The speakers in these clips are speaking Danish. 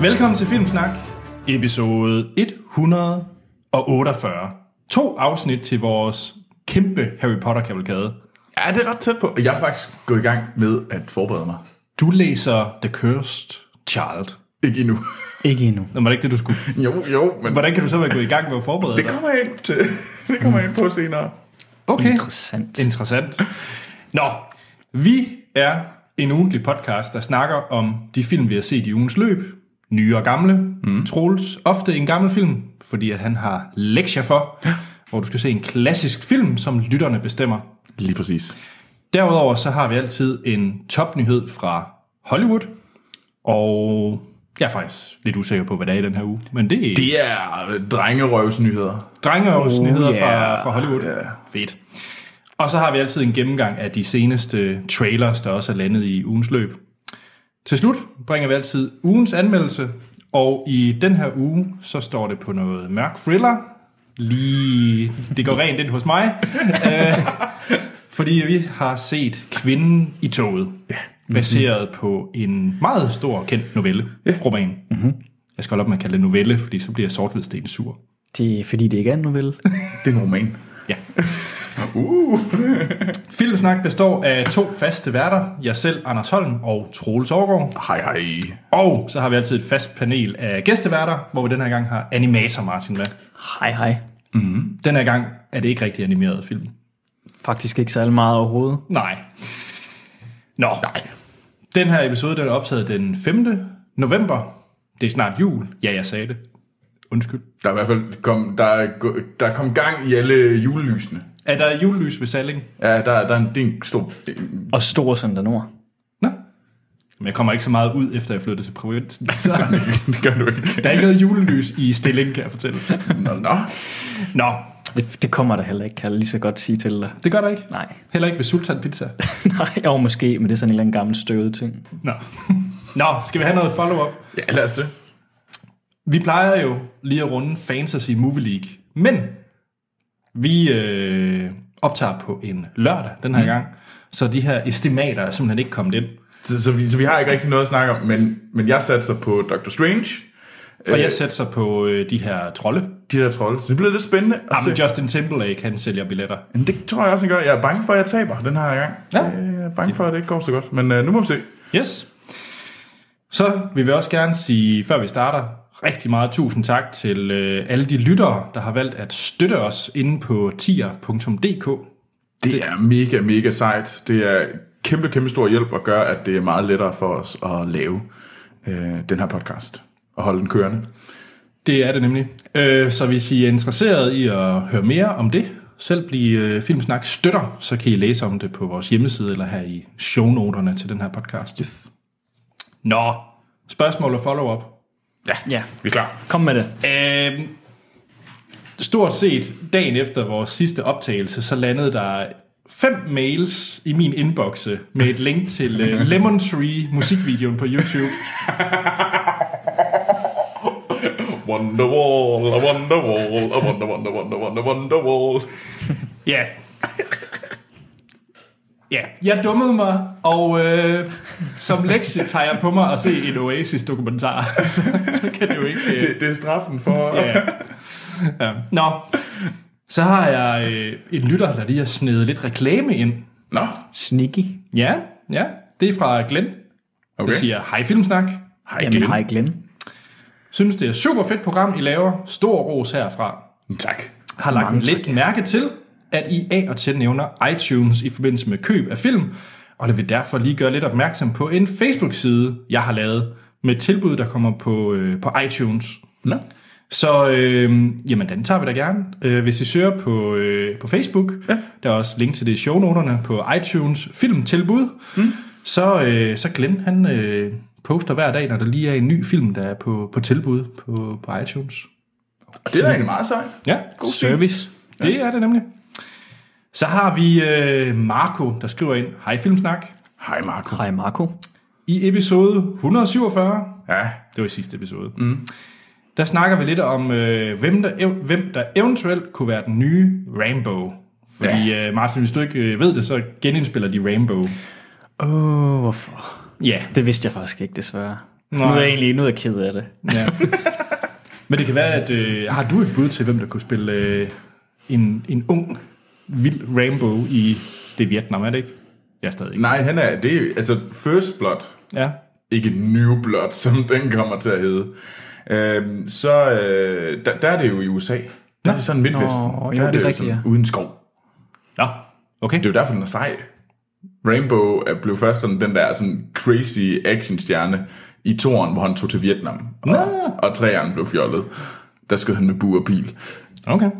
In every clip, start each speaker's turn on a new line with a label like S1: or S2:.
S1: Velkommen til Filmsnak, episode 148. To afsnit til vores kæmpe Harry Potter-kavalkade.
S2: Ja, det er ret tæt på. Jeg er faktisk gået i gang med at forberede mig.
S1: Du læser The Cursed Child.
S2: Ikke endnu.
S3: Ikke endnu.
S1: Nå, var det ikke det, du skulle?
S2: jo, jo, men
S1: Hvordan kan du så være gået i gang med at forberede
S2: det
S1: dig?
S2: kommer jeg ind, til. det kommer jeg ind på senere.
S1: Okay,
S3: Interessant.
S1: interessant. Nå, vi er en ugentlig podcast, der snakker om de film, vi har set i ugens løb. Nye og gamle. Mm. Troels, ofte en gammel film, fordi at han har lektier for, hvor du skal se en klassisk film, som lytterne bestemmer.
S2: Lige præcis.
S1: Derudover så har vi altid en topnyhed fra Hollywood, og jeg er faktisk lidt usikker på, hvad det er i den her uge, men det er
S2: Det er øh, drengerøvsnyheder.
S1: drengeårsnyheder oh,
S3: Oh,
S1: yeah.
S3: yeah.
S1: fra, fra Hollywood.
S2: Ja.
S1: Fedt. Og så har vi altid en gennemgang af de seneste trailers, der også er landet i ugens løb. Til slut bringer vi altid ugens anmeldelse, og i den her uge, så står det på noget mørk thriller. Lige, det går rent ind hos mig. øh, fordi vi har set Kvinden i toget, baseret på en meget stor kendt novelle, roman. Jeg skal holde op med at kalde det novelle, fordi så bliver sort sur.
S3: Det er fordi, det ikke er en novelle.
S2: Det er en roman.
S1: Ja. uh. Filmsnak består af to faste værter, jeg selv, Anders Holm og Troels Aargaard.
S2: Hej, hej.
S1: Og så har vi altid et fast panel af gæsteværter, hvor vi den her gang har animator Martin med.
S3: Hej, hej.
S1: Den her gang er det ikke rigtig animeret film.
S3: Faktisk ikke særlig meget overhovedet.
S1: Nej. Nå. Nej. Den her episode, den er optaget den 5. november. Det er snart jul. Ja, jeg sagde det. Undskyld.
S2: Der er i hvert fald kom, der er, gå- der kom gang i alle julelysene.
S1: Er der julelys ved Salling?
S2: Ja, der, er- der er en, det er en stor...
S3: Og stor Center Nord.
S1: Nå. Men jeg kommer ikke så meget ud, efter jeg flyttede til provinsen. Så
S2: det gør du ikke.
S1: Der er ikke noget julelys i stilling, kan jeg fortælle.
S2: Nå, nå.
S1: Nå,
S3: Det, det kommer der heller ikke, kan jeg lige så godt sige til dig.
S1: det gør der ikke.
S3: Nej.
S1: Heller ikke ved Sultan Pizza.
S3: Nej, jo måske, men det er sådan en eller anden gammel støvet ting.
S1: Nå. Nå, skal vi have noget follow-up?
S2: Ja, lad os det.
S1: Vi plejer jo lige at runde Fantasy Movie League, men vi øh, optager på en lørdag den her mm. gang, så de her estimater er simpelthen ikke kommet ind.
S2: Så, så, vi, så vi har ikke rigtig noget at snakke om, men, men jeg satser på Dr. Strange,
S1: Og jeg sætter sig på øh, de her trolde.
S2: de der trolde. Så det bliver lidt spændende at se.
S1: Jamen, Justin Timberlake, han sælger billetter.
S2: Men det tror jeg også, jeg gør. Jeg er bange for, at jeg taber den her gang.
S1: Ja.
S2: Øh, Jeg er bange for, at det ikke går så godt. Men øh, nu må vi se.
S1: Yes. Så vil vi også gerne sige, før vi starter, rigtig meget tusind tak til øh, alle de lyttere, der har valgt at støtte os inde på tier.dk.
S2: Det er mega, mega sejt. Det er kæmpe, kæmpe stor hjælp at gøre, at det er meget lettere for os at lave øh, den her podcast og holde den kørende.
S1: Det er det nemlig. Øh, så hvis I er interesseret i at høre mere om det, selv blive øh, Filmsnak støtter, så kan I læse om det på vores hjemmeside eller her i shownoterne til den her podcast. Yes. Nå, spørgsmål og follow-up.
S3: Ja,
S2: Vi er klar.
S3: kom med det.
S1: Øhm, stort set dagen efter vores sidste optagelse, så landede der fem mails i min inbox med et link til uh, Lemon Tree musikvideoen på YouTube.
S2: Wonderwall, a wonderwall, a wonder, wonder, wonder, wonder, wonderwall.
S1: Ja. Ja, jeg dummede mig, og øh, som lektie tager jeg på mig at se en Oasis-dokumentar. så, så kan det jo ikke... Øh,
S2: Det, det er straffen for...
S1: ja. ja. Nå, så har jeg øh, en lytter, der lige har snedet lidt reklame ind.
S2: Nå,
S3: Sneaky.
S1: Ja, ja. Det er fra Glenn, der
S2: okay.
S1: siger, hej Filmsnak.
S2: Hej,
S3: Jamen,
S2: Glenn.
S3: hej Glenn.
S1: Synes det er super fedt program, I laver. Stor ros herfra.
S2: Mm, Tak.
S1: Har lagt
S3: Mange
S1: lidt mærke til, at I af og til nævner iTunes i forbindelse med køb af film, og det vil derfor lige gøre lidt opmærksom på en Facebook-side, jeg har lavet, med tilbud, der kommer på, øh, på iTunes.
S2: Nå.
S1: Så øh, jamen, den tager vi da gerne. Øh, hvis I søger på, øh, på Facebook, ja. der er også link til det i shownoterne på iTunes filmtilbud, mm. så, øh, så Glenn, han øh, poster hver dag, når der lige er en ny film, der er på, på tilbud på, på iTunes.
S2: Og det er da egentlig meget sejt.
S1: Ja,
S2: God stil.
S3: Service.
S1: det er det nemlig. Så har vi øh, Marco, der skriver ind, hej Filmsnak,
S2: Hej, Marco.
S3: Hej Marco.
S1: i episode 147,
S2: Ja,
S1: Det var i sidste episode. Mm. Der snakker vi lidt om, øh, hvem, der, ev- hvem der eventuelt kunne være den nye Rambo. Fordi ja. øh, Martin, hvis du ikke øh, ved det, så genindspiller de Rambo.
S3: Åh, oh, hvorfor?
S1: Ja.
S3: Det vidste jeg faktisk ikke, desværre. Nu er jeg egentlig nu er jeg ked af det.
S1: Ja. Men det kan være, at... Øh, har du et bud til, hvem der kunne spille øh, en, en ung, vild Rambo i det Vietnam, er det ikke? Jeg er stadig ikke.
S2: Nej, han er, det er, altså First Blood,
S1: Ja.
S2: ikke New Blood, som den kommer til at hedde, øhm, så øh, der, der er det jo i USA. Der er det sådan midtvesten.
S3: Nå,
S2: der
S3: jo, det er
S2: jo
S3: rigtigt,
S2: sådan
S3: ja.
S2: Uden skov.
S1: Nå, okay.
S2: Det er jo derfor, den er sej. Rainbow er- blev først sådan den der sådan crazy actionstjerne i toren, hvor han tog til Vietnam. Og, og træerne blev fjollet. Der skød han med bu og pil.
S1: Okay.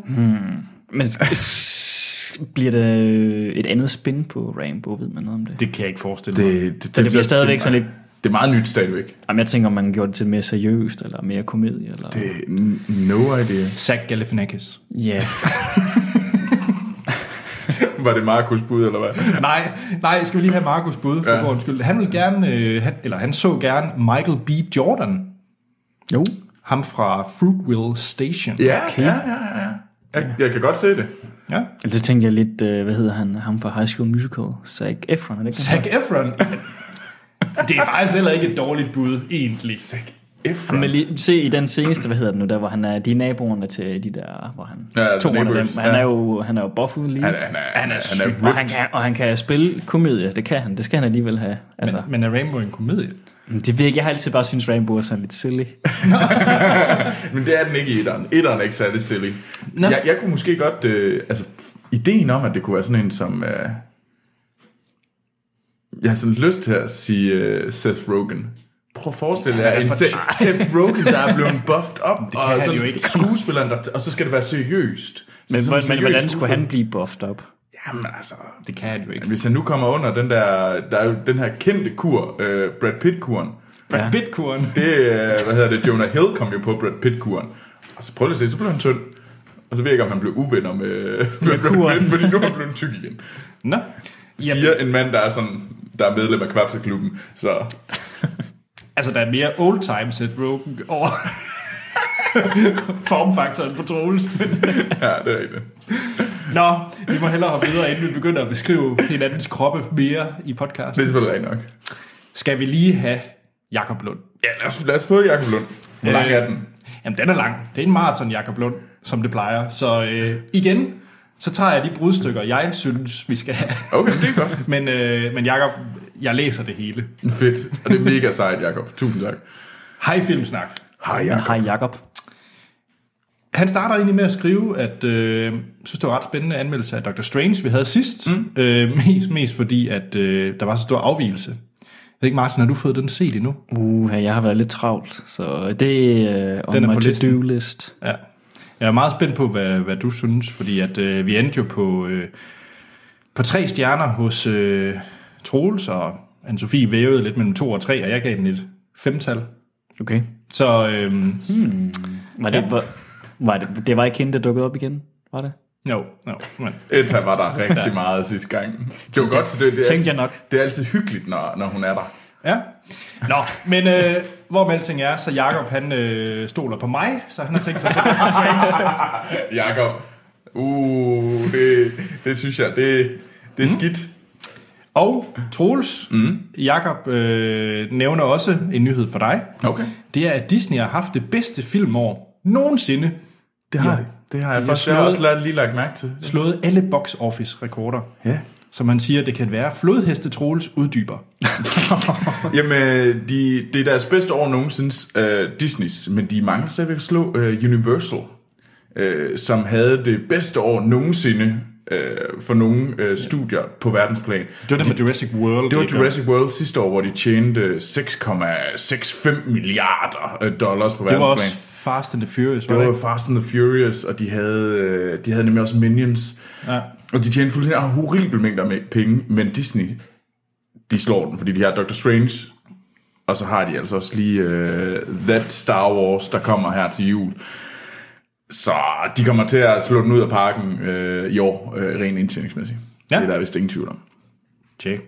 S3: Men s- bliver det et andet spin på Rainbow, ved man noget om det?
S1: Det kan jeg ikke forestille mig.
S2: Øh, Det, det,
S3: Så det bliver stadigvæk sådan lidt...
S2: Det er meget nyt stadigvæk.
S3: Jamen, jeg tænker, om man gjorde det til mere seriøst, eller mere komedie, eller...
S2: Det, er n- no idea.
S1: Zach Galifianakis.
S3: Ja,
S2: Var det Markus bud, eller hvad?
S1: nej, nej, skal vi lige have Markus bud for
S2: Ja.
S1: ja. skyld. Han vil gerne, øh, han, eller han så gerne Michael B. Jordan.
S3: Jo.
S1: Ham fra Fruitville Station.
S2: Ja, okay. ja, ja, ja. Jeg, jeg kan godt se det.
S1: ja.
S3: altså tænkte jeg lidt, øh, hvad hedder han, ham fra High School Musical, Zac Efron, er det ikke
S1: Zac
S3: han?
S1: Efron. det er faktisk heller ikke et dårligt bud, egentlig. Zac
S2: Efron.
S3: Ham med lige, se i den seneste, hvad hedder den nu, der hvor han er, de er naboerne til de der, hvor han,
S2: Ja,
S3: to
S2: The
S3: af dem,
S2: Neighbors,
S3: han
S2: ja.
S3: er jo, han er jo buff uden lige,
S2: Han er, han er, han er, han er
S3: og han,
S2: ripped.
S3: kan, og han kan spille komedie, det kan han, det skal han alligevel have, altså,
S1: Men er Rainbow en komedie?
S3: men, det virker, jeg har altid bare synes Rainbow er sådan lidt silly,
S2: Men det er den ikke i etteren. Etteren er ikke særlig silly.
S1: Nå.
S2: Jeg, jeg kunne måske godt... Øh, altså, ideen om, at det kunne være sådan en som... Øh, jeg har sådan lyst til at sige øh, Seth Rogen. Prøv at forestille jer en Se, Seth Rogen, der er blevet buffed op. Det og
S1: han
S2: sådan
S1: jo ikke.
S2: Skuespilleren, der, og så skal det være seriøst.
S3: men,
S2: så,
S3: hvor, men hvordan skulle han blive buffed op?
S2: Jamen altså...
S1: Det kan jeg jo ikke.
S2: Hvis han nu kommer under den der... Der er jo den her kendte kur, øh, Brad Pitt-kuren.
S1: Ja. Bitcoin.
S2: Det, øh, hvad hedder det, Jonah Hill kom jo på Brad Pitt-kuren. Og så prøv lige at se, så blev han tynd. Og så ved jeg ikke, om han blev uvenner med, med Brad
S3: kuren.
S2: Pitt, fordi nu er han blevet tyk igen.
S1: Nå.
S2: Siger en mand, der er, sådan, der er medlem af Kvapseklubben. Så
S1: Altså, der er mere old time Seth Rogen over formfaktoren på Troels.
S2: ja, det er rigtigt.
S1: Nå, vi må hellere hoppe videre, inden vi begynder at beskrive hinandens kroppe mere i
S2: Det
S1: podcasten.
S2: er selvfølgelig rigtigt nok.
S1: Skal vi lige have Jakob Lund?
S2: Ja, lad os, lad os få Jacob Lund. Hvor lang
S1: Øh.
S2: er den?
S1: Jamen, den er lang. Det er en maraton, Jakob Lund, som det plejer. Så øh, igen, så tager jeg de brudstykker, jeg synes, vi skal have.
S2: Okay, men det er godt.
S1: Men, øh, men Jakob, jeg læser det hele.
S2: Fedt. Og det er mega sejt, Jacob. Tusind tak.
S1: Hej Filmsnak.
S2: Hej,
S3: Men
S2: Jacob.
S3: hej Jakob.
S1: Han starter egentlig med at skrive, at øh, synes, det var ret spændende anmeldelse af Dr. Strange, vi havde sidst. Mm. Øh, mest, mest fordi, at øh, der var så stor afvielse. Jeg ved ikke, Martin, har du fået den set endnu?
S3: Uh, jeg har været lidt travlt, så det er uh, on
S1: Den er
S3: my
S1: på listen.
S3: to-do list.
S1: Ja. Jeg er meget spændt på, hvad, hvad du synes, fordi at, øh, vi endte jo på, øh, på tre stjerner hos øh, Troels, og Anne-Sophie vævede lidt mellem to og tre, og jeg gav den et femtal.
S3: Okay.
S1: Så øh,
S3: Var det, var, var det, det var ikke hende, der dukkede op igen, var det?
S1: jo, jo, men
S2: Etta var der rigtig meget sidste gang. Det var godt, så det, det, er,
S3: Tænkte
S2: altid,
S3: jeg nok.
S2: det er altid hyggeligt, når, når hun er der.
S1: Ja. Nå, men øh, hvor alting er, så Jakob han øh, stoler på mig, så han har tænkt sig
S2: Jakob. Uh, det, det synes jeg, det, det er mm. skidt.
S1: Og Troels, mm. Jakob øh, nævner også en nyhed for dig.
S2: Okay.
S1: Det er, at Disney har haft det bedste filmår nogensinde.
S2: Det har, ja. det har jeg
S1: har
S2: faktisk jeg har
S1: slået-
S2: også lagt, lige lagt mærke til.
S1: Slået alle box office rekorder.
S2: Ja.
S1: Som man siger, det kan være flodheste Troels uddyber.
S2: Jamen, de, det er deres bedste år nogensinde, øh, Disneys, men de mangler stadigvæk at slå øh, Universal, øh, som havde det bedste år nogensinde øh, for nogle øh, studier på verdensplan.
S1: Det var det med Jurassic World.
S2: Det var
S1: ikke?
S2: Jurassic World sidste år, hvor de tjente øh, 6,65 milliarder øh, dollars på verdensplan.
S1: Det var også Fast and the Furious, var
S2: Det
S1: det
S2: var
S1: ikke?
S2: Fast and the Furious, og de havde, øh, de havde nemlig også Minions.
S1: Ja.
S2: Og de tjente fuldstændig horrible mængder med penge, men Disney, de slår den, fordi de har Doctor Strange, og så har de altså også lige øh, That Star Wars, der kommer her til jul. Så de kommer til at slå den ud af parken øh, i år, øh, rent indtjeningsmæssigt.
S1: Ja.
S2: Ja. Det er der vist ingen tvivl om.
S1: Tjek.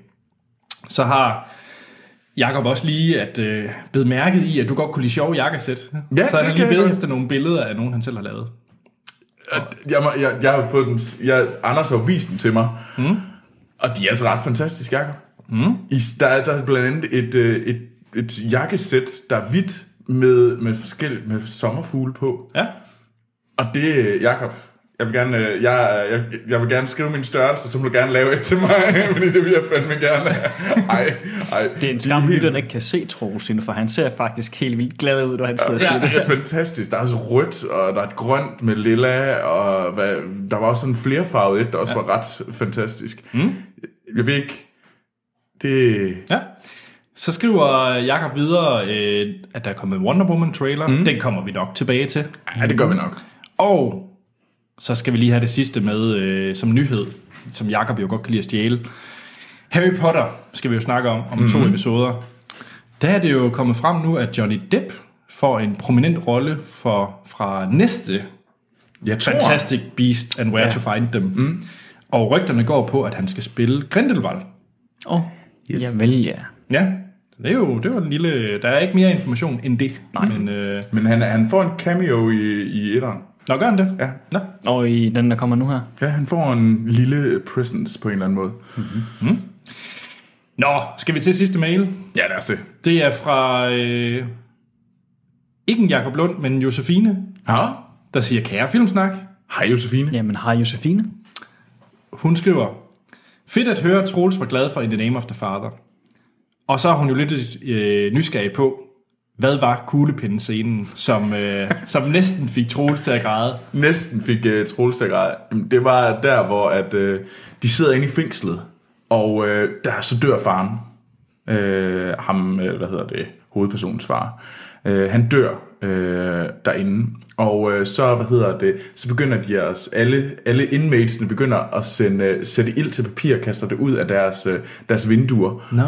S1: Så har Jakob også lige at øh, bed mærket i, at du godt kunne lide sjove jakkesæt.
S2: Ja,
S1: så han
S2: det
S1: har
S2: kan
S1: lige
S2: jeg
S1: ved
S2: godt.
S1: efter nogle billeder af nogen, han selv har lavet.
S2: Jeg, må- jeg, jeg har fået dem, jeg, Anders har vist dem til mig, mm. og de er altså ret fantastiske, Jacob. Mm. I, der, er, der er blandt andet et, øh, et et jakkesæt, der er hvidt med, med, forskel, med sommerfugle på.
S1: Ja.
S2: Og det, øh, Jakob, jeg vil gerne, øh, jeg, jeg, jeg vil gerne skrive min størrelse, så må du gerne lave et til mig, men det vil jeg fandme gerne. Ej, ej.
S3: Det er en skam, at lytterne ikke kan se Troels endnu, for han ser faktisk helt vildt glad ud, når han sidder og siger
S2: Ja,
S3: det.
S2: det er fantastisk. Der er også rødt, og der er et grønt med lilla, og hvad, der var også sådan flerfarvet et, der også ja. var ret fantastisk. Mm. Jeg ved ikke, det...
S1: Ja. Så skriver Jakob videre, øh, at der er kommet en Wonder Woman-trailer. Mm. Den kommer vi nok tilbage til.
S2: Ja, det gør vi nok.
S1: Og så skal vi lige have det sidste med øh, som nyhed, som Jakob jo godt kan lide at stjæle. Harry Potter skal vi jo snakke om om mm. to episoder. Der er det jo kommet frem nu, at Johnny Depp får en prominent rolle for, fra næste
S2: Jeg tror,
S1: Fantastic Beast and Where ja. to Find Them. Mm. Og rygterne går på, at han skal spille Grindelwald.
S3: Åh, oh, yes. javel ja.
S1: Ja, så det er jo det var en lille... Der er ikke mere information end det. Nej. Men, øh,
S2: Men han, han får en cameo i, i etteren.
S1: nå, gør han det?
S2: Ja.
S1: Nå.
S3: Og i den, der kommer nu her.
S2: Ja, han får en lille presence på en eller anden måde.
S1: nå, skal vi til sidste mail?
S2: Ja, lad os det.
S1: Det er fra øh, ikke en Jakob Lund, men Josefine,
S2: Ja.
S1: der siger kære filmsnak.
S2: Hej Josefine.
S3: Jamen, har Josefine?
S1: Hun skriver, fedt at høre, at Troels var glad for In the Name of the Father. Og så er hun jo lidt øh, nysgerrig på, hvad var kuglepindescenen, som, øh, som næsten fik Troels til at græde.
S2: næsten fik uh, Troels til at græde. Jamen, Det var der, hvor at, uh, de sidder inde i fængslet, og uh, der så dør faren. Uh, ham, uh, hvad hedder det, hovedpersonens far. Uh, han dør uh, derinde, og uh, så, hvad hedder det, så begynder de at, alle, alle inmatesene begynder at sende, uh, sætte ild til papir og kaster det ud af deres, uh, deres vinduer,
S1: Nå.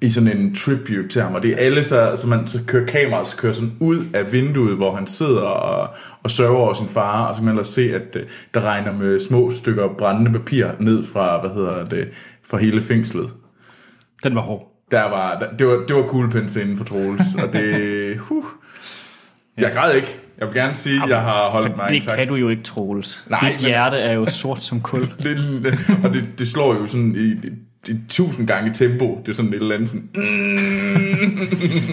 S2: i sådan en tribute til ham, og det er alle, så, så man så kører kameraet, så kører sådan ud af vinduet, hvor han sidder og, og sørger over sin far, og så kan man ellers se, at øh, der regner med små stykker brændende papir ned fra, hvad hedder det, fra hele fængslet.
S1: Den var hård.
S2: Der var, der, det var, det var kuglepindscenen for Troels, og det, huh. Jeg græd ikke. Jeg vil gerne sige, at jeg har holdt mig
S3: det
S2: intakt.
S3: kan du jo ikke, Troels.
S2: Nej,
S3: Nej, Dit
S2: men-
S3: hjerte er jo sort som kul.
S2: Det, og det, det slår jo sådan i, i, i tusind gange tempo. Det er sådan et eller andet sådan, "Mm."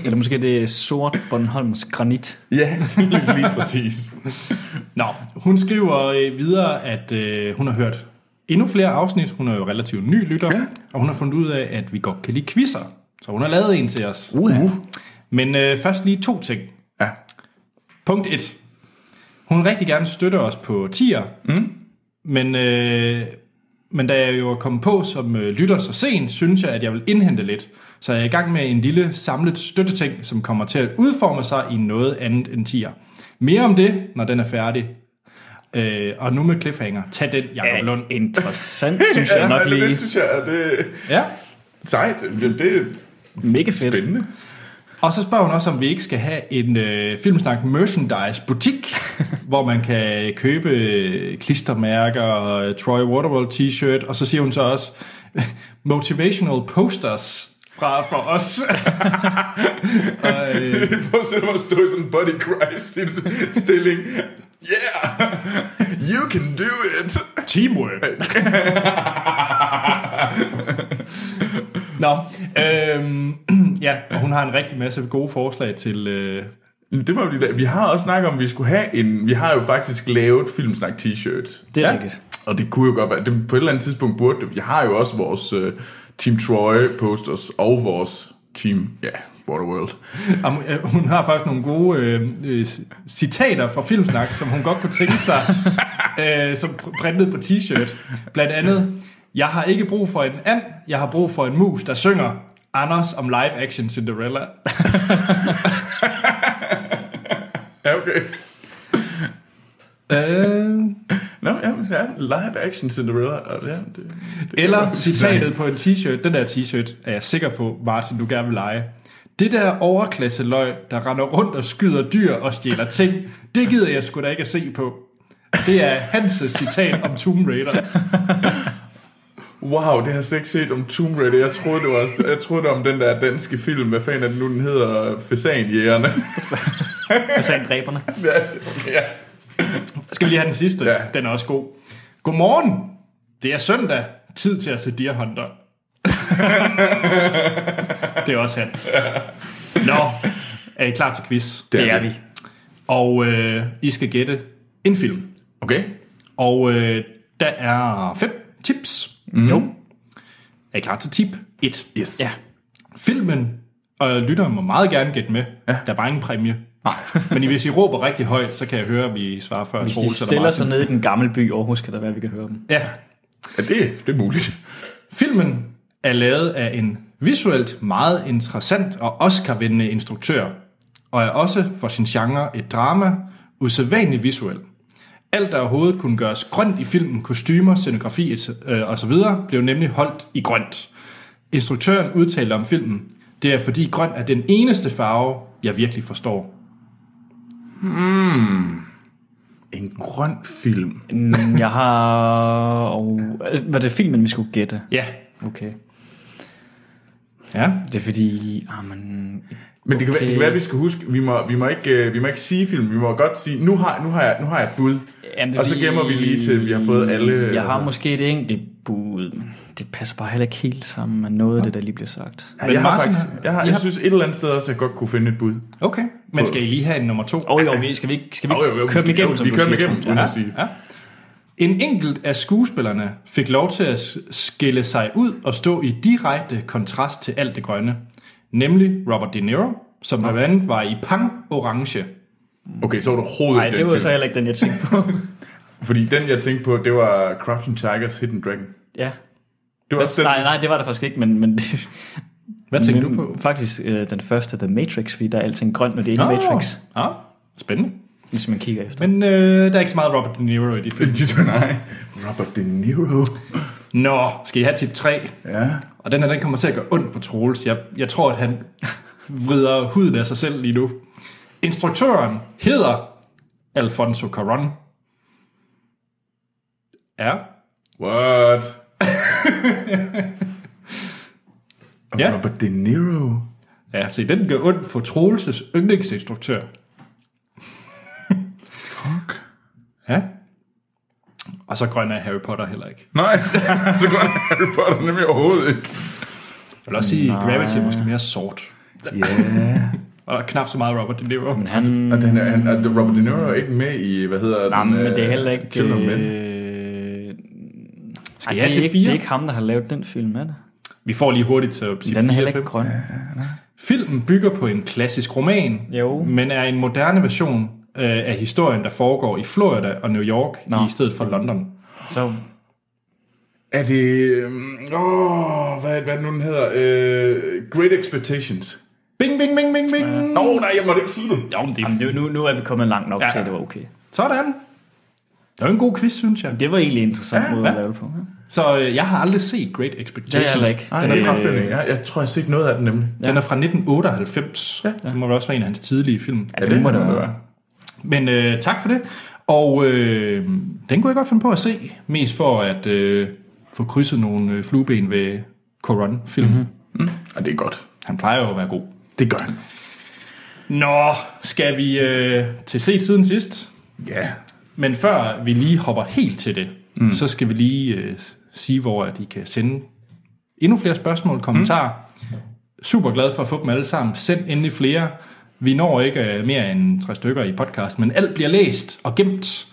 S3: Eller måske det er sort Bornholms granit.
S2: ja, yeah, lige præcis.
S1: Nå, hun skriver øh, videre, at øh, hun har hørt endnu flere afsnit. Hun er jo relativt ny lytter, ja. og hun har fundet ud af, at vi godt kan lide quizzer. Så hun har lavet en til os.
S3: Uha.
S1: Men øh, først lige to ting.
S2: Ja.
S1: Punkt 1. Hun vil rigtig gerne støtte os på tier, mm. men, øh, men da jeg jo er kommet på som øh, lytter så sent, synes jeg, at jeg vil indhente lidt. Så jeg er i gang med en lille samlet støtteting, som kommer til at udforme sig i noget andet end tier. Mere om det, når den er færdig. Øh, og nu med cliffhanger. Tag den, Jacob Lund.
S3: Ja, interessant, synes jeg nok
S2: det, det
S3: lige.
S2: synes jeg, er det
S1: Ja.
S2: sejt. Det, det er
S3: Mega fedt.
S2: spændende.
S1: Og så spørger hun også, om vi ikke skal have en øh, filmsnak merchandise butik, hvor man kan købe øh, klistermærker og øh, Troy Waterworld t-shirt, og så siger hun så også motivational posters fra for os. og, øh,
S2: Det er på sådan at stå i sådan en body Christ stilling. Yeah! You can do it!
S1: teamwork. Nå, øhm, ja, og hun har en rigtig masse gode forslag til... Øh,
S2: Det må blive det. Vi har også snakket om, at vi skulle have en... Vi har jo faktisk lavet filmsnak t-shirt.
S3: Det er
S1: Ja.
S3: rigtigt.
S2: Og det kunne jo godt være... Det, på et eller andet tidspunkt burde det. Vi har jo også vores uh, Team Troy posters og vores Team... Ja, yeah, Waterworld.
S1: Om, øh, hun har faktisk nogle gode øh, øh, citater fra Filmsnak, som hun godt kunne tænke sig, øh, som pr- printet på t-shirt. Blandt andet, jeg har ikke brug for en and, jeg har brug for en mus, der synger Anders om live action Cinderella.
S2: Ja, okay.
S1: Øh,
S2: Nå, ja, ja, live action Cinderella. og Ja, det, det
S1: eller citatet på en t-shirt, den der t-shirt er jeg sikker på, Martin, du gerne vil lege. Det der overklasseløg, der render rundt og skyder dyr og stjæler ting, det gider jeg sgu da ikke at se på. Det er Hans' citat om Tomb Raider.
S2: Wow, det har jeg slet ikke set om Tomb Raider. Jeg troede, det var, jeg troede det var om den der danske film. Hvad fanden er den nu, den hedder? Fasanjægerne.
S3: Jeg sagde dræberne.
S2: ja, okay, ja.
S1: Skal vi lige have den sidste?
S2: Ja.
S1: Den er også god. Godmorgen. Det er søndag. Tid til at se Deer Hunter. Det er også hans. Nå, er I klar til quiz?
S3: Det er vi.
S1: Og øh, I skal gætte en film.
S2: Okay.
S1: Og øh, der er fem tips. Mm. Jo. Er I klar til tip 1?
S2: Yes.
S3: Ja.
S1: Filmen, og lytteren må meget gerne gætte med, ja. der er bare ingen præmie. Men I- hvis I råber rigtig højt, så kan jeg høre, at vi svarer før
S3: Hvis
S1: Troels
S3: de
S1: eller
S3: stiller
S1: Martin.
S3: sig ned i den gamle by i Aarhus, kan der være, at vi kan høre dem.
S1: Ja.
S2: ja det, det er muligt.
S1: Filmen er lavet af en visuelt meget interessant og Oscar-vindende instruktør, og er også for sin genre et drama, usædvanligt visuel. Alt, der overhovedet kunne gøres grønt i filmen, kostymer, scenografi et, øh, osv., blev nemlig holdt i grønt. Instruktøren udtalte om filmen, det er fordi grøn er den eneste farve, jeg virkelig forstår.
S2: En grøn film.
S3: Mm, Jeg har... Og, var det filmen, vi skulle gætte?
S1: Ja.
S3: Okay.
S1: Ja.
S3: Det er fordi... Ah, men,
S2: Men det kan, være, det kan
S3: Okay.
S2: være, vi skal huske, vi må, vi må, ikke, øh, vi må ikke sige film, vi må godt sige, nu har, nu har, jeg, nu har jeg et bud.
S3: Jamen, det er
S2: og så
S3: fordi-
S2: gemmer vi lige til, vi har fået alle...
S3: Jeg har måske et enkelt bud, men det passer bare heller ikke helt sammen med noget af det, der lige bliver sagt.
S2: Ja, jeg, har
S1: Martin
S2: faktisk, jeg, har, jeg synes et eller andet sted også, jeg godt kunne finde et bud.
S1: Okay. Men skal I lige have en nummer to?
S3: Og jo, vi, skal vi, ikke- skal vi
S2: Jo, jo, jo,
S3: ikke køre dem
S2: skal-
S3: igennem,
S2: jo,
S3: som
S2: Vi
S3: du
S2: kører dem
S3: siger,
S2: igennem,
S3: Troels?
S2: uden
S3: Ja.
S2: at sige.
S1: En enkelt af skuespillerne fik lov til at s- skille sig ud og stå i direkte kontrast til alt det grønne. Nemlig Robert De Niro, som blandt andet var i Pang Orange.
S2: Okay, så var du overhovedet
S3: Nej,
S2: ikke
S3: det
S2: den
S3: var
S2: film.
S3: så heller ikke den, jeg tænkte på.
S2: Fordi den, jeg tænkte på, det var Crouching Tigers, Hidden Dragon.
S3: ja.
S2: Det var også den.
S3: Nej, nej, det var det faktisk ikke, men... men
S1: Hvad tænkte
S3: men
S1: du på?
S3: Faktisk øh, den første, The Matrix, fordi der er alting grønt, når det ikke er Matrix,
S1: Ah, ah, spændende.
S3: hvis man kigger efter.
S1: Men øh, der er ikke så meget Robert De Niro i de film.
S2: nej. Robert De Niro.
S1: Nå, skal I have tip 3?
S2: Ja.
S1: Og den her, den kommer til at gøre ondt på Troels. Jeg, jeg tror, at han vrider huden af sig selv lige nu. Instruktøren hedder Alfonso Cuarón. Ja.
S2: What?
S1: Ja.
S2: Robert De Niro.
S1: Ja, se, den gør ondt på Troelses yndlingsinstruktør.
S2: Fuck.
S1: Ja. Og så grøn er Harry Potter heller ikke.
S2: Nej, så går han Harry Potter nemlig overhovedet ikke.
S1: Jeg vil også sige, Nej. Gravity er måske mere sort.
S2: Ja. Yeah.
S1: Og knap så meget Robert De Niro.
S3: Men han...
S2: Og den, Altså, er- han, og Robert De Niro er ikke med i, hvad hedder
S3: Nej,
S2: den?
S3: men det er
S2: øh,
S3: heller ikke...
S2: Children of Men.
S3: Øh,
S1: Skal
S3: Ej,
S1: jeg
S3: det, er
S1: til
S3: ikke, det er
S1: fire?
S3: ikke ham, der har lavet den film, er det?
S1: Vi får lige hurtigt til at sige
S3: Den er
S1: fire,
S3: heller
S1: fem.
S3: ikke grøn.
S1: Filmen bygger på en klassisk roman,
S3: Jo.
S1: men er en moderne version øh, af historien, der foregår i Florida og New York
S3: Nå.
S1: i stedet for London.
S3: Så
S2: Er det... øhm, Åh, hvad, hvad er det nu, den hedder? Øh, Great Expectations.
S1: Bing, bing, bing, bing, bing.
S2: Nå, oh, nej, jeg måtte ikke sige det.
S1: Jo, men det
S3: Jamen, det, er jo- nu, nu er vi kommet langt nok
S1: Ja.
S3: ja. til, at det var okay.
S1: Sådan. Det var en god quiz, synes jeg.
S3: Det var egentlig en interessant
S1: Ja,
S3: ja, måde at
S1: ja.
S3: lave det på. Ja.
S1: Så øh, jeg har aldrig set Great Expectations.
S3: Det er jeg heller ikke. Øh,
S2: Nej,
S1: Den
S2: det
S1: er
S2: er
S1: fra,
S2: kraftbildning. Jeg, jeg tror, jeg har set noget af den nemlig.
S1: den er fra 1998. Ja. Det må vel også være en af hans tidlige film.
S3: Ja, det må
S2: Øh,
S3: det være.
S1: Men øh, tak for det. Og øh, den kunne jeg godt finde på at se. Mest for at øh, få krydset nogle øh, flueben ved Coron-filmen.
S3: Mhm.
S1: Mm-hmm.
S2: Og det er godt.
S1: Han plejer jo at være god.
S2: Det gør han.
S1: Nå, skal vi øh, til set siden sidst?
S2: Ja.
S1: Men før vi lige hopper helt til det, mm. så skal vi lige øh, sige, hvor at I kan sende endnu flere spørgsmål og kommentarer. Mm. Super glad for at få dem alle sammen. Send endelig flere. Vi når ikke øh, mere end tre stykker i podcast, men alt bliver læst og gemt.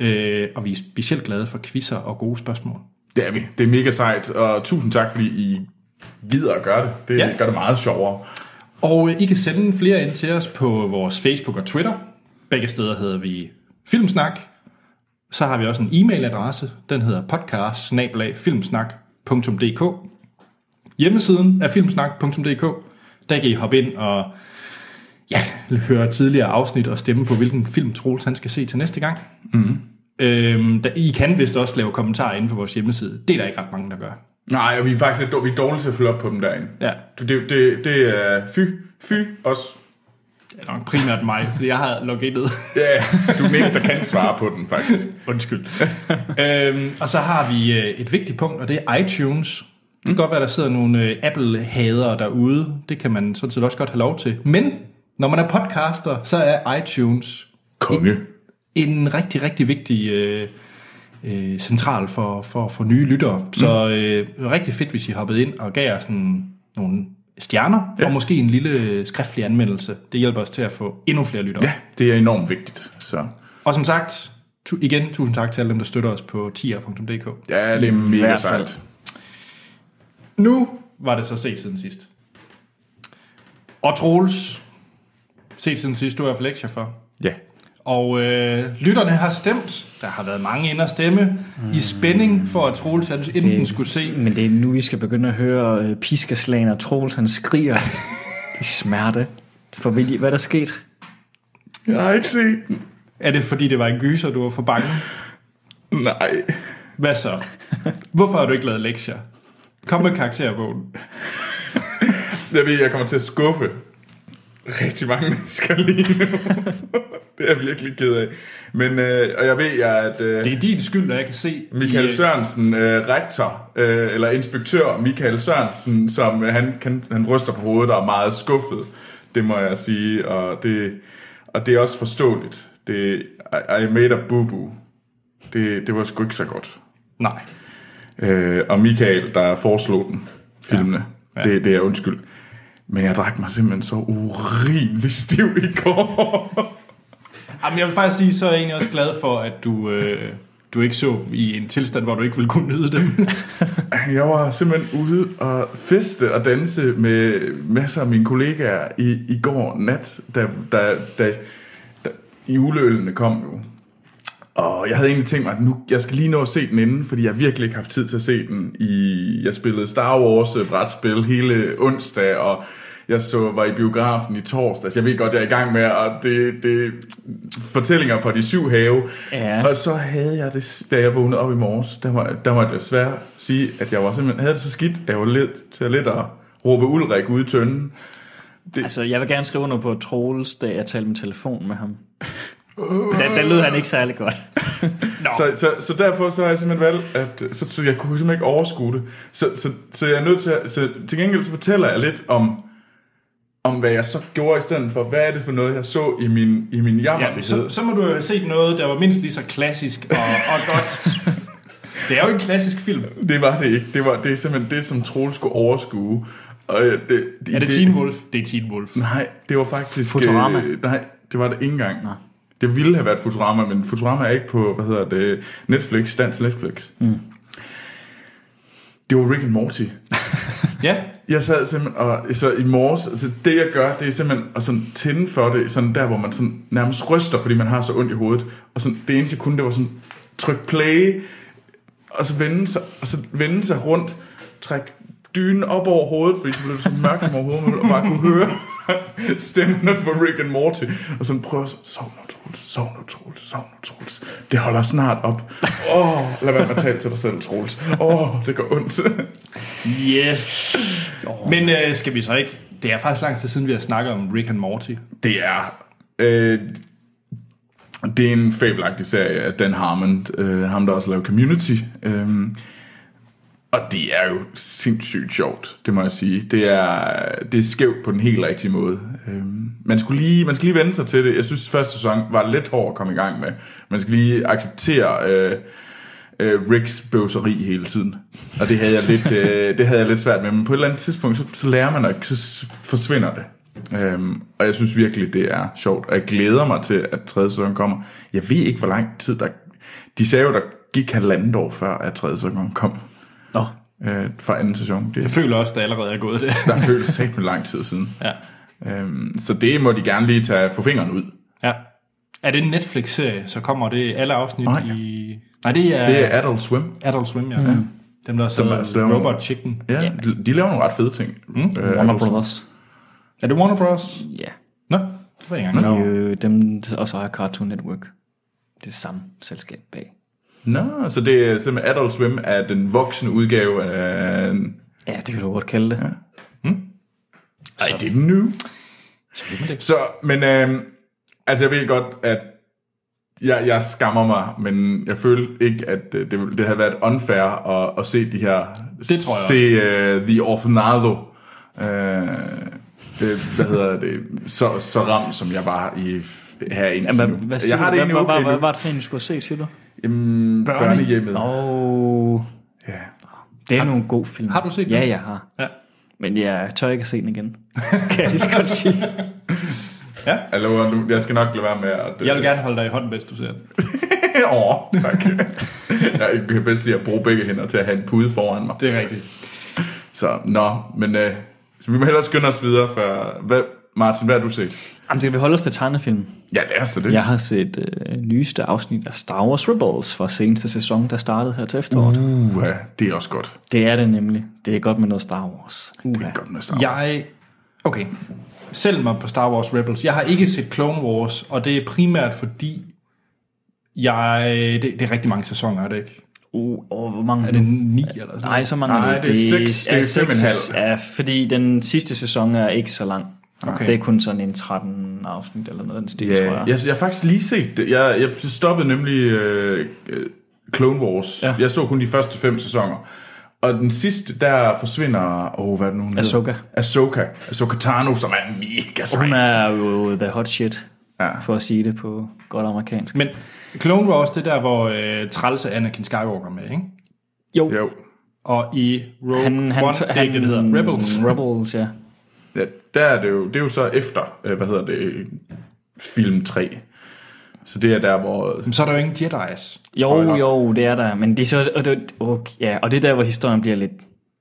S1: Øh, og vi er specielt glade for quizzer og gode spørgsmål.
S2: Det er vi. Det er mega sejt, og tusind tak, fordi I gider at gøre det. Det
S1: Ja.
S2: ja. gør det meget sjovere.
S1: Og øh, I kan sende flere ind til os på vores Facebook og Twitter. Begge steder hedder vi Filmsnak. Så har vi også en e-mailadresse. Den hedder podcast-filmsnak.dk Hjemmesiden er filmsnak.dk Der kan I hoppe ind og ja, høre tidligere afsnit og stemme på, hvilken film Troels han skal se til næste gang. Mm. Øhm, der, I kan vist også lave kommentarer inde på vores hjemmeside. Det er der ikke ret mange, der gør.
S2: Nej, og vi er faktisk lidt dår- vi er dårlige til at følge op på dem derinde.
S1: Ja.
S2: Det, det, det, det er fy, fy, os.
S1: Det er nok primært mig, fordi jeg har logget
S2: Ja, yeah. du er den eneste, der kan svare på den, faktisk.
S1: Undskyld. øhm, og så har vi øh, et vigtigt punkt, og det er iTunes. Det kan godt være, der sidder nogle øh, Apple-hadere derude. Det kan man sådan set også godt have lov til. Men når man er podcaster, så er iTunes
S2: Konge.
S1: en rigtig, rigtig vigtig øh, øh, central for, for, for nye lyttere. Så øh, rigtig fedt, hvis I hoppede ind og gav os sådan nogle stjerner, ja. og måske en lille øh, skriftlig anmeldelse. Det hjælper os til at få endnu flere lyttere.
S2: Ja, det er enormt vigtigt. Så
S1: Og som sagt, tu- igen tusind tak til alle dem, der støtter os på tier.dk.
S2: ja, det er mega
S3: hvert fald.
S2: sejt.
S1: Nu var det så set siden sidst. Og Troels, set siden sidst, du har haft lektier for.
S2: Ja.
S1: Og øh, lytterne har stemt. Der har været mange ind at stemme. Mm. I spænding for, at Troels han enten det... skulle se...
S3: Men det er nu, I skal begynde at høre øh, piskeslagene, og Troels han skriger i smerte. For vil I, hvad er der sket?
S2: Jeg har ikke set den.
S1: Er det fordi, det var en gyser, du var for bange?
S2: Nej.
S1: Hvad så? Hvorfor har du ikke lavet lektier? Kom med karakterbogen.
S2: Jeg ved, jeg kommer til at skuffe rigtig mange mennesker lige nu. det er jeg virkelig ked af. Men, øh, og jeg ved, jeg, at... Øh,
S1: Det er din skyld, at jeg kan se...
S2: Michael
S1: i, øh,
S2: Sørensen, øh, rektor, øh, eller inspektør Michael Sørensen, som øh, han, kan, han ryster på hovedet og er meget skuffet, det må jeg sige, og det, og det er også forståeligt. Det, I, I made a boo-boo. Det, det var sgu ikke så godt.
S1: Nej.
S2: Øh, og Michael, der foreslog den, filmene,
S1: Ja.
S2: ja.
S1: Ja.
S2: Ja. Det, det er undskyld. Men jeg drak mig simpelthen så urimelig stiv i går.
S1: Jamen, jeg vil faktisk sige, så er jeg egentlig også glad for, at du, øh, du ikke så i en tilstand, hvor du ikke ville kunne nyde dem.
S2: Jeg var simpelthen ude og feste og danse med masser af mine kollegaer i, i går nat, da, da, da, da juleølene kom jo. Og jeg havde egentlig tænkt mig, at nu, jeg skal lige nå at se den inden, fordi jeg har virkelig ikke haft tid til at se den. I, jeg spillede Star Wars øh, brætspil hele onsdag, og jeg så, var i biografen i torsdags. Jeg ved godt, jeg er i gang med, og det, det fortællinger fra de syv have.
S3: Ja.
S2: Og så havde jeg det, da jeg vågnede op i morges, der, var, der måtte jeg desværre sige, at jeg var simpelthen, havde det så skidt, at jeg var lidt til lidt at råbe Ulrik ude i tønden.
S3: Altså, jeg vil gerne skrive under på Troels, da jeg talte med telefon med ham. Der, der lød han ikke særlig godt.
S2: Så, så, så derfor så har jeg simpelthen valgt, at så, så jeg kunne simpelthen ikke overskue det. Så, så, så jeg er nødt til at, så til gengæld så fortæller jeg lidt om, om hvad jeg så gjorde i stedet for, hvad er det for noget, jeg så i min, i min
S1: Ja,
S2: jammerlighed.
S1: så, så må du jo have set noget, der var mindst lige så klassisk og, og godt. Det er jo en klassisk film.
S2: Det var det ikke. Det, var, det er simpelthen det, som Troel skulle overskue. Og øh, det, det,
S1: Er det Teen Wolf? Det er Teen Wolf.
S2: Nej, det var faktisk...
S3: Futurama?
S2: Øh, nej, det var det ikke engang. Nej. Det ville have været Futurama, men Futurama er ikke på, hvad hedder det, Netflix, dansk Netflix. Mm. Det var Rick and Morty.
S1: Ja,
S2: Jeg sad simpelthen, og så i morges, altså det jeg gør, det er simpelthen at sådan tænde for det, sådan der, hvor man sådan nærmest ryster, fordi man har så ondt i hovedet. Og sådan, det eneste jeg kunne, det var sådan, tryk play, og så vende sig, og så vende sig rundt, træk dynen op over hovedet, fordi så blev det så mørkt om hovedet, og bare kunne høre stemmen på Rick and Morty, og sådan prøve at sove nu, Troels, sov nu, Troels, sov nu, Troels. Det holder snart op. Åh, oh, lad være med at tale til dig selv, Troels. Åh, oh, det gør ondt.
S1: yes. Men øh, skal vi så ikke... Det er faktisk lang tid siden, vi har snakket om Rick and Morty.
S2: Det er... Øh, det er en fabelagtig serie af Dan Harmon, øh, ham der også lavede Community. Øh, og det er jo sindssygt sjovt, det må jeg sige. Det er, det er skævt på den helt rigtige måde. Øh, man, skulle lige, man skal lige vende sig til det. Jeg synes, første sæson var lidt hård at komme i gang med. Man skal lige acceptere... Øh, øh, Ricks bøvseri hele tiden. Og det havde, jeg lidt, øh, det havde jeg lidt svært med. Men på et eller andet tidspunkt, så, så lærer man, og så s- forsvinder det. Øhm, og jeg synes virkelig, det er sjovt. Og jeg glæder mig til, at tredje sæson kommer. Jeg ved ikke, hvor lang tid der... De sagde jo, der gik halvandet år før, at tredje sæson kom.
S3: Nå,
S2: Øh, fra anden sæson.
S1: Jeg
S2: Det,
S1: føler også, der allerede er gået det.
S2: der føltes sagt med lang tid siden.
S1: Ja.
S2: Øhm, så det må de gerne lige tage for fingeren ud.
S1: ja. Er det en Netflix-serie, så kommer det alle afsnit
S2: Nej.
S1: i... Nej, det er,
S2: Det er Adult Swim.
S1: Adult Swim, ja. Mm. Dem, der
S2: Dem,
S1: har
S2: der
S1: lavet
S2: laver-
S1: Robot Chicken.
S2: Ja, de, de laver nogle ret fede ting. Mm, øh,
S3: Warner Brothers.
S1: Er det Warner Bros?
S3: Ja.
S1: Nå, det var jeg ikke engang.
S3: De,
S1: klar over.
S3: øh, dem, og så er Cartoon Network. Det samme selskab bag.
S2: Nå, så det er simpelthen Adult Swim er den voksne udgave af...
S3: Ja, det kan du godt kalde det. Ja.
S2: I didn't know. Så, men øh, altså jeg ved godt, at jeg, jeg skammer mig, men jeg følte ikke, at øh, det, det havde været unfair at, at se de her...
S1: Det tror jeg
S2: Se uh, The Orphanado. Uh, det, hvad hedder det? Så, så ramt, som jeg var i her indtil
S3: Hvad,
S2: nu.
S3: hvad siger
S2: jeg har
S3: du?
S2: det egentlig
S3: hvad,
S2: okay
S3: hvad,
S2: nu.
S3: hvad, hvad, hvad, du skulle se, siger du?
S2: Jamen, børnehjemmet.
S3: Åh,
S2: Ja.
S3: det er nogle gode film.
S1: har du set
S3: Ja,
S1: dem?
S3: jeg har.
S1: Ja.
S3: Men jeg tør ikke at se den igen. Kan jeg lige så godt sige.
S2: Jeg, lover, nu- jeg skal nok lade være med at... øh,
S1: Jeg vil gerne holde dig i hånden, hvis du ser den.
S2: gerne. Åh, tak. jeg kan bedst lide at bruge begge hænder til at have en pude foran mig.
S1: Det er rigtigt.
S2: Så, nå, men øh, så vi må hellere skynde os videre, for... Hvad, Martin, hvad har du set?
S3: Jamen, skal vi holde os til tegnefilm?
S2: Ja, det er så det.
S3: Jeg har set øh, nyeste afsnit af Star Wars Rebels fra seneste sæson, der startede her til efteråret. Uh.
S2: Uha, det er også godt.
S3: Det er det nemlig. Det er godt med noget Star Wars.
S2: Det
S3: Uha.
S2: er godt med Star Wars.
S1: Jeg... Okay. Selv mig på Star Wars Rebels. Jeg har ikke set Clone Wars, og det er primært fordi, jeg... Det, det er rigtig mange sæsoner, er det ikke?
S3: Uh, og hvor mange
S1: Er det ni eller sådan noget?
S3: Nej, så mange
S2: Nej,
S3: er
S2: det er seks- det er
S3: ja,
S2: fem og en
S3: seks-
S2: halv.
S3: Ja, fordi den sidste sæson er ikke så lang.
S1: Okay.
S3: Okay. Det er kun sådan en 13 afsnit eller noget af den stil, tror jeg.
S2: Ja, jeg, jeg har faktisk lige set det. Jeg, jeg stoppede nemlig øh, øh, Clone Wars. Ja.
S3: Ja.
S2: Jeg så kun de første fem sæsoner. Og den sidste, der forsvinder... Åh, oh, hvad er det nu, hun
S3: Ahsoka.
S2: Hedder? Ahsoka. Ahsoka Tano, som er mega sej.
S3: Hun er jo the hot shit,
S2: Ja.
S3: ja. for at sige det på godt amerikansk.
S1: Men Clone Wars, det er der, hvor øh, trælse Anakin Skywalker er med, ikke?
S3: Jo,
S2: Jo.
S1: Og i Rogue
S3: han, han,
S1: One, det er ikke det, det hedder. Rebels.
S3: Rebels, ja.
S2: Ja, der er det jo, det er jo så efter, øh, hvad hedder det, film 3. Så det er der, hvor...
S1: Men Så er der jo ingen Jedi's.
S3: Jo,
S2: Spoiler.
S3: jo, det er der. Men det er så, og, det, okay, ja, og det er der, hvor historien bliver lidt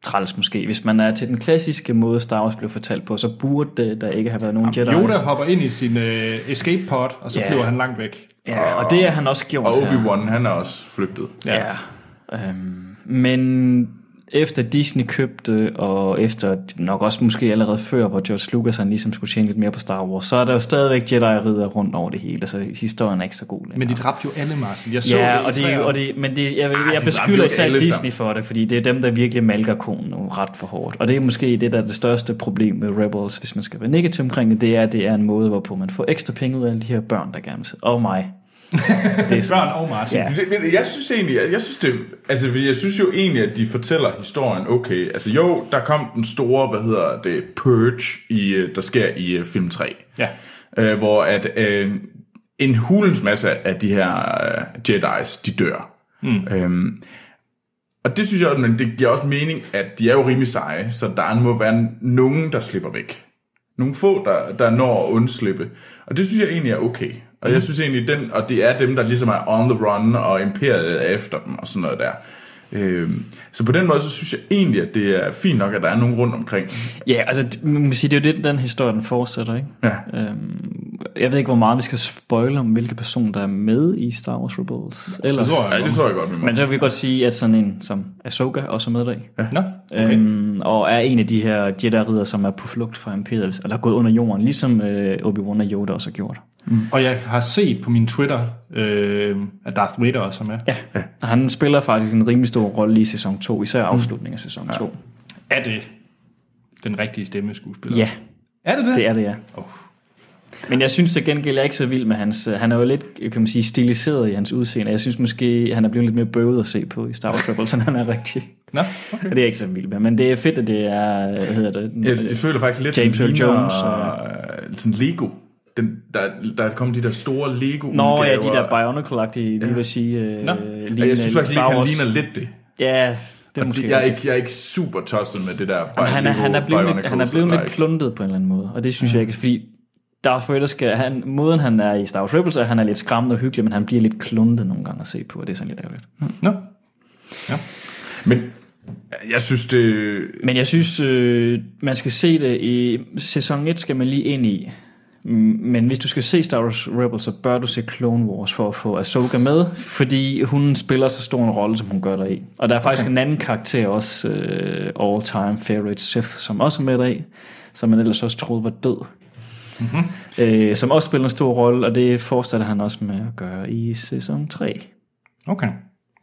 S3: træls måske. Hvis man er til den klassiske måde, Star Wars blev fortalt på, så burde det, der ikke have været nogen Jedi.
S1: Yoda hopper ind i sin øh, escape pod, og så
S3: Ja.
S1: flyver han langt væk.
S3: Ja, og det er han også gjort
S2: Og
S3: her.
S2: Obi-Wan, han er også flygtet.
S3: Ja. Øhm, men efter Disney købte, og efter nok også måske allerede før, hvor George Lucas han ligesom skulle tjene lidt mere på Star Wars, så er der jo stadigvæk Jedi-ridder rundt over det hele, så historien er ikke så god længere.
S1: Men de dræbte jo alle, Martin. Jeg så
S3: Ja,
S1: det i
S3: og det,
S1: træerne.
S3: og det, men det, jeg, jeg
S2: Ah, de ramte jo
S3: beskylder især
S2: alle
S3: Disney
S2: sammen.
S3: for det, fordi det er dem, der virkelig malker konen jo ret for hårdt. Og det er måske det, der er det største problem med Rebels, hvis man skal være negativ omkring det, det er, at det er en måde, hvorpå man får ekstra penge ud af alle de her børn, der gerne vil se. Oh Og mig. Det er sådan.
S1: Børn og Martin.
S3: Ja.
S2: Det- men Jeg synes egentlig, at- jeg synes det, altså fordi jeg synes jo egentlig, at de fortæller historien okay. Altså jo, der kom den store, hvad hedder det, purge, i, øh, der sker i øh, film 3.
S1: Ja.
S2: Øh, hvor at øh, en hulens masse af de her øh, Jedi's, de dør. Mm. Øhm, og det synes jeg, også, men det giver også mening, at de er jo rimelig seje, så der må være nogen, der slipper væk. Nogle få, der, der når at undslippe. Og det synes jeg egentlig er okay. Og jeg synes egentlig, den, og det er dem, der ligesom er on the run, og imperiet er efter dem, og sådan noget der. Øhm, så på den måde, så synes jeg egentlig, at det er fint nok, at der er nogen rundt omkring.
S3: Ja, altså det- man kan sige, det er jo det, den historie, den fortsætter, ikke?
S2: Ja.
S3: Øhm, jeg ved ikke, hvor meget vi skal spoile om, hvilke person, der er med i Star Wars Rebels. Ellers,
S2: Ja, det tror jeg godt, vi må.
S3: men så kan vi godt sige, at sådan en som Ahsoka også er med deri.
S1: Nå,
S3: Okay. Øhm, og er en af de her Jedi-ridder, som er på flugt fra Imperiet, og der er gået under jorden, ligesom øh, Obi-Wan og Yoda også har gjort.
S1: Og jeg har set på min Twitter, øh, at Darth Vader også er med.
S3: Ja. ja. Og han spiller faktisk en rimelig stor rolle i sæson 2, især afslutningen af sæson 2.
S1: Er det den rigtige stemmeskuespiller?
S3: Ja,
S1: Er det det?
S3: det er det, ja.
S1: Oh.
S3: Men jeg synes til gengæld, jeg er ikke så vild med hans... øh, Han er jo lidt, øh, kan man sige, stiliseret i hans udseende. Jeg synes måske, han er blevet lidt mere bøvet at se på i Star Wars Rebels, end han er rigtig.
S1: Nå,
S3: Og det er jeg ikke så vild med, men det er fedt, at det er... Hvad hedder det? Den,
S2: Jeg, jeg føler faktisk lidt,
S3: James
S2: den
S3: Earl
S2: ligner,
S3: Jones,
S2: øh, sådan Lego. Den, der, der kom de der store lego
S3: Nå ja, de der Bionicle-agtige, lige vil sige... Øh,
S1: Nå.
S3: lignende
S2: Jeg synes faktisk,
S3: Star
S2: ikke, han
S3: Wars.
S2: ligner lidt det.
S3: Ja, det er
S2: Og
S3: måske...
S2: det jeg, er
S3: rigtigt.
S2: ikke, jeg er ikke super tosset med det der Bi-
S3: Men han, er,
S2: Lego
S3: han er blevet, lidt,
S2: Bionicles,
S3: han er blevet
S2: eller
S3: lidt
S2: ikke.
S3: kluntet på en eller anden måde, og det synes jeg ikke, fordi Darth Vader skal, han, måden han er i Star Wars Rebels, er, at han er lidt skræmmende og hyggelig, men han bliver lidt kluntet nogle gange at se på, og det er sådan lidt ærgerligt.
S1: nå.
S2: Men øh, jeg synes, det...
S3: Men jeg synes, øh, man skal se det i sæson 1, skal man lige ind i. Mm, Men hvis du skal se Star Wars Rebels, så bør du se Clone Wars for at få Ahsoka med, fordi hun spiller så stor en rolle, som hun gør deri. Og der er faktisk okay. en anden karakter også, øh, all time favorite Sith, som også er med deri, som man ellers også troede var død. Mm-hmm. Øh, som også spiller en stor rolle, og det fortsætter han også med at gøre i sæson 3.
S1: Okay.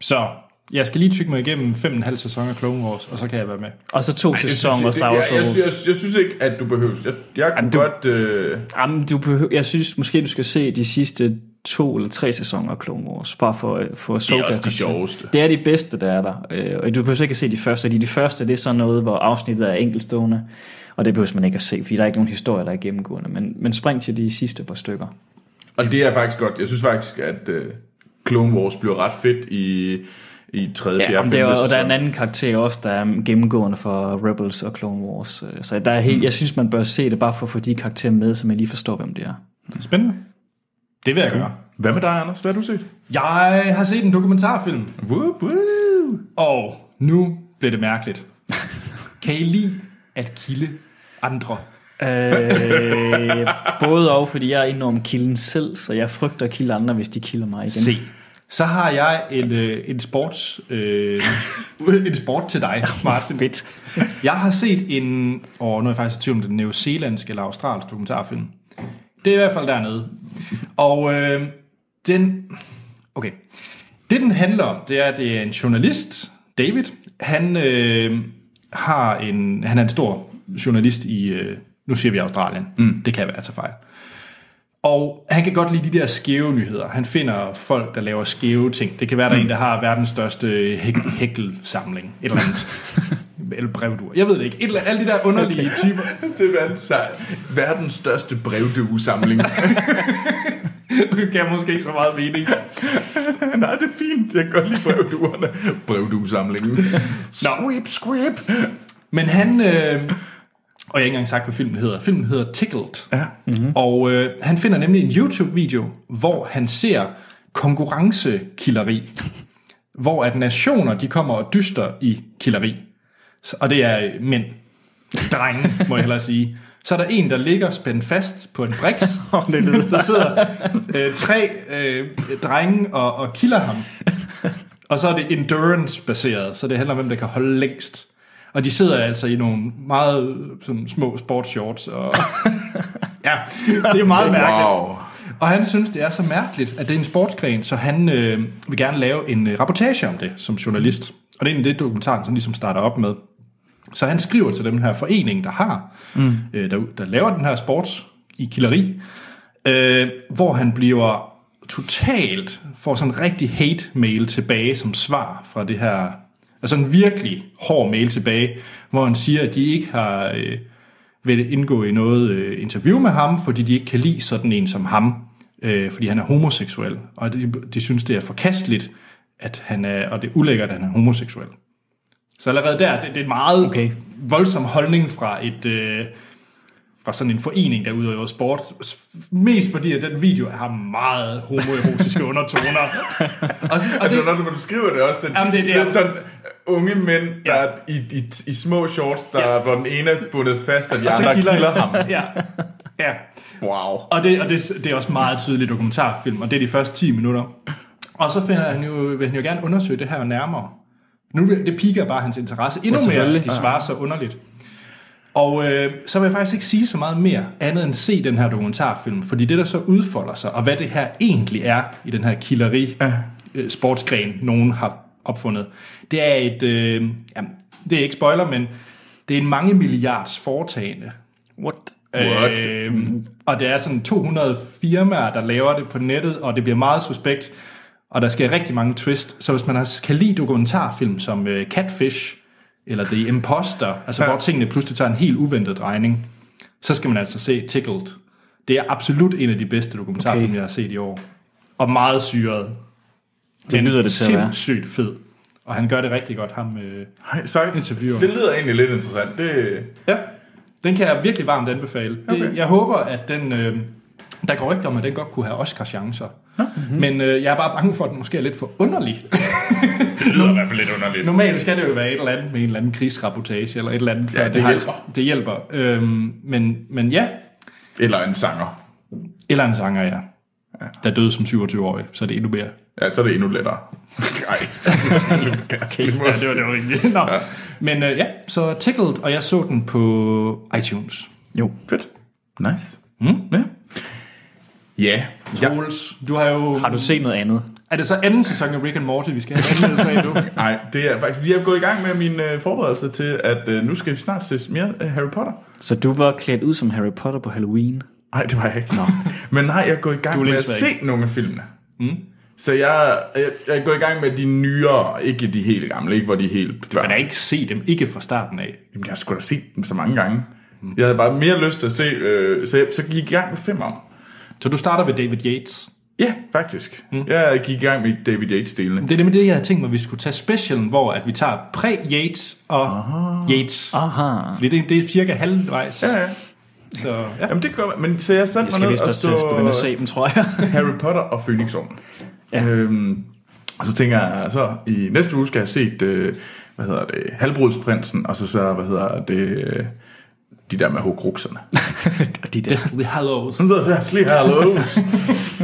S1: Så jeg skal lige tykke mig igennem fem og en halv sæson af Clone Wars, og så kan jeg være med.
S3: Og så to
S2: Jeg synes,
S3: sæsoner
S2: det-
S3: Star Wars
S2: jeg, jeg,
S3: Rebels.
S2: synes- jeg, jeg synes ikke, at du behøver... Jeg, jeg kunne
S3: du-
S2: godt... Øh,
S3: Jamen, du behøver, jeg synes måske, du skal se de sidste to eller tre sæsoner af Clone Wars, bare for, øh, for Ahsoka.
S2: det er også de
S3: karakter.
S2: sjoveste.
S3: Det er de bedste, der er der. Øh, Og du behøver så ikke at se de første, fordi de første, det er sådan noget, hvor afsnittet er enkeltstående, og det behøver man ikke at se, fordi der er ikke nogen historie, der er gennemgående. Men, men spring til de sidste par stykker.
S2: Og det er faktisk godt. Jeg synes faktisk, at øh, Clone Wars bliver ret fedt i, i 3. 4.
S3: Ja, men det er,
S2: 5.
S3: jo- og der er
S2: sæson.
S3: en anden karakter også, der er gennemgående for Rebels og Clone Wars. øh, Så der er helt,
S2: Mm.
S3: jeg synes, man bør se det bare for at få de karakterer med, så man lige forstår, hvem det er.
S1: Spændende. Det vil jeg gøre.
S2: Hvad med dig, Anders? Hvad har du set?
S1: Jeg har set en dokumentarfilm,
S2: Woo, woo.
S1: og nu bliver det mærkeligt. Kan I lide at kilde andre?
S3: Øh, både og, fordi jeg er enormt kilden selv, så jeg frygter at kilde andre, hvis de kilder mig igen.
S1: Se. Så har jeg en, øh, en, sports, øh, en sport til dig, Martin.
S3: Fedt.
S1: Jeg har set en, og nu er jeg faktisk i tvivl om det er den neozelandske eller australske dokumentarfilm. Det er i hvert fald dernede. Og øh, den, okay. Det den handler om, det er, at det er en journalist, David. Han, øh, har en, han er en stor journalist i, øh, nu siger vi Australien. Mm. Det kan være, at tage fejl. Og han kan godt lide de der skæve nyheder. Han finder folk, der laver skæve ting. Det kan være, der er en, der har verdens største hæk- hækkelsamling. Et eller andet. eller brevduer. Jeg ved det ikke. Et eller andet, alle de der underlige okay. typer.
S2: Det er verdens, verdens største brevduesamling.
S1: Det kan måske ikke så meget mening.
S2: Nej, det er fint. Jeg kan godt lide brevduerne. Brevduesamlingen. Sweep, sweep.
S1: Men han... Øh, og jeg har ikke engang sagt, hvad filmen hedder. Filmen hedder Tickled.
S2: Ja.
S1: Mm-hmm. Og øh, han finder nemlig en YouTube-video, hvor han ser konkurrencekilderi. hvor at nationer, de kommer og dyster i killeri. Så- Og det er øh, mænd. Drenge, må jeg hellere sige. Så er der en, der ligger spændt fast på en briks. der sidder øh, tre øh, drenge og, og kilder ham. Og så er det endurance-baseret, så det handler om, hvem der kan holde længst. Og de sidder altså i nogle meget øh, sådan, små sportsshorts. Og... ja, det er meget mærkeligt.
S2: Wow.
S1: Og han synes, det er så mærkeligt, at det er en sportsgren, så han øh, vil gerne lave en øh, rapportage om det som journalist. Og det er egentlig det, dokumentaren sådan ligesom starter op med. Så han skriver til den her forening, der har, mm. øh, der, der laver den her sports i killeri, øh, hvor han bliver totalt, får sådan en rigtig hate-mail tilbage som svar fra det her, altså en virkelig hård mail tilbage, hvor han siger, at de ikke har... Øh, vil indgå i noget øh, interview med ham, fordi de ikke kan lide sådan en som ham, øh, fordi han er homoseksuel, og de, de synes, det er forkasteligt, at han er, og det er ulækkert, at han er homoseksuel. Så allerede der, det, det er en meget okay.
S3: Okay.
S1: voldsom holdning fra et øh, fra sådan en forening, der udøver sport. S- Mest fordi, at den video har meget homoerotiske undertoner. og, og
S2: Det
S1: det,
S2: er når du, når du skriver det også, den,
S1: Jamen, det er det,
S2: den
S1: jeg-
S2: sådan øh, unge mænd, der er i, i, i små shorts, der ja. hvor den ene er bundet fast, og de
S1: og så
S2: andre kilder, ham.
S1: ja, ja.
S2: Wow.
S1: Og, det, og det, det er også meget tydeligt dokumentarfilm, og det er de første 10 minutter. Og så finder han jo, vil han jo gerne undersøge det her nærmere. Nu bliver- det piker bare hans interesse endnu
S3: Ja,
S1: mere,
S3: selvfølgelig.
S1: de svarer så underligt. Og øh, så vil jeg faktisk ikke sige så meget mere, andet end se den her dokumentarfilm, fordi det der så udfolder sig, og hvad det her egentlig er i den her killeri øh, sportsgren, nogen har opfundet, det er et, øh, jamen, det er ikke spoiler, men det er en mange milliards foretagende,
S3: What? Mm.
S2: What?
S1: Øhm, og det er sådan 200 firmaer, der laver det på nettet, og det bliver meget suspekt, og der sker rigtig mange twist. Så hvis man har, kan lide dokumentarfilm som øh, Catfish, eller The Imposter, altså ja. hvor tingene pludselig tager en helt uventet drejning, så skal man altså se Tickled. Det er absolut en af de bedste dokumentarfilm,
S3: Okay.
S1: jeg har set i år. Og meget syret.
S3: Det lyder det til at være.
S1: Sindssygt fed. Og han gør det rigtig godt, ham... Øh,
S2: Hej, sejt.
S1: Interviewer.
S2: Det lyder egentlig lidt interessant. Det,
S1: Ja, den kan jeg virkelig varmt anbefale. Det, okay.
S2: Okay.
S1: Jeg håber, at den... Øh, der går rygter om, at den godt kunne have Oscar-chancer. Mm-hmm. Men øh, jeg er bare bange for, at den måske er lidt for underlig.
S2: det lyder i hvert fald lidt underligt.
S1: Normalt skal det jo være et eller andet med en eller anden krigsrapportage eller et eller andet.
S2: Ja,
S1: før
S2: det
S1: har-
S2: hjælper.
S1: Det hjælper. Øhm, men, men ja,
S2: Eller en sanger.
S1: eller en sanger, ja. Der døde som 27-årig, så er det endnu mere.
S2: Ja, så er det endnu lettere. Nej. okay,
S1: var rigtigt. Nå. Ja. Men øh, ja, så Tickled, og jeg så den på iTunes.
S2: Jo, fedt. Nice. Mm. Ja. Ja. ja.
S1: Troels, du har jo...
S3: Har du set noget andet?
S1: Er det så anden sæson af Rick and Morty, vi skal have anmeldelse af nu?
S2: Nej, det er faktisk... Vi er gået i gang med min øh, forberedelse til, at øh, nu skal vi snart se mere øh, Harry Potter.
S3: Så du var klædt ud som Harry Potter på Halloween?
S2: Nej, det var jeg ikke. Nå. Men nej, jeg er gået i gang
S1: er
S2: med
S1: lidt
S2: at
S1: svag.
S2: se nogle af filmene. Mm. Så jeg, jeg, jeg er gået i gang med de nyere, ikke de helt gamle, ikke hvor de er helt børn.
S1: kan da ikke se dem, ikke fra starten af.
S2: Jamen, jeg har sgu da Hmm. set dem så mange gange. Jeg havde bare mere lyst til at se, øh, så, jeg, så gik jeg i gang med fem om.
S1: Så du starter ved David Yates.
S2: Ja, faktisk. Mm. Jeg gik i gang med David Yates-delene.
S1: Det er nemlig det, jeg havde tænkt mig, at vi skulle tage specialen, hvor at vi tager præ-Yates og Aha. Yates.
S3: Aha.
S1: Fordi det, det er cirka halvvejs.
S2: Ja, ja.
S1: Så, ja.
S2: Jamen, det kan godt være. Men så jeg
S3: Jeg
S2: satte
S3: skal
S2: mig ned
S3: vist
S2: og
S3: også til at begynde at
S2: stod
S3: se dem, tror jeg.
S2: Harry Potter og Phoenixorden. Ja. Øhm, og så tænker jeg, så i næste uge skal jeg have set, øh, hvad hedder det, Halvbrudsprinsen, og så så, hvad hedder det, øh, de der med hokrukserne.
S3: og de der.
S1: Deathly Hallows.
S2: Sådan der, så flere hallos.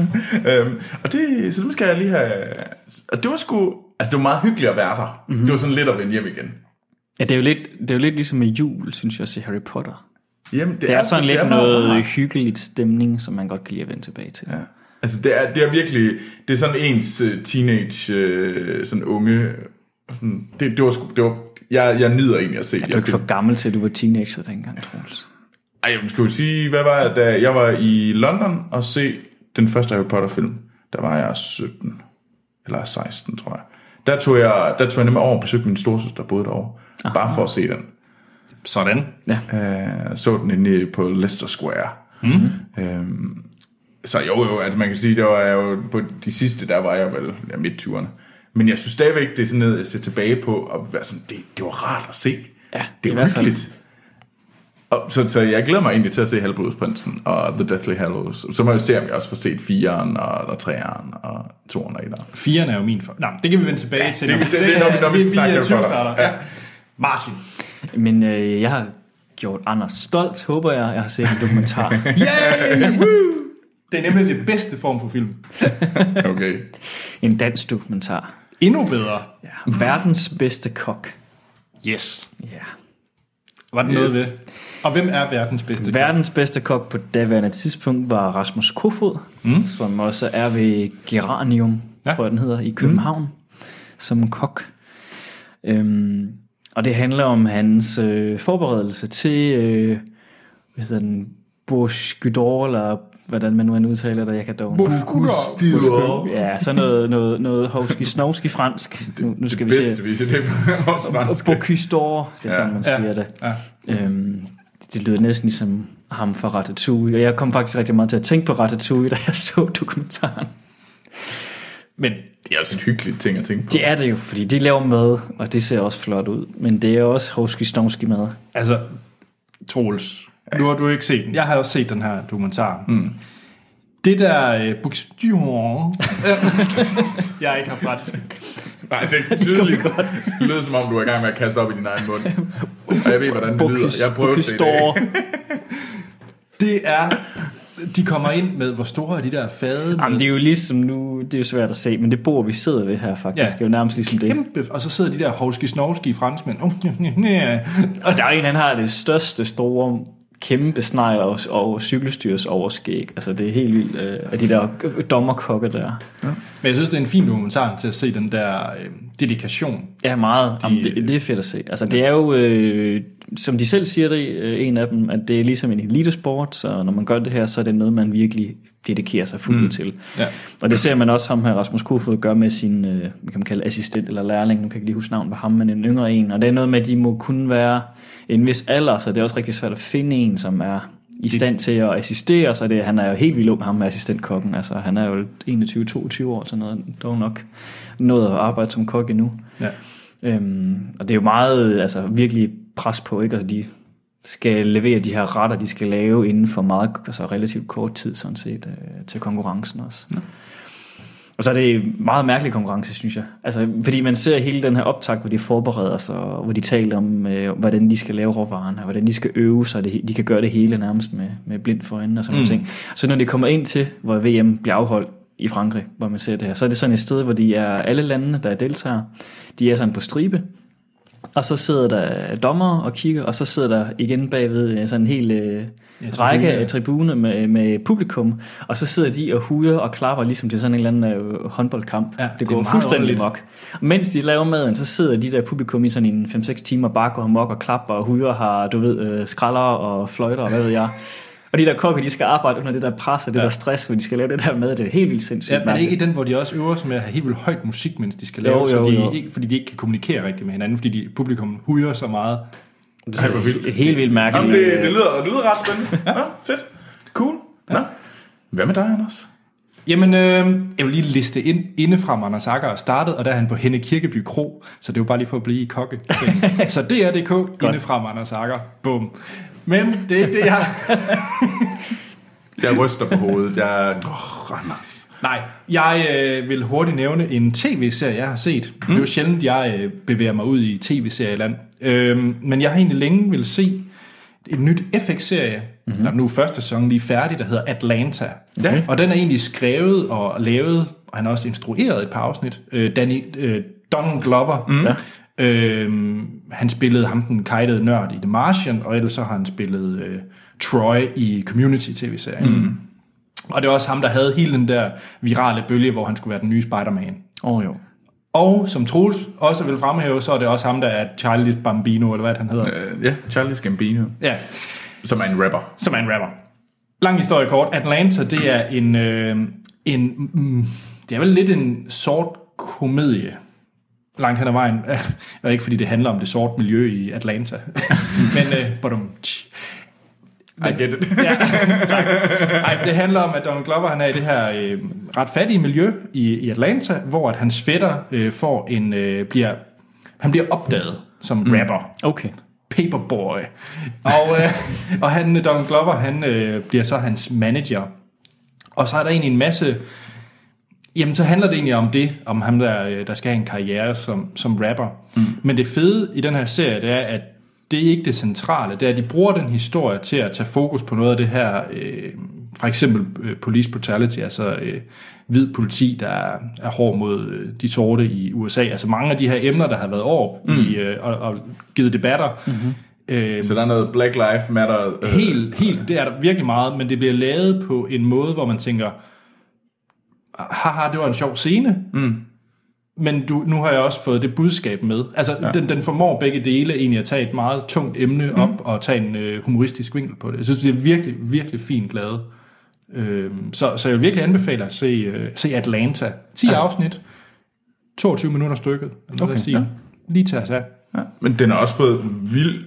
S2: øhm, og det, så dem skal jeg lige have... Og det var sgu... Altså, det var meget hyggeligt at være der.
S3: Mhm.
S2: Mm-hmm. Det var sådan lidt at vende hjem igen.
S3: Ja, det er, jo lidt, det er jo lidt ligesom med jul, synes jeg, at se Harry Potter.
S2: Jamen, det,
S3: Det er sådan
S2: det
S3: lidt
S2: meget
S3: noget
S2: rart.
S3: hyggeligt stemning, som man godt kan lide at vende tilbage til.
S2: Ja. Altså, det er, det er virkelig... Det er sådan ens øh, teenage, øh, sådan unge... Sådan, det, det var sgu... Det var, jeg, jeg nyder egentlig at se
S3: Du er
S2: det.
S3: ikke for gammel til, at du var teenager dengang, Troels.
S2: Ej, jeg skulle sige, hvad var jeg, da jeg var i London og se den første Harry Potter-film? Der var jeg 17, eller 16, tror jeg. Der tog jeg, der tog jeg nemlig over og besøgte min storsøster, der boede derovre. Aha. Bare for at se den.
S1: Sådan.
S2: Øh, så den inde på Leicester Square.
S3: Mm-hmm.
S2: Mm. Øhm, så jo, jo, at man kan sige, der var jeg jo, på de sidste, der var jeg vel ja, midt 20'erne. Men jeg synes stadigvæk, det er sådan noget, jeg ser tilbage på, og være sådan, det, det var rart at se.
S3: Ja,
S2: det
S3: i
S2: er
S3: hvert fald.
S2: hyggeligt. Og, så, så jeg glæder mig egentlig til at se Halvblodsprinsen og The Deathly Hallows. Så må jeg jo se, om jeg også får set 4'eren og, og 3'eren og 2'eren og 1'eren.
S1: Firen er jo min for... Nå, det kan vi vende tilbage ja, til.
S2: det kan vi- det- det er, når vi- når vi skal snakke
S1: er
S2: Harry Potter.
S1: tyvstarter. Ja. Martin.
S3: Men øh, jeg har gjort Anders stolt, håber jeg. Jeg har set en dokumentar.
S1: Yay! Woo! Det er nemlig det bedste form for film.
S2: Okay.
S3: en dansk dokumentar.
S1: Endnu bedre.
S3: Ja. Verdens bedste kok.
S1: Yes.
S3: Ja.
S1: Var den yes. noget ved?
S2: Yes.
S1: Og hvem er verdens bedste?
S3: Verdens bedste kok på daværende tidspunkt var Rasmus Kofod, mm. som også er ved Geranium,
S1: Ja.
S3: ja. tror jeg den hedder, i København, mm. som kok. Øhm, og det handler om hans øh, forberedelse til, øh, hvad hedder den, Bourges Gudor, eller hvordan man nu end udtaler det, jeg kan dog...
S2: Buskudder.
S3: Ja, så noget, noget, noget hovski snovski fransk. Nu, nu skal
S2: Det
S3: vi se.
S2: bedste, vi ser det på vores franske.
S3: Bocuse det er
S2: Ja.
S3: sådan, man
S1: Ja.
S3: siger det.
S1: Ja.
S3: Øhm, det lyder næsten ligesom ham fra Ratatouille, og jeg kom faktisk rigtig meget til at tænke på Ratatouille, da jeg så dokumentaren.
S1: Men
S2: Det er altså et hyggeligt ting at tænke på.
S3: Det er det jo, fordi de laver mad, og det ser også flot ud, men det er også hovski snovski mad.
S1: altså, Troels, nu har du ikke set den. Jeg har også set den her dokumentar. Mm. Det der øh, Buxtion, jeg ikke har fransk.
S2: Nej, det er tydeligt. Det lyder som om, du er i gang med at kaste op i din egen mund. Og jeg ved, hvordan det lyder. Jeg prøvede det i dag.
S1: Det er, de kommer ind med, hvor store er de der fade?
S3: Jamen, det er jo ligesom nu, det er jo svært at se, men det bord, vi sidder ved her faktisk,
S1: Ja.
S3: ja. er jo nærmest ligesom det.
S1: kæmpe, og så sidder de der hovski snovski franskmænd. Uh, nye, nye, nye.
S3: Og der er en, han har det største, store, kæmpe snejer og, og cykelstyrs overskæg. Altså, det er helt vildt. Øh, og de der dommerkokke der.
S1: Men jeg synes, det er en fin dokumentar til at se den der øh, dedikation.
S3: Ja, meget. De, Jamen, det, det er fedt at se. Altså, det er jo, øh, som de selv siger det, øh, en af dem, at det er ligesom en elitesport, så når man gør det her, så er det noget, man virkelig dedikerer sig fuldt mm. til.
S1: Ja.
S3: Og det ser man også ham her, Rasmus Kofod, gør med sin, øh, hvad kan man kalde assistent eller lærling, nu kan jeg ikke lige huske navnet på ham, men en yngre en. Og det er noget med, at de må kun være en vis alder, så det er også rigtig svært at finde en, som er i stand til at assistere, så det, han er jo helt vildt ung, ham med assistentkokken. Altså, han er jo 21-22 år, så noget, dog nok nået at arbejde som kok endnu.
S1: Ja.
S3: Øhm, og det er jo meget, altså virkelig pres på, ikke? Altså, de skal levere de her retter, de skal lave inden for meget, altså relativt kort tid sådan set, øh, til konkurrencen også. Ja. Og så er det en meget mærkelig konkurrence, synes jeg. Altså, fordi man ser hele den her optakt, hvor de forbereder sig, og hvor de taler om, øh, hvordan de skal lave råvarerne, og hvordan de skal øve sig, det, de kan gøre det hele nærmest med, med blind for øjnene og sådan mm. ting. Så når de kommer ind til, hvor VM bliver afholdt i Frankrig, hvor man ser det her, så er det sådan et sted, hvor de er alle landene, der er deltagere, de er sådan på stribe, og så sidder der dommer og kigger, og så sidder der igen bagved øh, sådan en hel øh, række af tribune med, med publikum, og så sidder de og huger og klapper, ligesom til sådan en eller anden øh, håndboldkamp.
S1: Ja,
S3: det,
S1: det
S3: det
S1: er
S3: går
S1: meget
S3: fuldstændig
S1: underligt.
S3: mok. Og mens de laver maden, så sidder de der publikum i sådan en 5-6 timer, bare går mok og klapper og huger, og har, du ved, øh, skralder og fløjter og hvad ved jeg. Og de der kokke, de skal arbejde under det der pres og det ja. der stress, hvor de skal lave det der mad. Det er helt vildt sindssygt.
S1: Ja, men er det
S3: mærkeligt.
S1: ikke i den, hvor de også øver sig med at have helt vildt højt musik, mens de skal lave,
S3: Jo,
S1: så
S3: jo,
S1: de
S3: jo.
S1: Ikke, fordi de ikke kan kommunikere rigtigt med hinanden, fordi de, publikum hujer så meget.
S3: Det er helt- helt vildt mærkeligt.
S2: Jamen, øh, det, det, lyder, det lyder ret spændende. Ja, fedt. Cool. Nå. Hvad med dig, Anders?
S1: Jamen, øh, jeg vil lige liste ind, indefra, hvor Anders Akker startede, og der er han på Henne Kirkeby Kro, så det var bare lige for at blive i kokke. så DR.dk, indefra, hvor Anders Akker. Bum. Men det er ikke det, jeg...
S2: Jeg ryster på hovedet. Jeg... Oh, Anders.
S1: Nej, jeg øh, vil hurtigt nævne en tv-serie, jeg har set. Mm. Det er jo sjældent, jeg øh, bevæger mig ud i tv-serieland. Øhm, men jeg har egentlig længe vil se en nyt FX-serie, mm-hmm. eller nu er første sæson lige færdig, der hedder Atlanta.
S2: Ja.
S1: Og den er egentlig skrevet og lavet, og han har også instrueret et par afsnit, øh, Danny, øh, Don Glover. Mm. Ja. Øhm, han spillede ham den kajtede nørd i The Martian, og ellers så har han spillet øh, Troy i Community-tv-serien. Mm. Og det var også ham, der havde hele den der virale bølge, hvor han skulle være den nye Spider-Man.
S3: Åh oh, jo.
S1: Og som Troels også vil fremhæve, så er det også ham, der er Charlie Bambino, eller hvad han hedder.
S2: Øh, ja, Charles Gambino,
S1: Ja,
S2: som er en rapper.
S1: som er en rapper. Lang historie kort. Atlanta, det er en... Øh, en mm, det er vel lidt en sort komedie langt hen ad vejen. Og ikke fordi det handler om det sorte miljø i Atlanta. Men, øh, badum, tsch.
S2: I get it.
S1: Ja, tak. Ej, det handler om, at Donald Glover han er i det her øh, ret fattige miljø i, i Atlanta, hvor at hans fætter øh, får en, øh, bliver, han bliver opdaget som mm. rapper.
S3: Okay.
S1: Paperboy. Og, øh, og han, øh, Donald Glover, han øh, bliver så hans manager. Og så er der egentlig en masse... Jamen, så handler det egentlig om det, om ham, der, øh, der skal have en karriere som, som rapper. Mm. Men det fede i den her serie, det er, at det er ikke det centrale. Det er, at de bruger den historie til at tage fokus på noget af det her, øh, for eksempel øh, police brutality, altså øh, hvid politi, der er, er hård mod øh, de sorte i USA. Altså mange af de her emner, der har været over mm. i, øh, og, og givet debatter. Mm-hmm. Øh,
S2: Så der er noget Black Lives Matter. Øh,
S1: Helt, helt, det er der virkelig meget, men det bliver lavet på en måde, hvor man tænker, haha, det var en sjov scene, mm. men du, nu har jeg også fået det budskab med. Altså, ja. Mm. den, den formår begge dele egentlig at tage et meget tungt emne op og tage en øh, humoristisk vinkel på det. Jeg synes, det er virkelig, virkelig fint lavet. Øhm, så, så jeg vil virkelig anbefale at se, øh, se Atlanta. 10 ja. afsnit, 22 minutter stykket, eller okay, sige. Ja. Lige til os af.
S2: Ja, men den har også fået vild,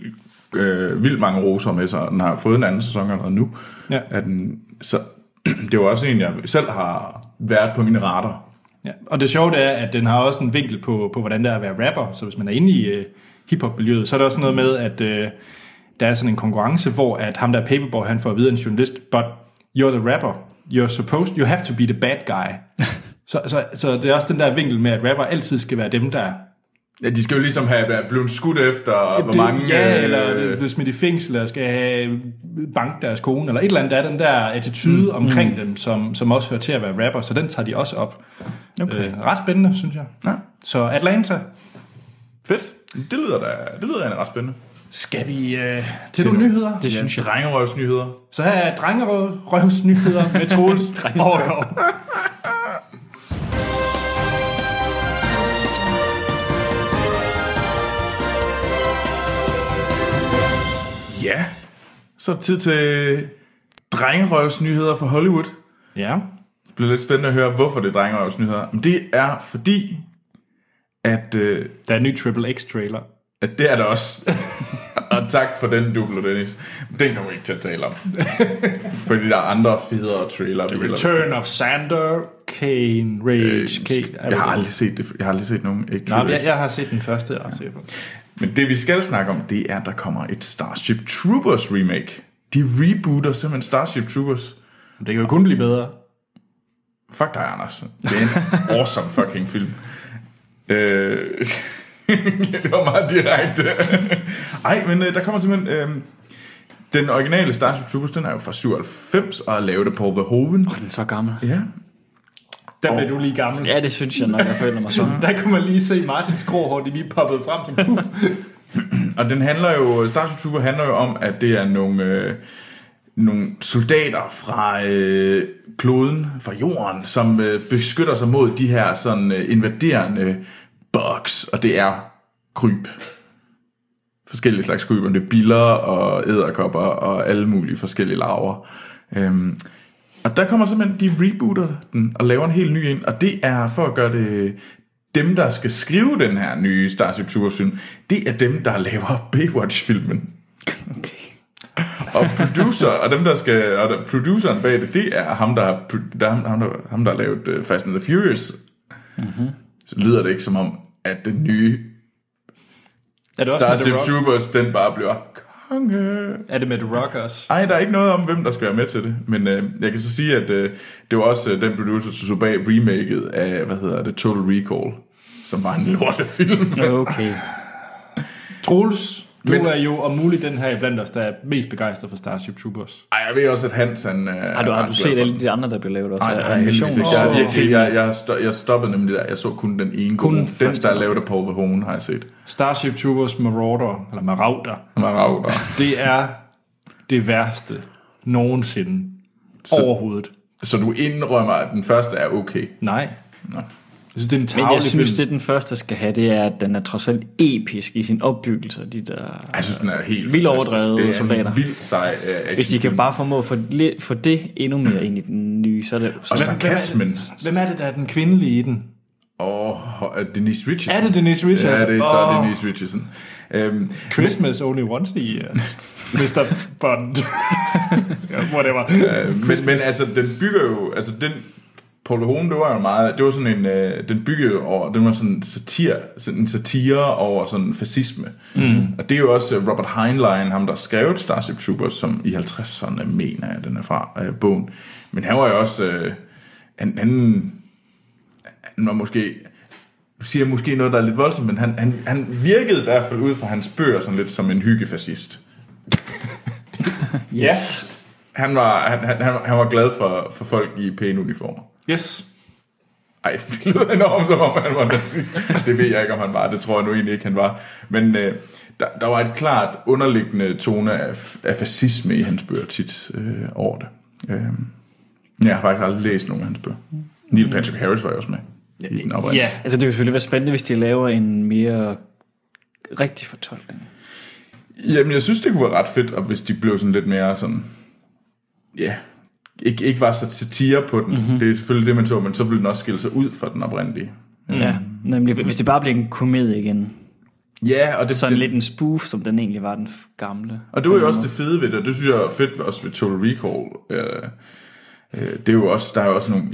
S2: øh, vildt mange roser med sig, og den har fået en anden sæson allerede nu.
S1: Ja.
S2: At den, så, det var også en, jeg selv har været på mine radar.
S1: Ja, og det sjove det er, at den har også en vinkel på, på hvordan det er at være rapper. Så hvis man er inde i øh, hiphop-miljøet, så er der også noget med, at øh, der er sådan en konkurrence, hvor at ham der er Paperboy, han får at vide af en journalist, but you're the rapper, you're supposed, you have to be the bad guy. så, så, så det er også den der vinkel med, at rapper altid skal være dem, der
S2: Ja, de skal jo ligesom have været blevet skudt efter, og hvor
S1: det-
S2: mange...
S1: ja,
S2: øh,
S1: eller det- blevet smidt i fængsel, eller skal have øh, bank deres kone, eller et eller andet. Der er den der attitude mm. omkring mm. dem, som, som også hører til at være rapper, så den tager de også op.
S3: Okay.
S1: Øh, ret spændende, synes jeg.
S2: Ja.
S1: Så Atlanta,
S2: Fedt. Det lyder da det lyder egentlig ret spændende.
S1: Skal vi øh, til nogle nyheder?
S3: Det synes jeg.
S2: Drengerøvsnyheder.
S1: Så her er drengerøvs nyheder med Troels
S3: Drengerøv.
S1: Overgaard.
S2: Ja. Så er det tid til drengerøvsnyheder fra Hollywood.
S1: Ja.
S2: Det bliver lidt spændende at høre, hvorfor det er drengerøvsnyheder. Men det er fordi, at, øh,
S1: Der er en ny Triple X-trailer.
S2: at det er der også. og tak for den, Dublo Dennis. Den kommer vi ikke til at tale om. fordi der er andre federe trailer. vi hellere vil se.
S1: Return of Sander Kane Rage Kane.
S2: Øh, Jeg har aldrig set det. Jeg har aldrig set nogen ikke
S1: Nej, men jeg, jeg har set den første. Jeg ja.
S2: Men det vi skal snakke om, det er, at der kommer et Starship Troopers remake. De rebooter simpelthen Starship Troopers.
S1: Det kan jo kun blive bedre.
S2: Fuck dig, Anders. Det er en awesome fucking film. Øh, det var meget direkte. Ej, men øh, der kommer simpelthen... Øh, den originale Starship Troopers, den er jo fra 97, og er lavet af Paul Verhoeven.
S3: Den er så gammel.
S2: Ja.
S1: Der blev du lige gammel.
S3: Ja, det synes jeg nok, jeg føler mig sådan.
S1: Der kunne man lige se Martins Gråhår, de lige poppede frem som puff.
S2: Og den handler jo, Starship Trooper handler jo om, at det er nogle, øh, nogle soldater fra øh, kloden, fra jorden, som øh, beskytter sig mod de her sådan øh, invaderende bugs, og det er kryb. Forskellige slags kryb, om det er biller og æderkopper og alle mulige forskellige larver. Øhm, og der kommer simpelthen, de rebooter den og laver en helt ny ind, og det er for at gøre det, dem der skal skrive den her nye Starship Troopers film, det er dem der laver Baywatch filmen.
S3: Okay.
S2: Og producer, og dem der skal, og der, produceren bag det, det er ham, der har, pro- der, er ham, ham, der, ham, der har lavet øh, Fast and the Furious. Mm-hmm. Så lyder det ikke som om, at den nye
S1: Er det også med
S2: Starship
S1: The Rock?
S2: Troopers, den bare bliver konge.
S1: Er det med The Rock også?
S2: Ej, der er ikke noget om, hvem der skal være med til det. Men øh, jeg kan så sige, at øh, det var også øh, den producer, der stod bag remaket af, hvad hedder det, Total Recall, som var en lortefilm.
S3: Okay.
S1: Troels, du
S2: Men-
S1: Men... er jo om muligt den her blandt os, der er mest begejstret for Starship Troopers.
S2: Ej, jeg ved også, at Hans, han... Øh,
S3: Har du, har du set alle de andre, der bliver lavet også?
S2: Nej, nej, heldigvis
S3: Animation
S2: ikke.
S3: og-
S2: Jeg, er virkelig, jeg, jeg, jeg, jeg stoppede nemlig der. Jeg så kun den ene
S3: Kun
S2: kun gode. Den,
S3: første,
S2: der er lavet af Paul Verhoeven, har jeg set.
S1: Starship Troopers Marauder, eller Marauder,
S2: Han var rav, og-
S1: det er det værste nogensinde overhovedet.
S2: Så du indrømmer, at den første er okay.
S1: Nej.
S2: Nå.
S1: Jeg synes, det er en
S3: Men
S1: tavlig
S3: jeg synes,
S1: film.
S3: det den første skal have, det er, at den er trods alt episk i sin opbyggelse. De der,
S2: Jeg synes, den er helt
S3: Vildt
S2: fantastisk.
S3: overdrevet
S2: Det er
S3: soldater.
S2: en vildt sej uh,
S3: hvis de kan bare formå at få, lidt- få det endnu mere ind i den nye, så er det...
S2: Og
S3: Så,
S2: sarkasmen.
S1: Hvem er det, der er den kvindelige i den?
S2: Åh, oh, Denise Richardson.
S1: Er det Denise Richards?
S2: Ja, det er så
S1: Åh.
S2: oh. Denise Richardson. Øhm,
S1: Christmas only once a year. Mr. Bond. ja, whatever.
S2: øh, men, men altså, den bygger jo... Altså, den, Paul Verhoeven, det var jo meget... Det var sådan en... Øh, den bygger jo over... Den var sådan satir, sådan en satire over sådan fascisme. Mm. Og det er jo også øh, Robert Heinlein, ham der skrev Starship Troopers, som i 50'erne mener jeg, den er fra øh, bogen. Men han var jo også... Øh, han, han, han var måske nu siger jeg måske noget, der er lidt voldsomt, men han, han, han virkede i hvert fald ud fra hans bøger sådan lidt som en hyggefascist.
S3: yes.
S2: Han var, han, han, han, han var glad for, for folk i pæne uniformer.
S1: Yes.
S2: Ej, det lyder enormt, som om han var nazist. Det ved jeg ikke, om han var. Det tror jeg nu egentlig ikke, han var. Men øh, der, der var et klart underliggende tone af, af fascisme i hans bøger tit øh, over det. Øh, men jeg har faktisk aldrig læst nogen af hans bøger. Neil Patrick Harris var jo også med. I den oprindelige.
S1: Ja.
S3: Altså, det ville selvfølgelig være spændende, hvis de laver en mere rigtig fortolkning.
S2: Jamen, jeg synes, det kunne være ret fedt, og hvis de blev sådan lidt mere sådan... Ja, yeah, ikke, ikke var så satire på den. Mm-hmm. Det er selvfølgelig det, man så, men så ville den også skille sig ud fra den oprindelige.
S3: Mm. Ja, nemlig hvis det bare bliver en komedie igen.
S2: Ja, og det,
S3: Sådan
S2: det,
S3: lidt en spoof, som den egentlig var den f- gamle.
S2: Og det var jo også det fede ved det, og det synes jeg er fedt også ved Total Recall. Øh, øh, det er jo også, der er jo også nogle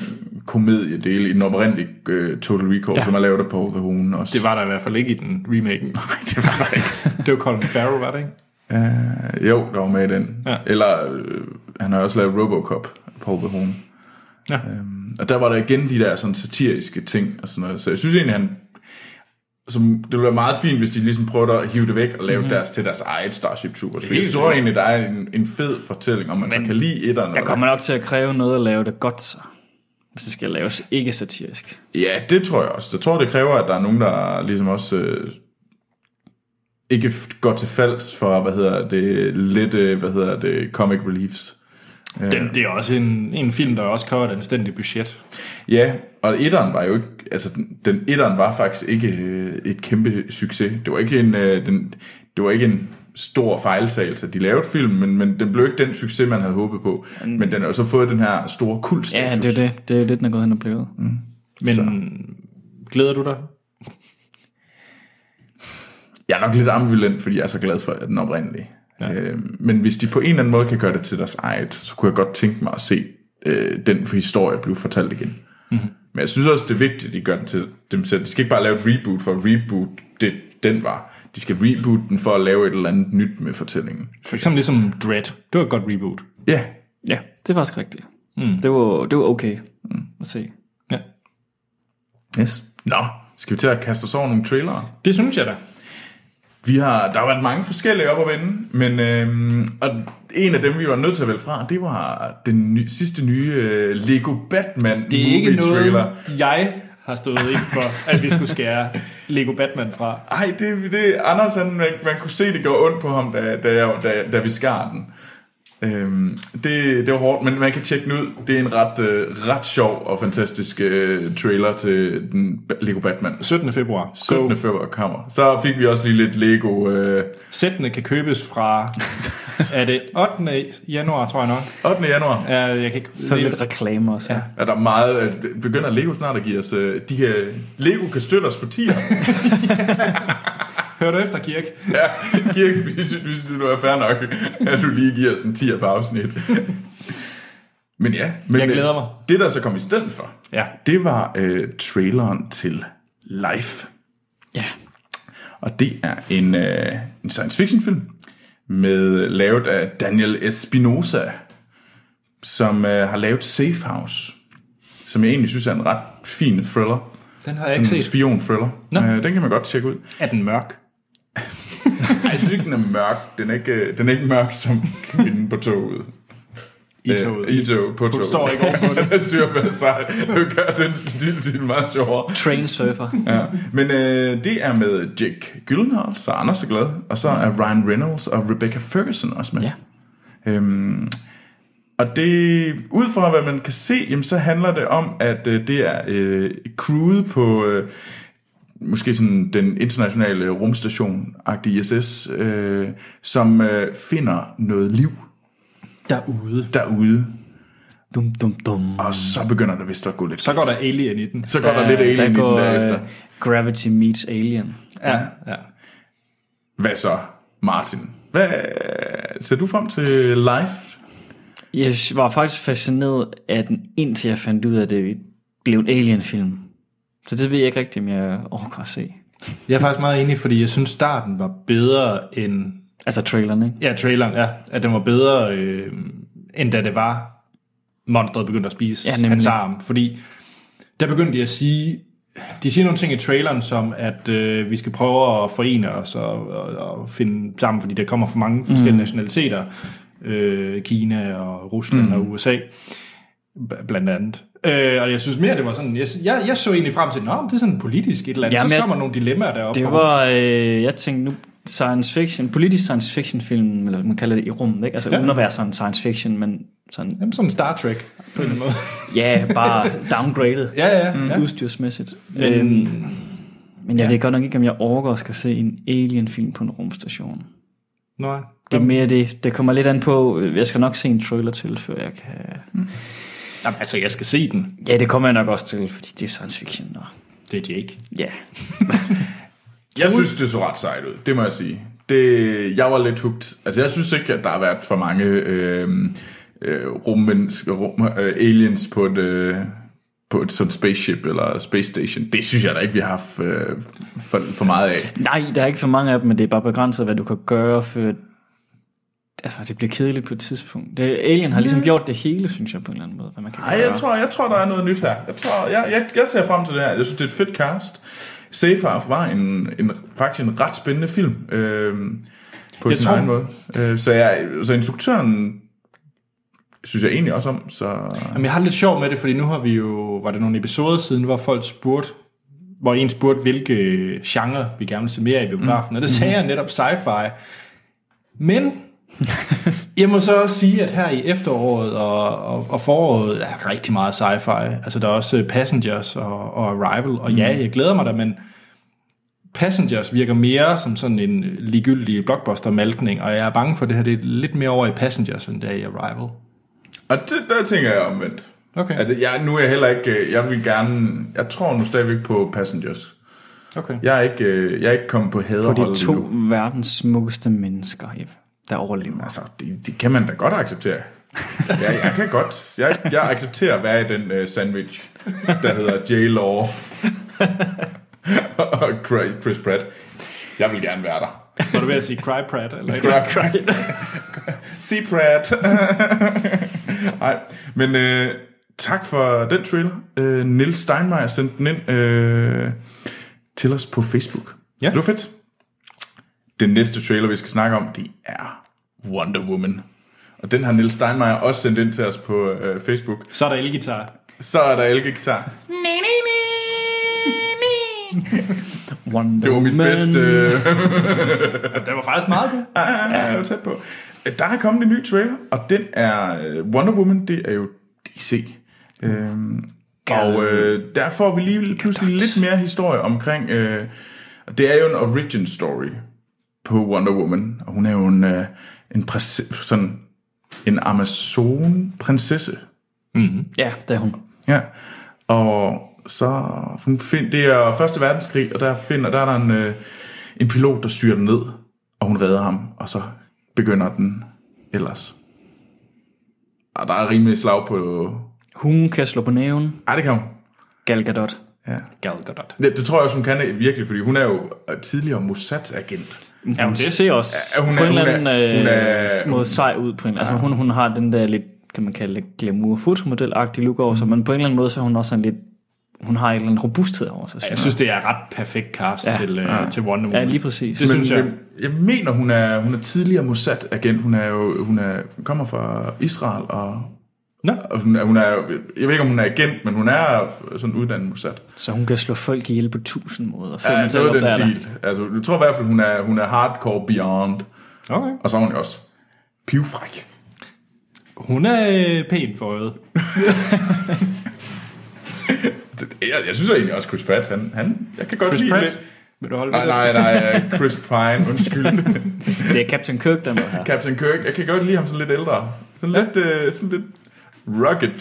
S2: komediedele i den oprindelige øh, Total Recall, ja. som er lavet af Paul Verhoeven også.
S1: Det var der i hvert fald ikke i den remake. Nej, det var der ikke. det var Colin Farrell, var det ikke?
S2: Øh, jo, der var med i den.
S1: Ja.
S2: Eller, øh, han har også lavet Robocop, Paul Verhoeven.
S1: Ja.
S2: Øhm, og der var der igen de der sådan satiriske ting og sådan noget. Så jeg synes egentlig, han... Som, det ville være meget fint, hvis de ligesom prøvede at hive det væk og lave mm-hmm. deres til deres eget Starship Troopers. For Jeg
S1: helt
S2: tror egentlig, der er en, en fed fortælling, om man Men, så kan lide et eller
S3: Der kommer nok til at kræve noget at lave det godt, så. Hvis det skal laves ikke satirisk.
S2: Ja, det tror jeg også. Jeg tror, det kræver, at der er nogen, der ligesom også øh, ikke f- går til falds for, hvad hedder det, lidt, øh, hvad hedder det, comic reliefs.
S1: Den, det er også en, en film, der også kræver et anstændigt budget.
S2: Ja, og etteren var jo ikke, altså den, den etteren var faktisk ikke øh, et kæmpe succes. Det var ikke en, øh, den, det var ikke en stor fejltagelse, at de lavede filmen, men, men den blev ikke den succes, man havde håbet på. Men den har jo så fået den her store
S3: Mm. Ja,
S2: kultstatus.
S3: det er jo det. Det er jo det, den er gået hen og blevet.
S1: Men glæder du dig?
S2: Jeg er nok lidt ambivalent, fordi jeg er så glad for den oprindelige. Ja. Øh, men hvis de på en eller anden måde kan gøre det til deres eget, så kunne jeg godt tænke mig at se øh, den historie blive fortalt igen. Mm-hmm. Men jeg synes også, det er vigtigt, at de gør den til dem selv. De skal ikke bare lave et reboot for at reboot det, den var. De skal reboot den for at lave et eller andet nyt med fortællingen.
S1: For eksempel ligesom Dread. Det var et godt reboot.
S2: Ja,
S3: Ja, det var faktisk rigtigt. Mm. Det, var, det var okay mm. at se.
S1: Ja.
S2: yes. Nå, skal vi til at kaste os over nogle trailere?
S1: Det synes jeg da.
S2: Vi har, der har været mange forskellige op at vende, men øhm, og en af dem, vi var nødt til at vælge fra, det var den ny, sidste nye øh, Lego Batman
S1: Det er ikke noget,
S2: trailer.
S1: jeg har stået ind for, at vi skulle skære Lego Batman fra.
S2: Ej, det, det Anders, han, man, man kunne se, det går ondt på ham, da, da, jeg, da, da vi skar den. Øhm, det, det var hårdt, men man kan tjekke den ud. Det er en ret, øh, ret sjov og fantastisk øh, trailer til den ba- Lego Batman.
S1: 17. februar.
S2: 17. februar kommer. Så fik vi også lige lidt Lego... Øh,
S1: Sættene kan købes fra, er det 8. januar, tror jeg nok.
S2: 8. januar.
S1: Ja, jeg kan ikke...
S3: Så lidt reklamer også. Ja.
S2: Er der meget, øh, begynder Lego snart at give os, øh, de kan, Lego kan støtte os på 10'er.
S1: Hør du efter, Kirk?
S2: Ja, Kirk, vi synes, vi synes, det er fair nok, at du lige giver sådan 10 på afsnit. Men ja. Men,
S1: Jeg glæder
S2: øh,
S1: mig.
S2: Det, der så kom i stedet for,
S1: Ja.
S2: det var øh, traileren til Life.
S3: Ja.
S2: Og det er en, øh, en science fiction film, med, lavet af Daniel Espinosa, som øh, har lavet Safe House, som jeg egentlig synes er en ret fin thriller.
S1: Den har jeg ikke
S2: En
S1: set.
S2: spion-thriller. Øh, den kan man godt tjekke ud.
S1: Er den mørk?
S2: Ej, jeg synes ikke, den er mørk. Den er ikke, øh, den er ikke mørk som kvinden på toget.
S1: I
S2: Øh,
S1: toget.
S2: I toget, på toget.
S1: står ikke ovenpå
S2: det. Jeg synes, jeg er sej. Nu gør den til til meget sjovere.
S3: Train surfer.
S2: Ja. Men øh, det er med Jake Gyllenhaal, så Anders er glad. Og så er Ryan Reynolds og Rebecca Ferguson også med.
S3: Ja.
S2: Øhm, og det, ud fra hvad man kan se, jamen, så handler det om, at øh, det er øh, crewet på øh, måske sådan den internationale rumstation, ISS, øh, som øh, finder noget liv
S3: Derude.
S2: derude.
S3: Dum, dum, dum.
S2: Og så begynder der vist at gå lidt.
S1: Så går der alien i den.
S2: Så går der, lidt alien i den
S3: der går,
S2: derefter.
S3: øh, Gravity meets Alien.
S1: Ja, ja.
S2: Hvad så, Martin? Hvad ser du frem til live?
S3: Jeg var faktisk fascineret af den, indtil jeg fandt ud af, at det blev en Alien-film. Så det ved jeg ikke rigtigt, om jeg overgår at se.
S1: Jeg er faktisk meget enig, fordi jeg synes, starten var bedre end...
S3: Altså traileren, ikke?
S1: Ja, traileren, ja. At den var bedre, øh, end da det var monstret begyndte at spise
S3: Ja,
S1: ja,
S3: nemlig.
S1: hans arm. Fordi der begyndte de at sige... De siger nogle ting i traileren, som at øh, vi skal prøve at forene os og, og, og finde sammen, fordi der kommer for mange forskellige mm. nationaliteter. Øh, Kina og Rusland mm. og USA. b- Blandt andet. Øh, og jeg synes mere, det var sådan... Jeg, jeg, jeg så egentlig frem til, at det er sådan politisk et eller andet.
S3: Jamen,
S1: Jamen, så
S3: jeg-
S1: kommer nogle dilemmaer deroppe.
S3: Det
S1: og-
S3: var, øh, jeg tænkte nu, science fiction, politisk science fiction film, eller hvad man kalder det i rummet, ikke? Altså ja. uden at være sådan science fiction, men sådan,
S1: Jamen, som Star Trek, på en eller anden måde. Mm.
S3: ja, bare downgraded
S1: ja, ja, ja.
S3: ja. udstyrsmæssigt. Øhm, men jeg ja. ved godt nok ikke, om jeg overgår at skal se en alien-film på en rumstation.
S1: Nej.
S3: Det er mere det. Det kommer lidt an på, øh, jeg skal nok se en trailer til, før jeg kan...
S1: Jamen, altså, jeg skal se den.
S3: Ja, det kommer jeg nok også til, fordi det er science fiction, og
S1: Det er Jake.
S3: ja.
S2: Jeg synes, det så ret sejt ud, det må jeg sige. Det, jeg var lidt hooked. Altså, jeg synes ikke, at der har været for mange øh, øh, rummennesker, rum, øh, aliens på et, øh, på et sådan spaceship eller space station. Det synes jeg da ikke, vi har haft øh, for, for meget af.
S3: Nej, der er ikke for mange af dem, men det er bare begrænset, hvad du kan gøre, for altså, det bliver kedeligt på et tidspunkt. Det, Alien har ligesom gjort det hele, synes jeg, på en eller anden måde, hvad man kan
S2: Ej,
S3: gøre.
S2: jeg tror, jeg tror, der er noget nyt her. Jeg, tror, jeg, jeg, jeg ser frem til det her. Jeg synes, det er et fedt cast. Safe Half var en, en, faktisk en ret spændende film. Øh, på jeg
S1: Jeg
S2: sin tror...
S1: tror-
S2: egen måde. Øh, så, jeg, så instruktøren synes jeg egentlig også om. Så...
S1: Jamen, jeg har det lidt sjov med det, fordi nu har vi jo... Var det nogle episoder siden, hvor folk spurgte hvor en spurgte, hvilke genre vi gerne vil se mere af i biografen, mm. og det sagde jeg netop sci-fi. Men jeg må så også sige, at her i efteråret og, og, og foråret er rigtig meget sci-fi. Altså, der er også øh, Passengers og, og Arrival, og ja, jeg glæder mig da, men Passengers virker mere som sådan en øh, ligegyldig blockbuster-malkning, og jeg er bange for, at det her det er lidt mere over i Passengers, end det er i Arrival.
S2: Og det, der tænker jeg omvendt.
S1: Okay.
S2: At jeg, nu er jeg heller ikke... øh, Jeg vil gerne... Jeg tror nu stadigvæk på Passengers.
S1: Okay.
S2: Jeg er ikke, øh, jeg er ikke kommet på
S3: Og
S2: hæderholdet
S3: de to
S2: endnu.
S3: verdens smukkeste mennesker, Jeppe, der overlever.
S2: Altså, det, det kan man da godt acceptere. Ja, jeg kan godt. Jeg, jeg accepterer at være i den uh, sandwich, der hedder J-Law og Cra- Chris Pratt. Jeg vil gerne være der.
S1: Var du ved at sige Cry Pratt? Eller et eller andet?
S2: Cry Pratt. C. Pratt. Nej, men uh, tak for den trailer. Uh, Nils Steinmeier sendte den ind uh, til os på Facebook.
S1: Ja.
S2: Det var fedt. Den næste trailer, vi skal snakke om, det er Wonder Woman. Og den har Nils Steinmeier også sendt ind til os på øh, Facebook.
S1: Så er der elgitar.
S2: Så er der elgitar.
S3: Wonder
S2: Det var mit
S3: Woman.
S2: bedste... Øh,
S1: Det var faktisk meget god.
S2: ja, jeg var tæt på. Øh, Der er kommet en ny trailer, og den er øh, Wonder Woman, det er jo DC. Øhm, og øh, der får vi lige pludselig lidt mere historie omkring... Øh, og det er jo en origin story på Wonder Woman, og hun er jo en, øh, en, præs- sådan, en Amazon-prinsesse.
S3: Ja, det er hun.
S2: Ja, og så hun find, det er første verdenskrig, og der finder der er der en, øh, en pilot, der styrer den ned, og hun redder ham, og så begynder den ellers. Og der er rimelig slag på...
S3: Hun kan slå på næven.
S2: Ej, det kan hun.
S3: Gal Gadot.
S2: Ja.
S1: Gal Gadot.
S2: Det, det tror jeg også, hun kan øh, virkelig, fordi hun er jo øh, tidligere Mossad-agent.
S3: Ja, hun
S1: det?
S3: ser også
S2: Ja, hun
S3: hun
S2: er-
S3: på en
S2: hun
S3: eller
S2: er-
S3: anden
S2: hun
S3: øh,
S2: er- Ah.
S3: måde sej ud. På en, altså hun, hun har den der lidt, kan man kalde det, glamour fotomodel-agtig look over sig,
S2: Mm.
S3: men på en eller anden måde, så er hun også sådan lidt, hun har en eller anden robusthed over sig.
S1: Jeg
S3: synes
S1: synes, det er ret perfekt cast ja.
S3: Ja.
S1: til, øh, ja. til Wonder
S3: jeg.
S1: Woman.
S3: Ja, lige præcis.
S1: Det
S2: Men
S1: synes jeg.
S2: Jeg, jeg mener, hun er, hun er tidligere Mossad-agent. Hun er jo, hun er, kommer fra Israel, og,
S1: Nå.
S2: og hun, er, hun er, jeg ved ikke, om hun er agent, men hun er sådan uddannet Mossad.
S3: Så hun kan slå folk ihjel på tusind måder, før
S2: Ja,
S3: man selv
S2: det er den
S3: opdager det.
S2: stil. Altså, jeg tror i hvert fald, hun er, hun er hardcore beyond.
S1: Okay.
S2: Og så er hun jo også pivfræk.
S1: Hun er øh, pæn for øjet.
S2: Det- Jeg, jeg synes jo egentlig også, Chris Pratt, han, han jeg kan godt
S1: Chris
S2: lide
S1: Pratt?
S2: lidt.
S1: Vil du holde
S2: Nej,
S1: med det?
S2: nej, nej, Chris Pine, undskyld.
S3: Det er Captain Kirk, der er med her.
S2: Captain Kirk, jeg kan godt lide ham sådan lidt ældre. Sådan lidt, øh, sådan lidt rugged.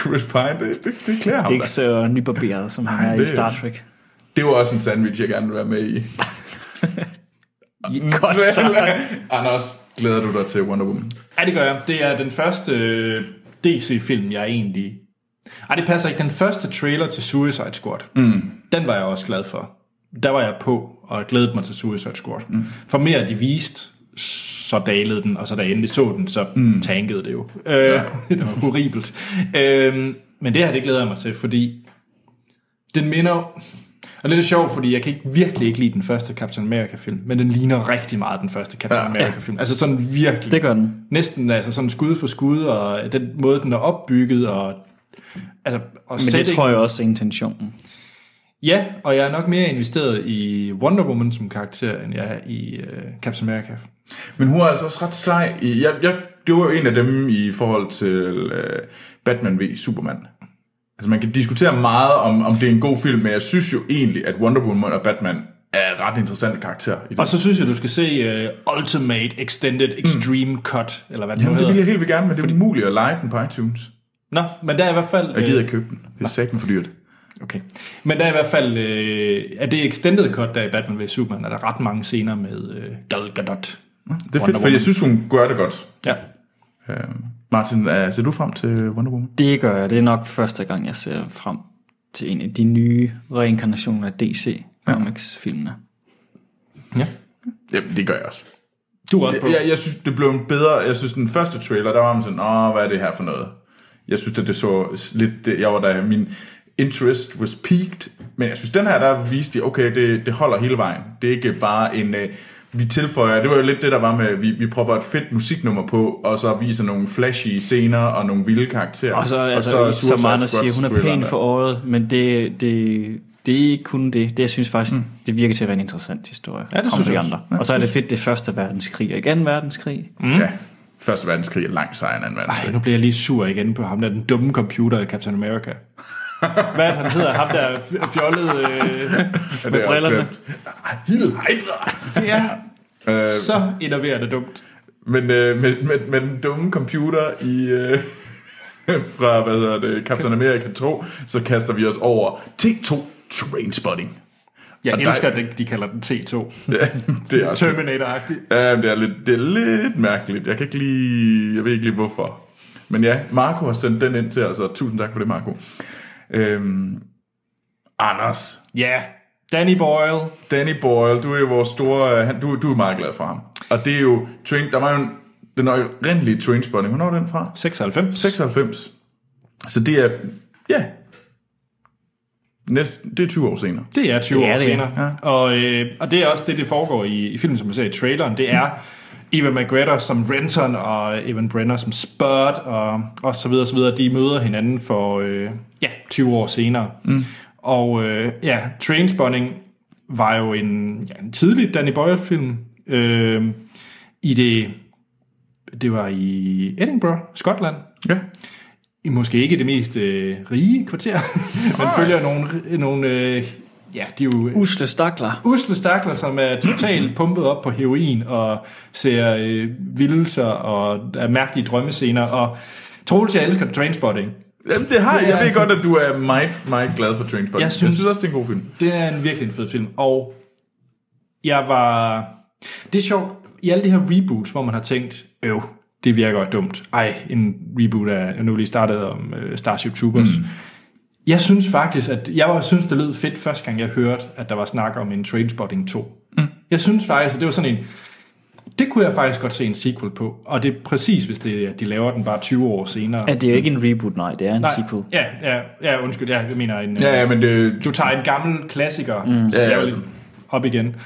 S2: Chris Pine, det, det, det klæder ham da.
S3: Ikke så nybarberet, som han
S2: Nej,
S3: er
S2: det
S3: i
S2: er-
S3: Star Trek.
S2: Det var også en sandwich, jeg gerne vil være med i.
S3: Godt så.
S2: Anders, glæder du dig til Wonder Woman?
S1: Ja, det gør jeg. Det er den første øh, DC-film, jeg egentlig... Ej, det passer ikke. Den første trailer til Suicide Squad, mm. den var jeg også glad for. Der var jeg på og glædede mig til Suicide Squad. Mm. For mere de viste, så dalede den, og så da jeg endelig så den, så mm. tankede det jo. Øh, ja. det var horribelt. Øh, men det her, det glæder jeg mig til, fordi den minder... Og det er lidt sjovt, fordi jeg kan ikke, virkelig ikke lide den første Captain America-film, men den ligner rigtig meget den første Captain
S2: Ja.
S1: America-film. Altså sådan virkelig
S3: Det gør den.
S1: næsten altså sådan skud for skud, og den måde, den er opbygget, og, altså, og
S3: Men det tror jeg også er intentionen.
S1: Ja, og jeg er nok mere investeret i Wonder Woman som karakter, end jeg er i øh, Captain America.
S2: Men hun er altså også ret sej. i- Jeg, jeg, det var jo en af dem i forhold til øh, Batman v Superman. Altså man kan diskutere meget om, om det er en god film, men jeg synes jo egentlig, at Wonder Woman og Batman er ret interessante karakterer. I det.
S1: Og så synes jeg, du skal se øh, Ultimate Extended Extreme mm. Cut, eller hvad den nu
S2: Jamen, det
S1: hedder.
S2: vil jeg helt vildt gerne, men det er umuligt at lege den på iTunes.
S1: Nå, men der er i hvert fald...
S2: Jeg gider
S1: øh,
S2: ikke købe den. Det er sækken for dyrt.
S1: Okay. Men der er i hvert fald... Øh, er det Extended Cut, der er i Batman vs. Superman, er der ret mange scener med øh, Gal Gadot.
S2: Det er fedt, for
S1: Woman.
S2: jeg synes, hun gør det godt.
S1: Ja.
S2: Øh, Martin, øh, ser du frem til Wonder Woman?
S3: Det gør jeg. Det er nok første gang, jeg ser frem til en af de nye reinkarnationer af DC Comics-filmene.
S1: ja.
S2: Jamen, det gør jeg også.
S1: Du er også på.
S2: Jeg, jeg, jeg synes, det blev en bedre... Jeg synes, den første trailer, der var man sådan, åh, hvad er det her for noget? Jeg synes, at det så s- lidt... det- Jeg var der, min interest was peaked. Men jeg synes, den her, der viste de, okay, det, det holder hele vejen. Det er ikke bare en... Øh, vi tilføjer, det var jo lidt det, der var med, vi, vi propper et fedt musiknummer på, og så viser nogle flashy scener og nogle vilde karakterer.
S3: Og så, altså,
S2: er
S3: så
S2: Suicide
S3: som Anders
S2: Squad
S3: siger, hun er pæn
S2: thrilleren
S3: for året, men det, det, det er ikke kun det. Det, jeg synes faktisk, mm. det virker til at være en interessant historie.
S1: Ja, det
S3: Kom
S1: synes jeg
S3: de andre. og så er det fedt, det er første verdenskrig og ikke anden verdenskrig.
S2: der. Mm. Ja, Første verdenskrig er langt sejere end anden verdenskrig.
S1: Ej, nu bliver jeg lige sur igen på ham der, den dumme computer i Captain America. Hvad er det, han hedder? Ham der f- fjollede... Øh...
S2: Ja, det er også
S3: brillerne.
S2: glemt. Ah, Hild Heidra!
S1: Ja,
S2: Øh,
S1: så enerverende dumt.
S2: men øh, med, med, med den dumme computer i... Øh, fra, hvad hedder det, Captain America 2, så kaster vi os over T2 Trainspotting.
S1: Jeg
S2: Og der-
S1: elsker, at de- de kalder den T2.
S2: Ja, det er også...
S1: Terminator-agtig.
S2: Ja, det er, lidt, det er lidt mærkeligt. Jeg kan ikke lige... Jeg ved ikke lige, hvorfor. Men ja, Marco har sendt den ind til os, og tusind tak for det, Marco. Øhm, Anders,
S1: Ja, Danny Boyle.
S2: Danny Boyle, du er jo vores store... øh, Han, du, du er meget glad for ham. Og det er jo... Train, der var jo en, den oprindelige Trainspotting. Hvornår er den fra?
S1: 96.
S2: 96. Så det er... Ja. Næsten, det er 20 år senere.
S1: Det er 20
S3: Det er
S1: år
S3: det,
S1: senere. Ja. Og, øh, og det er også det, det foregår i, i filmen, som man ser i traileren. Det er Evan McGregor som Renton, og Evan Brenner som Spud, og, og så videre, så videre. De møder hinanden for øh, ja, 20 år senere. Mm. Og øh, ja, Trainspotting var jo en, ja, en tidlig Danny Boyle-film. Øh, I det... Det var i Edinburgh, Skotland
S2: Ja.
S1: i måske ikke det mest øh, rige kvarter, men følger nogle, nogle øh, ja, de er jo øh,
S3: Usle stakler.
S1: usle stakler, som er totalt pumpet op på heroin, og ser øh, vildelser og er mærkelige drømmescener, og Troels, jeg elsker Trainspotting.
S2: Jamen, det har
S1: Det
S2: jeg.
S1: er-
S2: Jeg ved godt, at du er meget, meget glad for Trainspotting.
S1: Jeg
S2: Jeg
S1: synes-
S2: synes, jeg synes også, det er en god film.
S1: Det er en virkelig en fed film, og jeg var... Det er sjovt, i alle de her reboots, hvor man har tænkt, øv, det virker dumt. Ej, en reboot af, nu er lige startet om øh, Starship Troopers. Mm. Jeg synes faktisk, at jeg var, synes, det lød fedt første gang, jeg hørte, at der var snak om en Trainspotting 2. Mm. Jeg synes faktisk, at det var sådan en, det kunne jeg faktisk godt se en sequel på, og det er præcis, hvis det er, at de laver den bare 20 år senere.
S3: Ja, det er jo ikke en reboot, nej, det er en nej.
S1: Nej,
S3: sequel.
S1: Ja, ja, ja, undskyld, ja, jeg mener en... øh,
S2: Ja, ja, men det,
S1: du tager en gammel klassiker mm.
S2: Ja, ja,
S1: ja,
S2: altså.
S1: op igen.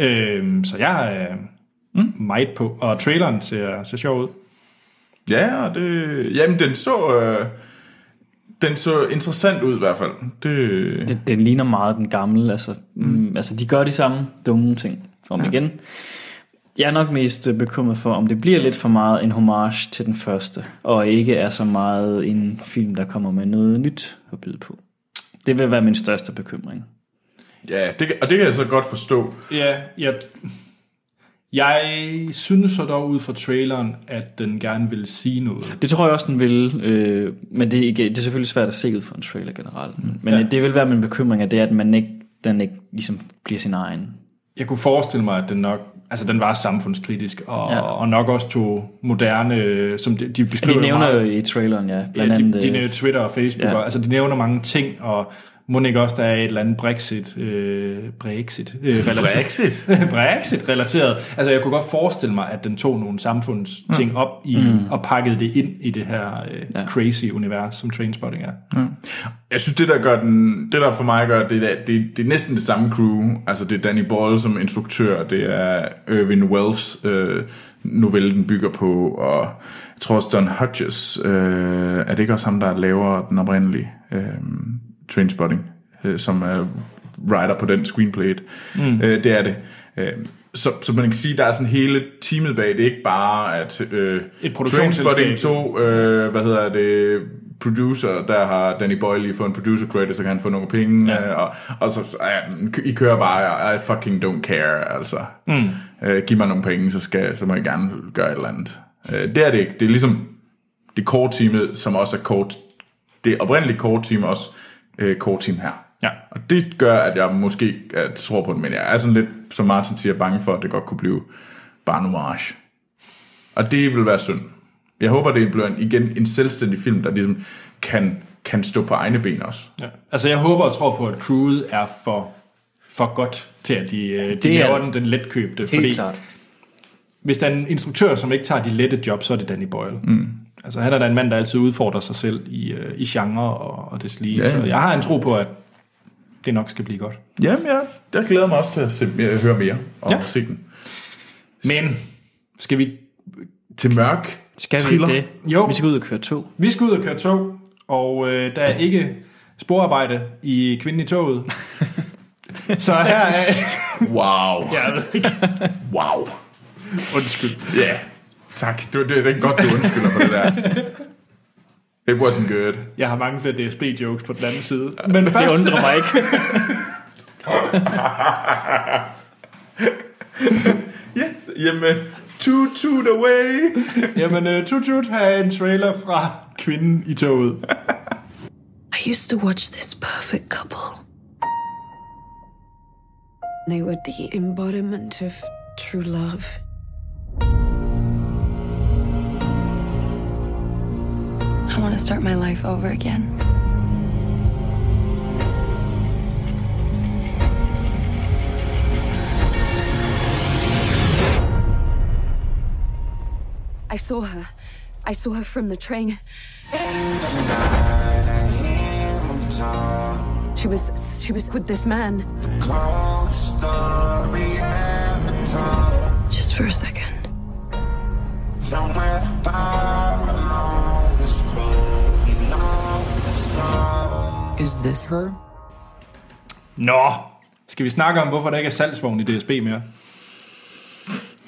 S1: Øhm, så jeg er mm. meget på, og traileren ser, ser sjov ud.
S2: Ja, og det, jamen den så, øh, den så interessant ud i hvert fald. Det,
S3: Den, den ligner meget den gamle. Altså, mm. altså, de gør de samme dumme ting om ja. igen. Jeg er nok mest øh, bekymret for, om det bliver lidt for meget en homage til den første, og ikke er så meget en film, der kommer med noget nyt at byde på. Det vil være min største bekymring.
S2: ja, det, kan- og det kan jeg så godt forstå.
S1: Ja, jeg, jeg synes så dog ud fra traileren, at den gerne vil sige noget.
S3: Det tror jeg også, den vil, øh, men det, er ikke- det er selvfølgelig svært at se ud for en trailer generelt. Men, men
S1: Ja.
S3: Mm. ja. det vil være min bekymring, at det er, at man ikke, den ikke ligesom bliver sin egen.
S1: Jeg kunne forestille mig, at den nok altså den var samfundskritisk, og, ja.
S3: Ja.
S1: og nok også tog moderne, øh, som de, de
S3: Ja,
S1: beskriver
S3: de nævner
S1: meget-
S3: jo i traileren, ja. Blandt
S1: Ja, de,
S3: andet,
S1: de
S3: øh,
S1: nævner Twitter og Facebook, ja.
S3: ja.
S1: og, altså de nævner mange ting, og må ikke også, der er et eller andet Brexit, øh, Brexit, øh, relateret.
S2: Brexit?
S1: Brexit relateret. Altså jeg kunne godt forestille mig, at den tog nogle samfundsting op i, mm. og pakkede det ind i det her øh, ja.
S3: Ja.
S1: crazy univers, som Trainspotting er.
S2: Jeg synes, det der gør den, det der for mig gør, det er, det, det er næsten det samme crew. Altså det er Danny Boyle som instruktør, det er Irvin Wells øh, novelle, den bygger på, og jeg tror også Don Hodges, øh, er det ikke også ham, der laver den oprindelige øh, Trainspotting, øh, som er writer på den screenplay. Mm. Øh, det er det. Øh, så, så man kan sige, der er sådan hele teamet bag, det er ikke bare, at øh,
S1: Et produktionsselskab.
S2: Trainspotting 2 to, øh, hvad hedder det, producer, der har Danny Boyle lige fået en producer credit, så kan han få nogle penge, ja. øh, og, og så, så ja, men, I kører bare, I fucking don't care, altså. Mm. Øh, giv mig nogle penge, så, skal, så må jeg gerne gøre et eller andet. Øh, det er det ikke. Det er ligesom det core teamet, som også er kort, det oprindelige core team også, øh, core team her.
S1: Ja.
S2: Og det gør, at jeg måske at tror på den, men jeg er sådan lidt, som Martin siger, bange for, at det godt kunne blive bare en homage. Og det vil være synd. Jeg håber, det bliver en, igen en selvstændig film, der ligesom kan, kan stå på egne ben også.
S1: Ja. Altså jeg håber og tror på, at crewet er for, for godt til, at de, øh, de det
S3: er-
S1: laver den, den letkøbte.
S3: Helt klart.
S1: hvis der er en instruktør, som ikke tager de lette job, så er det Danny Boyle. Mm. Altså han er da en mand, der altid udfordrer sig selv i, øh, i genre og, og det lige.
S2: Ja,
S1: Ja,
S2: ja.
S1: Så jeg har en tro på, at det nok skal blive godt.
S2: Jamen ja, der glæder jeg mig også til at se, øh, høre mere og
S1: Ja.
S2: ja. se den.
S1: Men skal vi...
S2: Til mørk.
S3: Skal
S2: Thriller.
S3: vi det?
S1: Jo.
S3: Vi skal ud og køre tog.
S1: Vi skal ud og køre tog, og øh, der er ikke sporarbejde i kvinden i toget. Så her er...
S2: Wow.
S1: Jeg ved ikke.
S2: Wow.
S1: Undskyld.
S2: Ja. Yeah. Tak. Det, det, det er godt, du undskylder for det der. It wasn't good.
S1: Jeg har mange flere DSB-jokes på den anden side. Men
S3: Det
S1: først...
S3: undrer mig ikke.
S2: Yes. Jamen, two toot away.
S1: Jamen, øh, tut tut, her er en trailer fra kvinden i toget.
S4: I used to watch this perfect couple. They were the embodiment of true love.
S5: I want to start my life over again.
S4: I saw her. I saw her from the train. She was she was with this man.
S5: Just for a second.
S6: Is this her?
S1: Nå, skal vi snakke om, hvorfor der ikke er salgsvogn i DSB mere?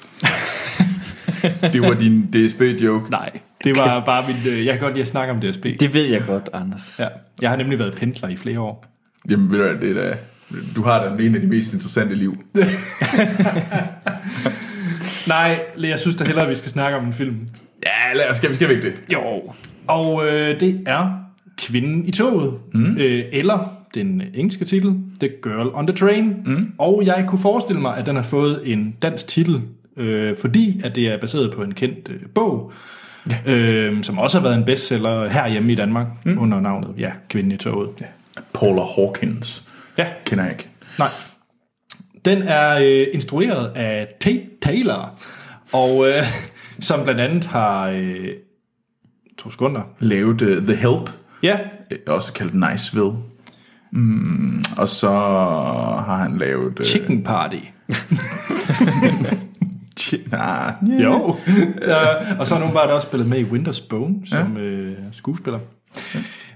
S2: Det var din DSB-joke.
S1: Nej. Det var bare min... Øh, jeg kan godt lide at snakke om DSB. Det...
S3: Det ved jeg godt, Anders.
S1: Ja. Jeg har nemlig været pendler i flere år.
S2: Jamen, ved du, hvad, det er, da- du har da en af de mest interessante liv.
S1: Nej, jeg synes da hellere, at vi skal snakke om en film.
S2: Ja, lad os, skal vi, skal vi ikke det?
S1: Jo. Og øh, det er Kvinden i toget. Mm. Øh, eller den engelske titel, The Girl on the Train. Mm. Og jeg kunne forestille mig, at den har fået en dansk titel, øh, fordi at det er baseret på en kendt øh, bog, øh, som også har været en bestseller herhjemme i Danmark, mm. under navnet, ja, Kvinden i toget. Ja.
S2: Paula Hawkins.
S1: ja.
S2: Kender jeg ikke.
S1: Nej. Den er øh, instrueret af Tate Taylor, og øh, som blandt andet har... Øh, to sekunder.
S2: Lavet uh, The Help,
S1: Ja,
S2: øh, også kaldt Niceville. Mm, og så har han lavet... Uh,
S1: Chicken Party.
S2: Chi- ah,
S1: Jo. øh, og så har hun bare også spillet med i Winter's Bone som ja. øh, skuespiller.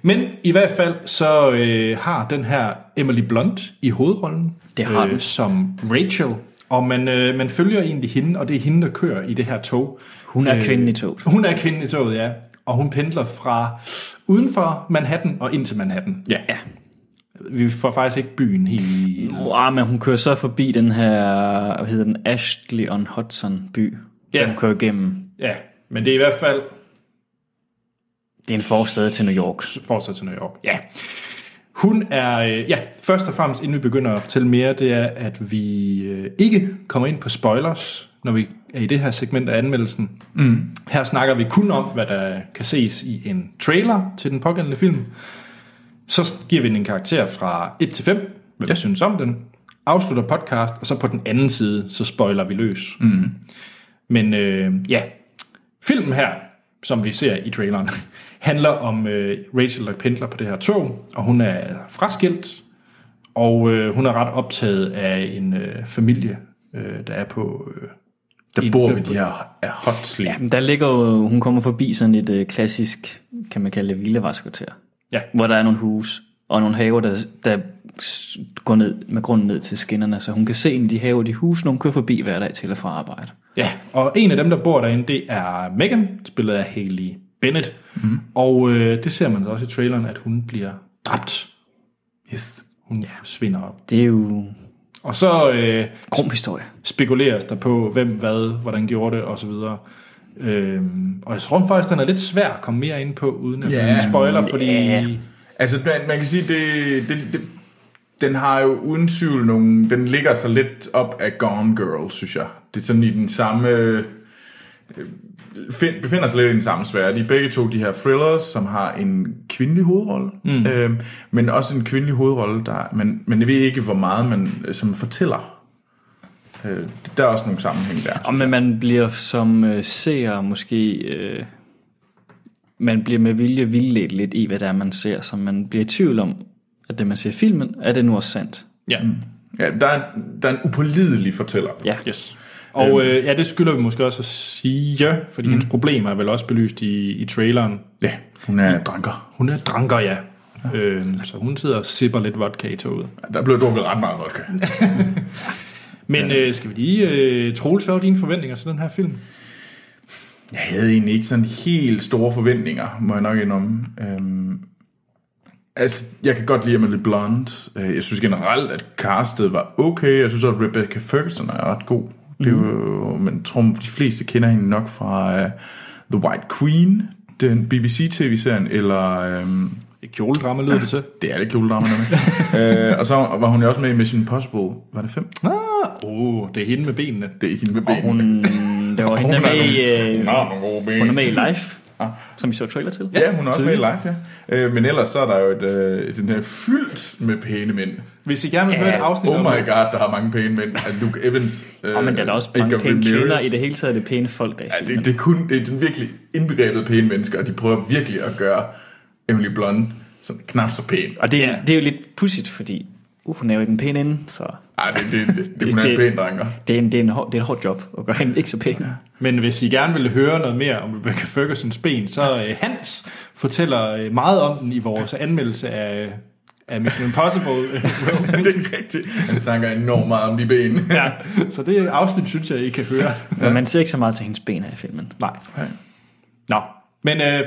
S1: Men i hvert fald så øh, har den her Emily Blunt i hovedrollen øh,
S3: Det har den.
S1: som Rachel. Og man, øh, man følger egentlig hende, og det er hende, der kører i det her tog. Øh,
S3: Hun er kvinden i toget.
S1: Hun er kvinden i toget, ja. Og hun pendler fra uden for Manhattan og ind til Manhattan.
S2: Ja. ja.
S1: Vi får faktisk ikke byen helt...
S3: Wow, ah, men hun kører så forbi den her, hvad hedder den, Ashley on Hudson by.
S1: Ja.
S3: Ja. Hun kører igennem.
S1: Ja, men det er i hvert fald
S3: Det er en forstad til New York.
S1: fortsat til New York. Ja. Hun er, øh, ja, først og fremmest, inden vi begynder at fortælle mere, det er, at vi øh, ikke kommer ind på spoilers, når vi er i det her segment af anmeldelsen. Mm. Her snakker vi kun om, hvad der kan ses i en trailer til den pågældende film. Så giver vi den en karakter fra 1 til 5, hvad ja. vi synes om den, afslutter podcast, og så på den anden side, så spoiler vi løs. Mm. Men øh, ja, filmen her, som vi ser i traileren, handler om øh, Rachel, der pendler på det her tog, og hun er fraskilt, og øh, hun er ret optaget af en øh, familie, øh, der er på... Øh,
S2: Der
S1: En-
S2: bor vi de her er hot sleep.
S3: Jamen, der ligger jo, hun kommer forbi sådan et øh, klassisk, kan man kalde det, vildevejskvarter.
S1: Ja.
S3: Hvor der er nogle hus og nogle haver, der, der s- går ned med grunden ned til skinnerne, så hun kan se ind i de haver, de hus, når hun kører forbi hver dag til og fra arbejde.
S1: ja, og en af dem, der bor derinde, det er Megan, spillet af Hailey Bennett, mm. og øh, det ser man også i traileren, at hun bliver dræbt.
S2: Yes.
S1: Hun ja. svinder op.
S3: Det er jo
S1: Og så øh,
S3: grum historie.
S1: spekuleres der på, hvem, hvad, hvordan gjorde det, osv. Øhm, og jeg tror faktisk, den er lidt svær at komme mere ind på, uden at
S2: Ja.
S1: yeah. spoiler, fordi...
S3: Ja.
S2: Altså, man, man kan sige, det, det, det, den har jo uden tvivl nogle... Den ligger sig lidt op af Gone Girl, synes jeg. Det er sådan i den samme... øh, Find, befinder sig lidt i den samme sfære. De er begge to de her thrillers, som har en kvindelig hovedrolle, mm. øhm, men også en kvindelig hovedrolle, der, men, men jeg ved ikke, hvor meget man øh, som fortæller. Øh, der er også nogle sammenhæng der.
S3: Og men man bliver som øh, seer måske... Øh, man bliver med vilje vildledt lidt i, hvad det er, man ser, så man bliver i tvivl om, at det, man ser i filmen, er det nu også sandt?
S1: Ja,
S2: Ja, der, er, der er en upålidelig fortæller.
S3: Ja.
S1: yes. Og øh, ja, det skylder vi måske også at sige, fordi mm. hendes problemer er vel også belyst i, i traileren.
S2: ja hun er dranker.
S1: Hun er dranker, ja. Øhm, så hun sidder og sipper lidt vodka i toget.
S2: Der blev drukket ret meget vodka.
S1: Men øh, skal vi lige, øh, Troels, hvad var dine forventninger til den her film?
S2: Jeg havde egentlig ikke sådan helt store forventninger, må jeg nok indrømme. Øhm, altså, jeg kan godt lide Emily Blunt. Øh, Jeg synes generelt, at castet var okay. Jeg synes også, at Rebecca Ferguson er ret god. Det er
S3: Mhm.
S2: jo, men jeg tror, de fleste kender hende nok fra uh, The White Queen, den BBC-tv-serien, eller... øhm,
S1: Kjoledrama lyder det til.
S2: det er det kjoledrama, med. øh, og så var hun jo også med i Mission Impossible. Var det fem?
S1: Åh, oh, det er hende med benene.
S2: Det er hende med benene.
S3: Hun, det var hende der er med i, øh,
S2: Nå, nogle gode ben.
S3: hun er med i Life,
S2: Ah.
S3: som vi så trailer til.
S2: Ja, hun er også med i
S3: Tidligere.
S2: live, ja. Øh, men ellers så er der jo et, øh, den her fyldt med pæne mænd.
S1: Hvis I gerne vil høre et afsnit
S2: Oh
S1: om-
S2: my god, der er mange pæne mænd. At Luke Evans. Øh,
S3: Og men der er da også mange
S2: Edgar
S3: pæne
S2: Ramirez.
S3: kvinder i det hele taget, er det pæne folk, der er i
S2: Ja, det,
S3: filmen.
S2: det, er kun, det er den virkelig indbegrebet pæne mennesker, og de prøver virkelig at gøre Emily Blunt sådan knap så pæn.
S3: Og det, det er jo lidt pudsigt, fordi uh, hun er jo i den pæne ende, så
S2: Ej, det, det, det, det, hun er en
S3: Det-
S2: pæn drenker.
S3: det er en, det er en, hård, det er et hårdt job at gøre hende ikke så pæn.
S1: Men hvis I gerne vil høre noget mere om Rebecca Fergusons ben, så øh, Hans fortæller øh, meget om den i vores anmeldelse af, af Mission Impossible.
S2: Det er rigtigt. Han snakker enormt meget om de ben.
S1: ja, så det afsnit synes jeg, I kan høre.
S3: Men man ser ikke så meget til hendes ben her i filmen.
S1: Nej.
S2: Nej.
S1: Nå, men øh,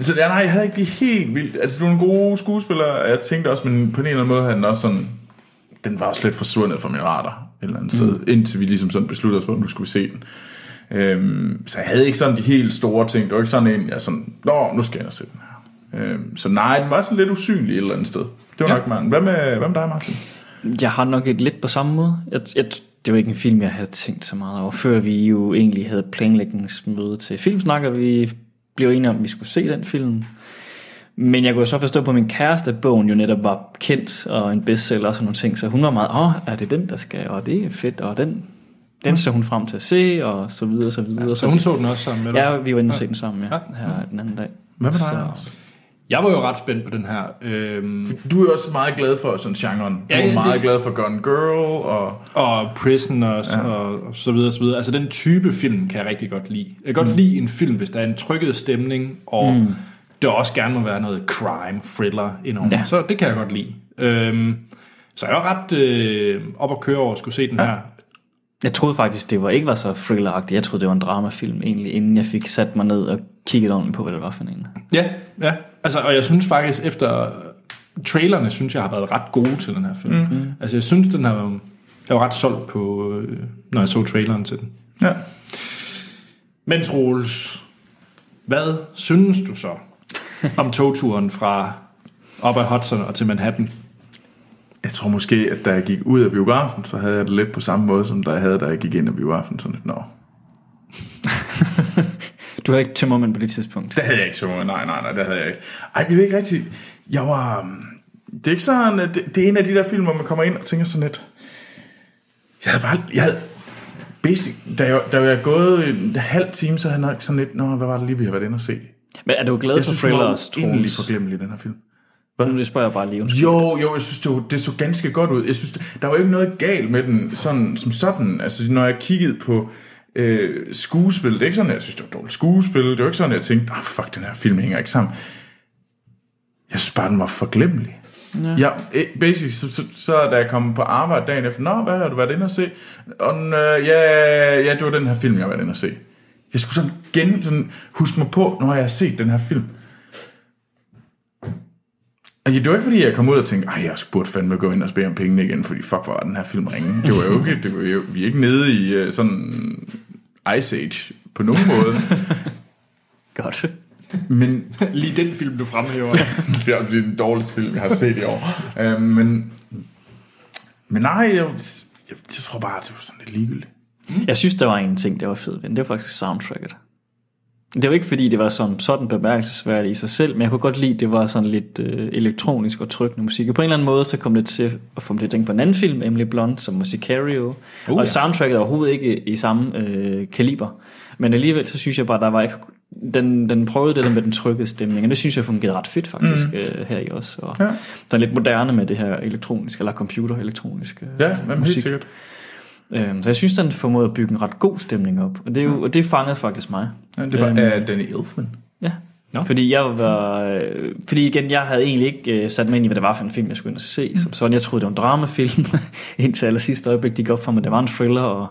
S2: Så ja, nej, jeg havde ikke lige helt vildt... Altså, du er en god skuespiller, og jeg tænkte også, men på en eller anden måde havde den også sådan... Den var også lidt forsvundet fra min radar et eller andet sted, indtil vi ligesom sådan besluttede os, hvor nu skulle vi se den. Øhm, så jeg havde ikke sådan de helt store ting. Det var ikke sådan en, jeg sådan, nå, nu skal jeg ind og se den her. Øhm, så nej, den var sådan lidt usynlig et eller andet sted. Det var ja. nok Martin. Hvad med, hvad med dig, Martin?
S3: Jeg har nok et lidt på samme måde. Jeg, jeg, det var ikke en film, jeg havde tænkt så meget over, før vi jo egentlig havde planlægningsmøde til filmsnak, og vi blev enige om, at vi skulle se den film. Men jeg kunne jo så forstå på min kæreste, at bogen jo netop var kendt og en bestseller og sådan nogle ting, så hun var meget, åh, er det den, der skal, og det er fedt, og den, den så hun frem til at se, og så videre, så videre.
S1: Så hun så den også sammen med dig?
S3: Ja, vi var inde og se den sammen, ja, her den anden dag.
S2: Hvad med
S3: Så-
S2: dig, Anders?
S1: Jeg var jo ret spændt på den her. Øhm,
S2: Du er jo også meget glad for sådan genren. Du
S1: Ja,
S2: er
S1: ja,
S2: meget
S1: det-
S2: glad for Gone Girl, og
S1: og Prisoners ja. og og så videre, så videre. Altså den type film kan jeg rigtig godt lide. Jeg kan godt lide en film, hvis der er en trykket stemning, og mm. der også gerne må være noget crime, thriller indover. Ja.
S3: Ja.
S1: Så det kan jeg godt lide. Øhm, så jeg var ret øh, op at køre over at skulle se den her.
S3: Jeg troede faktisk, det var ikke var så thrilleragtigt. Jeg troede, det var en dramafilm egentlig, inden jeg fik sat mig ned og kigget ordentligt på, hvad det var for en.
S1: Ja, ja. Altså, og jeg synes faktisk, efter trailerne, synes jeg har været ret gode til den her film. Mm. Altså, jeg synes, den har jeg var ret solgt på, øh, når jeg så traileren til den.
S2: ja.
S1: Men Troels, hvad synes du så om togturen fra op ad Hudson og til Manhattan?
S2: Jeg tror måske, at da jeg gik ud af biografen, så havde jeg det lidt på samme måde, som da jeg havde, da jeg gik ind af biografen. Sådan lidt, nå.
S3: Du havde ikke tømmermænd på det tidspunkt.
S2: Det havde jeg ikke tømmermænd. Nej, nej, nej, det havde jeg ikke. Ej, men det er ikke rigtigt. Jeg var... øhm, Det er ikke sådan... at Det, det er en af de der film, hvor man kommer ind og tænker sådan lidt... Jeg havde bare... Jeg havde, basic, da, jeg, da jeg var gået en halv time, så havde jeg nok sådan lidt... Nå, hvad var det lige, vi havde været inde og se?
S3: Men er du glad
S2: Jeg
S3: for
S2: synes, den var
S3: thrillers,
S2: uendelig
S3: Troels?
S2: forglemmelig, den her film.
S3: Nu det spørger jeg bare lige, undskyld.
S2: Jo, jo, jeg synes, det, var, det så ganske godt ud. Jeg synes, det- der var ikke noget galt med den sådan, som sådan. Altså, når jeg kiggede på øh, skuespil, det er ikke sådan, at jeg synes, det var dårligt skuespil. Det var ikke sådan, at jeg tænkte, oh, fuck, den her film hænger ikke sammen. Jeg synes bare, den var forglemmelig. Ja. ja eh, basically, så, så, så, da jeg kom på arbejde dagen efter, Nå, hvad har du været inde og se? Og, øh, ja, ja, det var den her film, jeg var inde og se. Jeg skulle sådan gen, sådan, huske mig på, når jeg har set den her film. Altså, det var ikke fordi, jeg kom ud og tænkte, ej, jeg burde fandme gå ind og spørge om pengene igen, fordi fuck, hvor var den her film ringe. Det var jo ikke, det var jo, vi er ikke nede i øh, sådan Ice Age på nogen måde.
S3: Godt.
S2: Men
S1: Lige den film, du fremhæver.
S2: det er også den dårligste film, jeg har set i år. Øh, men, men nej, jeg, jeg, jeg, tror bare, det var sådan lidt ligegyldigt.
S3: Jeg synes, der var en ting, der var fed ved den. Det var faktisk soundtracket. Det var ikke fordi, det var sådan, sådan bemærkelsesværdigt i sig selv, men jeg kunne godt lide, det var sådan lidt øh, elektronisk og trykkende musik. Og på en eller anden måde, så kom det til at få mig til at tænke på en anden film, Emily Blunt, som var Sicario. Uh, og
S1: ja.
S3: soundtracket er overhovedet ikke i samme øh, kaliber. Men alligevel, så synes jeg bare, der var ikke... Den, den prøvede det der med den trykkede stemning, og det synes jeg fungerede ret fedt faktisk mm. øh, her i os. Og ja. Der er lidt moderne med det her elektroniske, eller computer-elektroniske øh,
S2: Ja, men helt sikkert.
S3: Øhm, så jeg synes, den formåede at bygge en ret god stemning op. Og det, er jo, og det fangede faktisk mig.
S2: Ja, det var
S3: Øhm.
S2: øh, Danny Elfman.
S3: Ja. No. Fordi jeg var... Øh, fordi igen, jeg havde egentlig ikke øh, sat mig ind i, hvad det var for en film, jeg skulle ind og se. Som sådan, jeg troede, det var en dramafilm. indtil aller sidste øjeblik, de gik op for mig, at det var en thriller, og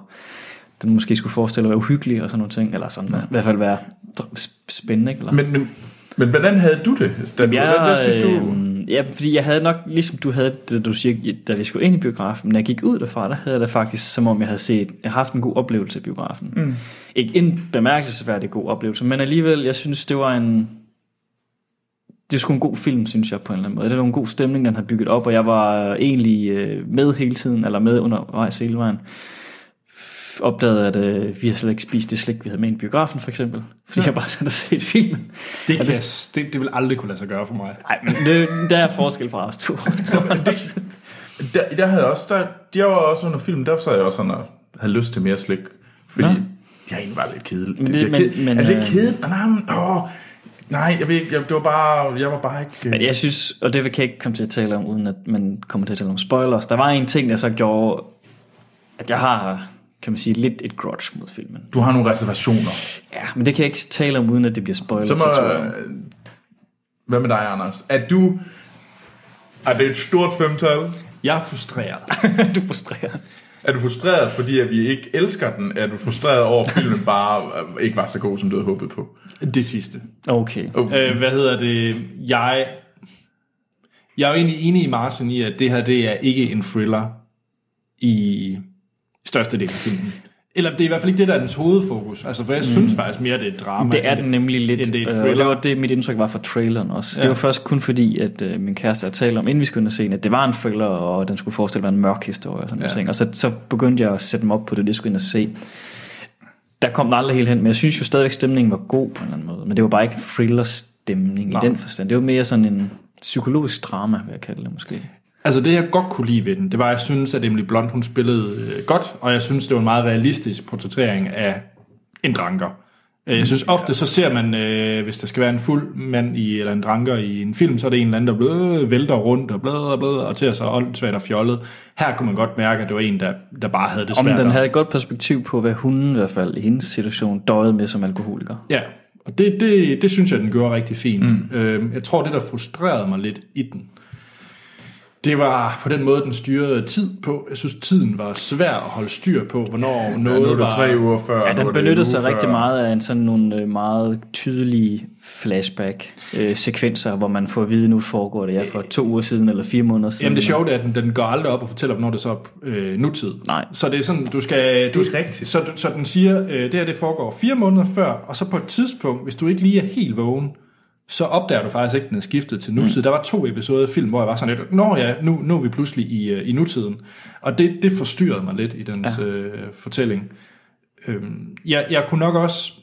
S3: den måske skulle forestille at være uhyggelig og sådan nogle ting. Eller sådan, ja. i hvert fald være dr- sp- spændende. Ikke? Eller?
S2: Men, men, men hvordan havde du det? Da,
S3: jeg,
S2: hvordan, hvad synes du?
S3: Øh, ja, fordi jeg havde nok, ligesom du havde, det, du siger, da vi skulle ind i biografen, når jeg gik ud derfra, der havde jeg det faktisk, som om jeg havde set, jeg har haft en god oplevelse i biografen. Mm. Ikke en bemærkelsesværdig god oplevelse, men alligevel, jeg synes, det var en, det skulle en god film, synes jeg, på en eller anden måde. Det var en god stemning, den har bygget op, og jeg var egentlig øh, med hele tiden, eller med undervejs hele vejen. F- Opdagede, at øh, vi har slet ikke spist det slik, vi havde med ind i biografen, for eksempel. Fordi ja. jeg bare sad og set filmen.
S1: Det, kan, jeg s- det, det vil aldrig kunne lade sig gøre for mig.
S3: Nej, men det, der er forskel fra os to. det,
S2: Der, der havde jeg også, der, jeg var også under film, der sad jeg også sådan og havde lyst til mere slik. Fordi
S3: Nå.
S2: Nå. jeg egentlig var lidt kedelig.
S3: Men
S2: Det,
S3: det-
S2: det, jeg er ked,
S3: men- men,
S2: altså ikke
S3: øh,
S2: kedelig, nej, men, åh, nej, jeg ved ikke, jeg, det var bare, jeg var bare ikke...
S3: men
S2: øh,
S3: jeg synes, og det kan jeg ikke komme til at tale om, uden at man kommer til at tale om spoilers. Der var en ting, der så gjorde, at jeg har, kan man sige, lidt et grudge mod filmen.
S2: Du har nogle reservationer.
S3: Ja, men det kan jeg ikke tale om, uden at det bliver spoiler.
S2: Så
S3: til
S2: må,
S3: toeren.
S2: øh, hvad med dig, Anders? Er du... Er det et stort femtal?
S1: Jeg er frustreret.
S3: du frustrerer.
S2: Er du frustreret, fordi at vi ikke elsker den? Er du frustreret over, at filmen bare øh, ikke var så god, som du havde håbet på?
S1: Det sidste.
S3: Okay.
S1: Øh, hvad hedder det? Jeg, jeg er jo egentlig enig i Martin i, at det her det er ikke en thriller i største del af filmen. Eller det er i hvert fald ikke det, der er dens hovedfokus. Altså, for jeg mm. synes faktisk mere, det er et drama.
S3: Det er
S1: end-
S3: den nemlig lidt.
S1: end det er et
S3: øh,
S1: thriller.
S3: det var det, mit indtryk var fra traileren også. Ja. Det var først kun fordi, at øh, min kæreste havde talt om, inden vi skulle ind og se den, at det var en thriller, og den skulle forestille at være en mørk historie og sådan ja.
S1: Ja.
S3: ting. Og så, så begyndte jeg at sætte dem op på det, det jeg skulle ind og se. Der kom den aldrig helt hen, men jeg synes jo stadigvæk, stemningen var god på en eller anden måde. Men det var bare ikke thriller-stemning i den forstand. Det var mere sådan en psykologisk drama, vil jeg kalde det måske.
S1: Altså det, jeg godt kunne lide ved den, det var, at jeg synes, at Emily Blunt, hun spillede øh, godt, og jeg synes, det var en meget realistisk portrættering af en dranker. Øh, Jeg
S3: Mm,
S1: synes ofte, så ser man, øh, hvis der skal være en fuld mand i, eller en dranker i en film, så er det en eller anden, der blød, vælter rundt og blæder og blæder, og til sig åndssvagt og fjollet. Her kunne man godt mærke, at det var en, der, der bare havde det
S3: Om
S1: svært.
S3: den
S1: og-
S3: havde et godt perspektiv på, hvad hun i hvert fald i hendes situation døjede med som alkoholiker.
S1: Ja, og det, det, det synes jeg, den gjorde rigtig fint. Mm. Øhm, jeg tror, det der frustrerede mig lidt i den, det var på den måde, den styrede tid på. Jeg synes, tiden var svær at holde styr på, hvornår ja, noget
S2: nu er
S1: var...
S2: det tre uger før.
S3: Ja,
S2: nu er
S3: den
S2: det en
S3: benyttede
S2: uge
S3: sig rigtig
S2: før.
S3: meget af en sådan nogle øh, meget tydelige flashback-sekvenser, hvor man får at vide, nu foregår det ja, for to uger siden eller fire måneder siden.
S1: Jamen det sjove er, at den, den går aldrig op og fortæller, hvornår det så er øh, nutid.
S3: Nej.
S1: Så det er sådan, du skal... Du,
S7: Det er rigtigt.
S1: Så, du- så den siger, øh, det her det foregår fire måneder før, og så på et tidspunkt, hvis du ikke lige er helt vågen, så opdager du faktisk ikke, at den er skiftet til nutid. Mm. Der var to episoder af film, hvor jeg var sådan lidt, nå ja, nu, nu er vi pludselig i, øh, i nutiden. Og det, det forstyrrede mig lidt i dens ja. øh, fortælling. Øhm, jeg, jeg kunne nok også...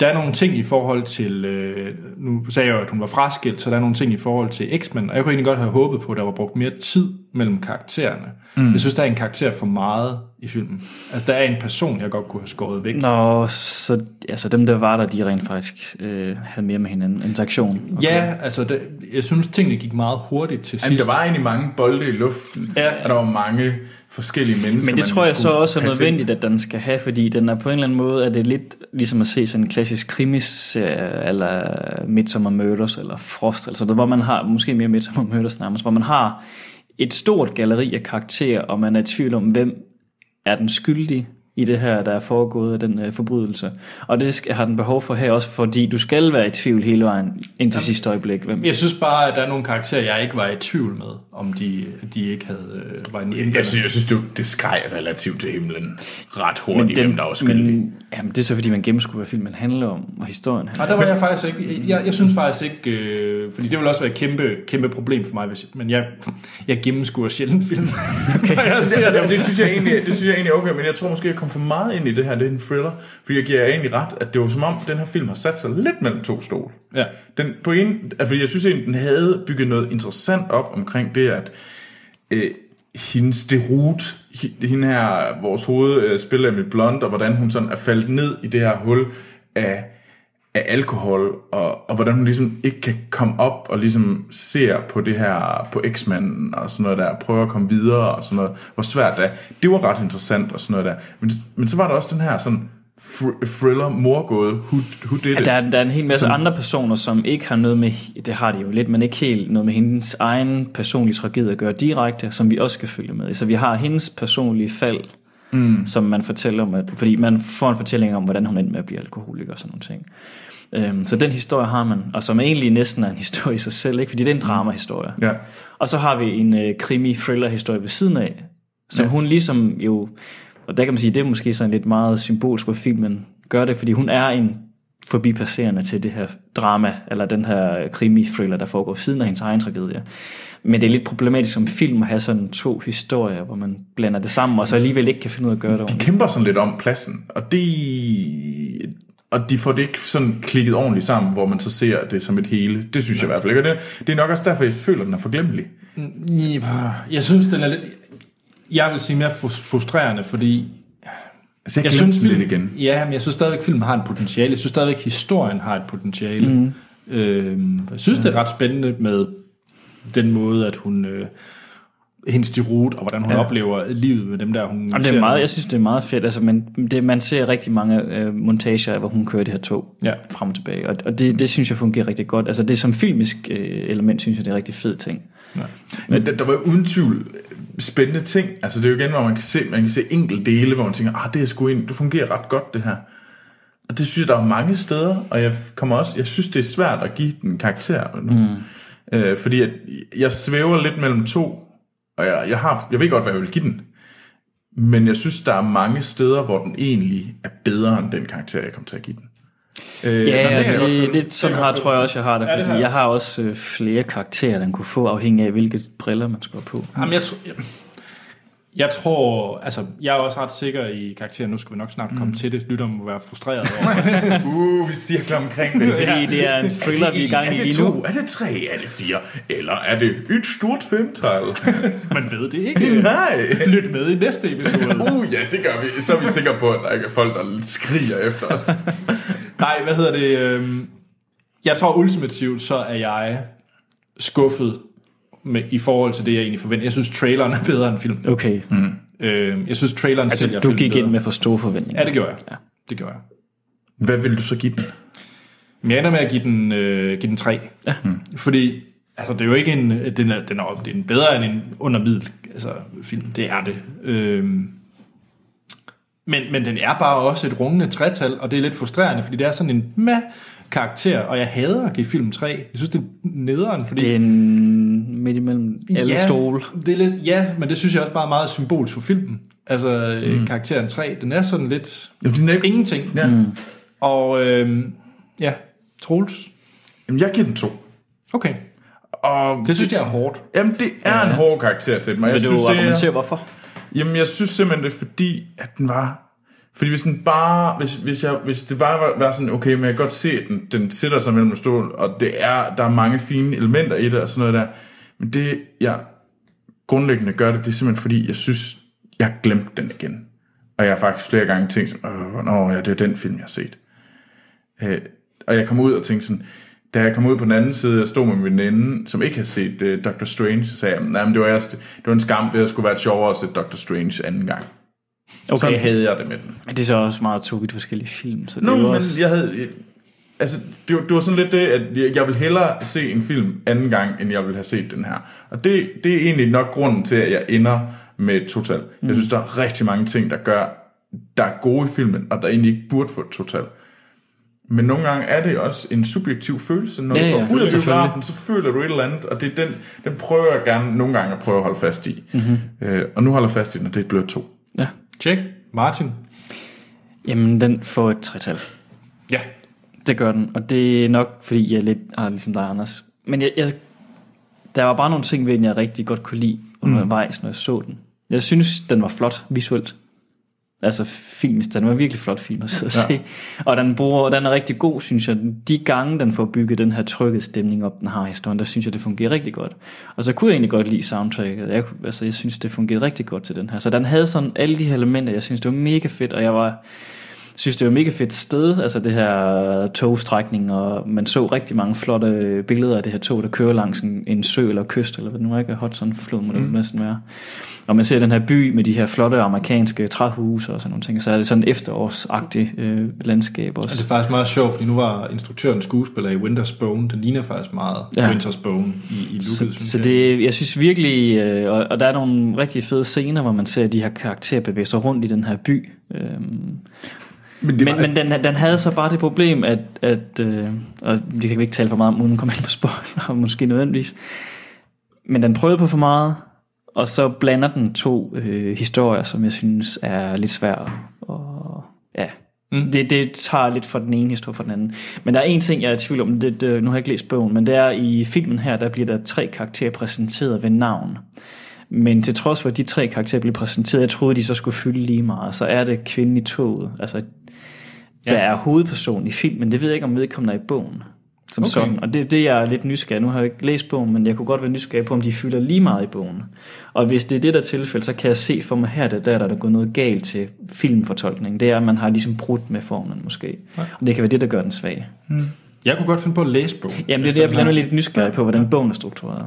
S1: Der er nogle ting i forhold til... Øh, nu sagde jeg jo, at hun var fraskilt, så der er nogle ting i forhold til X-Men, og jeg kunne egentlig godt have håbet på, at der var brugt mere tid mellem karaktererne. Mm. Jeg synes, der er en karakter for meget i filmen. Altså, der er en person, jeg godt kunne have skåret væk.
S3: Nå, så altså, dem der var der, de rent faktisk øh, havde mere med hinanden. Interaktion. Okay.
S1: Ja, altså, der, jeg synes, tingene gik meget hurtigt til sidst.
S2: Jamen, der var egentlig mange bolde i luften, ja. og der var mange forskellige mennesker,
S3: Men det
S2: man
S3: tror jeg så
S2: skulle
S3: også er
S2: passe ind.
S3: nødvendigt, at den skal have, fordi den er på en eller anden måde, at det er lidt ligesom at se sådan en klassisk krimiserie, eller Midsommar Murders, eller Frost, altså der, hvor man har, måske mere Midsommar Murders nærmest, hvor man har et stort galleri af karakterer, og man er i tvivl om, hvem er den skyldig i det her, der er foregået af den øh, forbrydelse. Og det skal, har den behov for her også, fordi du skal være i tvivl hele vejen indtil sidste øjeblik. Hvem,
S1: Jeg synes bare, at der er nogle karakterer, jeg ikke var i tvivl med, om de, de ikke havde... Øh, var en,
S2: Jeg synes, jeg synes det, det skreg relativt til himlen ret
S3: men
S2: hurtigt, hvem der var skyldig.
S3: men, jamen, det er så fordi, man gennemskuer, hvad filmen handler om, og historien handler
S1: Nej, der var jeg faktisk ikke. Jeg, jeg synes faktisk ikke, øh, fordi det ville også være et kæmpe, kæmpe problem for mig, hvis, men jeg, jeg gennemskuer sjældent film. Okay. jeg ser
S2: Jamen,
S1: det.
S2: det synes jeg egentlig, det synes jeg egentlig er okay, men jeg tror måske, jeg kom for meget ind i det her, det er en thriller, fordi jeg giver jer egentlig ret, at det var som om, den her film har sat sig lidt mellem to stole.
S1: Ja.
S2: Den, på en, altså, fordi jeg synes egentlig, den havde bygget noget interessant op omkring det, at øh, hendes derute, hi- hende her, vores hovedspiller Emily Blunt, og hvordan hun sådan er faldet ned i det her hul af, af alkohol, og, og hvordan hun ligesom ikke kan komme op og ligesom ser på det her, på X-manden og sådan noget der, og prøver at komme videre og sådan noget, hvor svært det er. Det var ret interessant og sådan noget der. Men, men så var der også den her sådan thr- thriller morgåde, who, who did it?
S3: Ja, der, er, der er en hel masse andre personer, som ikke har noget med, det har de jo lidt, men ikke helt noget med hendes egen personlige tragedie at gøre direkte, som vi også skal følge med. Så vi har hendes personlige fald, mm. som man fortæller om, at, fordi man får en fortælling om, hvordan hun endte med at blive alkoholiker og sådan nogle ting. Øhm, så den historie har man, og som egentlig næsten er en historie i sig selv, ikke? fordi det er en dramahistorie.
S2: Ja.
S3: Og så har vi en øh, krimi-thriller-historie ved siden af, som ja. hun ligesom jo, og der kan man sige, det er måske sådan lidt meget symbolsk, hvor filmen gør det, fordi hun er en forbipasserende til det her drama, eller den her krimi-thriller, der foregår ved siden af hendes egen tragedie. Men det er lidt problematisk som film at have sådan to historier, hvor man blander det sammen, og så alligevel ikke kan finde ud af at gøre det
S2: de
S3: ordentligt.
S2: kæmper sådan lidt om pladsen, og det og de får det ikke sådan klikket ordentligt sammen, hvor man så ser det som et hele. Det synes jeg i hvert fald ikke, og det, det er nok også derfor, jeg føler, at den er forglemmelig.
S1: Jeg synes, den er lidt... Jeg vil sige mere frus- frustrerende, fordi
S2: Altså, jeg,
S1: jeg
S2: glemte
S1: synes,
S2: den
S1: film,
S2: lidt igen.
S1: Ja, men jeg synes stadigvæk, at filmen har et potentiale. Jeg synes stadigvæk, at historien har et potentiale. Mm. Øhm, jeg synes, det er ret spændende med den måde, at hun... Øh, hendes derut, og hvordan hun ja. oplever livet med dem der, hun
S3: Jamen, det er meget, jeg synes, det er meget fedt. Altså, man, det, man ser rigtig mange øh, montager af, hvor hun kører det her tog
S1: Ja.
S3: frem og tilbage. Og, og det, det synes jeg fungerer rigtig godt. Altså det som filmisk øh, element, synes jeg, det er en rigtig fed ting.
S2: Men der, der var jo uden tvivl øh, spændende ting. Altså, det er jo igen, hvor man kan se, man kan se enkelte dele, hvor man tænker, ah, det er sgu ind, det fungerer ret godt, det her. Og det synes jeg, der er mange steder, og jeg kommer også, jeg synes, det er svært at give den karakter nu. Mm. Øh, fordi at jeg svæver lidt mellem to, og jeg, jeg, har, jeg ved godt, hvad jeg vil give den. Men jeg synes, der er mange steder, hvor den egentlig er bedre end den karakter, jeg kom til at give den. Øh,
S3: Ja,
S2: men
S3: ja,
S2: det kan jeg godt
S3: det,
S2: følge.
S3: det, sådan har, tror jeg også, jeg har det,
S1: Ja, det har
S3: fordi
S1: du.
S3: jeg har også øh, flere karakterer, den kunne få, afhængig af, hvilke briller man skal have på.
S1: Jamen, jeg, tr- jeg, jeg tror, altså, jeg er også ret sikker i karakteren, nu skal vi nok snart komme mm. til det, lytter må være frustreret over. det.
S2: Uh, vi stirker omkring det.
S3: Fordi det er en thriller, vi er i gang i
S2: er det
S3: lige nu.
S2: to, er det tre, er det fire, eller er det et stort femtal?
S1: Man ved det ikke.
S2: Nej!
S1: Lyt med i næste episode.
S2: Uh, ja, det gør vi. Så er vi sikre på, at der ikke er folk, der skriger efter os.
S1: Nej, hvad hedder det? øhm, Jeg tror ultimativt, så er jeg skuffet med, i forhold til det, jeg egentlig forventer. Jeg synes, traileren er bedre end film.
S3: Okay,
S2: Mm.
S1: Øh, jeg synes, traileren altså, sælger
S3: du
S1: filmen
S3: gik
S1: bedre.
S3: ind med for store forventninger.
S1: Ja, det gjorde jeg. Ja. Det gjorde jeg.
S2: Hvad vil du så give den?
S1: Men jeg ender med at give den, øh, give den 3. Ja. Fordi altså, det er jo ikke en... Den er, den er, den er bedre end en undermiddel altså, film. Det er det. Øhm, men, men den er bare også et rungende tretal, og det er lidt frustrerende, fordi det er sådan en med karakter, og jeg hader at give film 3. Jeg synes, det er nederen, fordi...
S3: Det er en midt imellem alle
S1: ja,
S3: stole.
S1: Det er lidt, ja, men det synes jeg også bare er meget symbolsk for filmen. Altså, mm. karakteren 3, den er sådan lidt
S2: Jamen, den er ikke...
S1: ingenting.
S2: Ja.
S1: Og øhm, ja, Troels.
S2: Jamen, jeg giver den to.
S1: Okay.
S2: Og
S1: Det synes jeg er hårdt.
S2: Jamen, det er ja. en hård karakter til mig. Jeg
S3: Vil
S2: synes,
S3: du
S2: det er...
S3: argumentere, hvorfor?
S2: Jamen, jeg synes simpelthen, det er fordi, at den var... Fordi hvis den bare... Hvis, hvis, jeg, hvis det bare var, var sådan, okay, men jeg kan godt se, at den, den sætter sig mellem en stol, og det er, der er mange fine elementer i det, og sådan noget der. Men det, jeg grundlæggende gør det, det er simpelthen fordi, jeg synes, jeg har glemt den igen. Og jeg har faktisk flere gange tænkt sådan, åh, nå, ja, det er den film, jeg har set. Øh, og jeg kom ud og tænkte sådan, da jeg kom ud på den anden side, jeg stod med min veninde, som ikke har set uh, Doctor Strange, så sagde jeg, nej, men det var, jeg, det var en skam, det havde skulle været sjovere at se Doctor Strange anden gang. Okay. Sådan
S3: Okay,
S2: havde jeg det med den.
S3: men det er så også meget to vidt forskellige film, så det
S2: Nå,
S3: er jo
S2: men
S3: også...
S2: jeg havde... Altså, det var, det var sådan lidt det, at jeg, jeg vil hellere se en film anden gang, end jeg vil have set den her. Og det, det er egentlig nok grunden til, at jeg ender med et total. Mm. Jeg synes, der er rigtig mange ting, der gør, der er gode i filmen, og der egentlig ikke burde få et total. Men nogle gange er det også en subjektiv følelse. Når
S3: Ja,
S2: ja,
S3: ja,
S2: du går ud af
S3: selvfølgelig.
S2: biografen, så føler du et eller andet, og det er den, den prøver jeg gerne nogle gange at prøve at holde fast i.
S3: Mhm.
S2: Mm-hmm. Øh, og nu holder jeg fast i den, og det er blevet to.
S3: Ja.
S1: Tjek. Martin.
S3: Jamen, den får et tretal.
S1: Ja.
S3: Det gør den, og det er nok, fordi jeg lidt har ligesom dig, Anders. Men jeg, jeg, der var bare nogle ting ved den, jeg rigtig godt kunne lide undervejs, når jeg så den. Jeg synes, den var flot visuelt. Altså filmisk, den var virkelig flot film at sidde og se. Og den, bruger, den er rigtig god, synes jeg. De gange, den får bygget den her trykket stemning op, den har i historien, der synes jeg, det fungerer rigtig godt. Og så kunne jeg egentlig godt lide soundtracket. Jeg, kunne- altså, jeg synes, det fungerede rigtig godt til den her. Så den havde sådan alle de her elementer, jeg synes, det var mega fedt, og jeg var synes, det var et mega fedt sted, altså det her togstrækning, og man så rigtig mange flotte billeder af det her tog, der kører langs en, en sø eller kyst, eller hvad det nu er, ikke Hudson-flod, må det mm. næsten være. Og man ser den her by med de her flotte amerikanske træhuse og sådan nogle ting, så er det sådan efterårsagtigt øh, landskab også.
S1: Det er faktisk meget sjovt, fordi nu var instruktøren skuespiller i Winter's Bone. Den ligner faktisk meget
S3: Ja.
S1: ja. Winter's Bone i, i looket,
S3: Så,
S1: synes
S3: så
S1: jeg.
S3: det, jeg synes virkelig, øh, og, og der er nogle rigtig fede scener, hvor man ser de her karakterer bevæge sig rundt i den her by. Øhm, men men, men den, den havde så bare det problem, at, at øh, og det kan vi ikke tale for meget om, uden at komme ind på spoiler, måske nødvendigvis, men den prøvede på for meget, og så blander den to øh, historier, som jeg synes er lidt svære. Og, ja, mm. det, det tager lidt fra den ene historie fra den anden. Men der er en ting, jeg er i tvivl om, det, det, nu har jeg ikke læst bogen, men det er i filmen her, der bliver der tre karakterer præsenteret ved navn. Men til trods for, at de tre karakterer blev præsenteret, jeg troede, de så skulle fylde lige meget, så er det kvinden i toget, altså ja. der er hovedpersonen i filmen. Det ved jeg ikke, om vedkommende er i bogen som okay. sådan. Og det, det er jeg lidt nysgerrig. Nu har jeg ikke læst bogen, men jeg kunne godt være nysgerrig på, om de fylder lige meget i bogen. Og hvis det er det, der er tilfældet, så kan jeg se for mig her, der, der er der gået noget galt til filmfortolkningen. Det er, at man har ligesom brudt med formlen måske. Nej. Og det kan være det, der gør den svag.
S1: Jeg kunne godt finde på at læse bogen.
S3: Jamen det er det, jeg bliver nemlig lidt nysgerrig på, hvordan bogen er struktureret.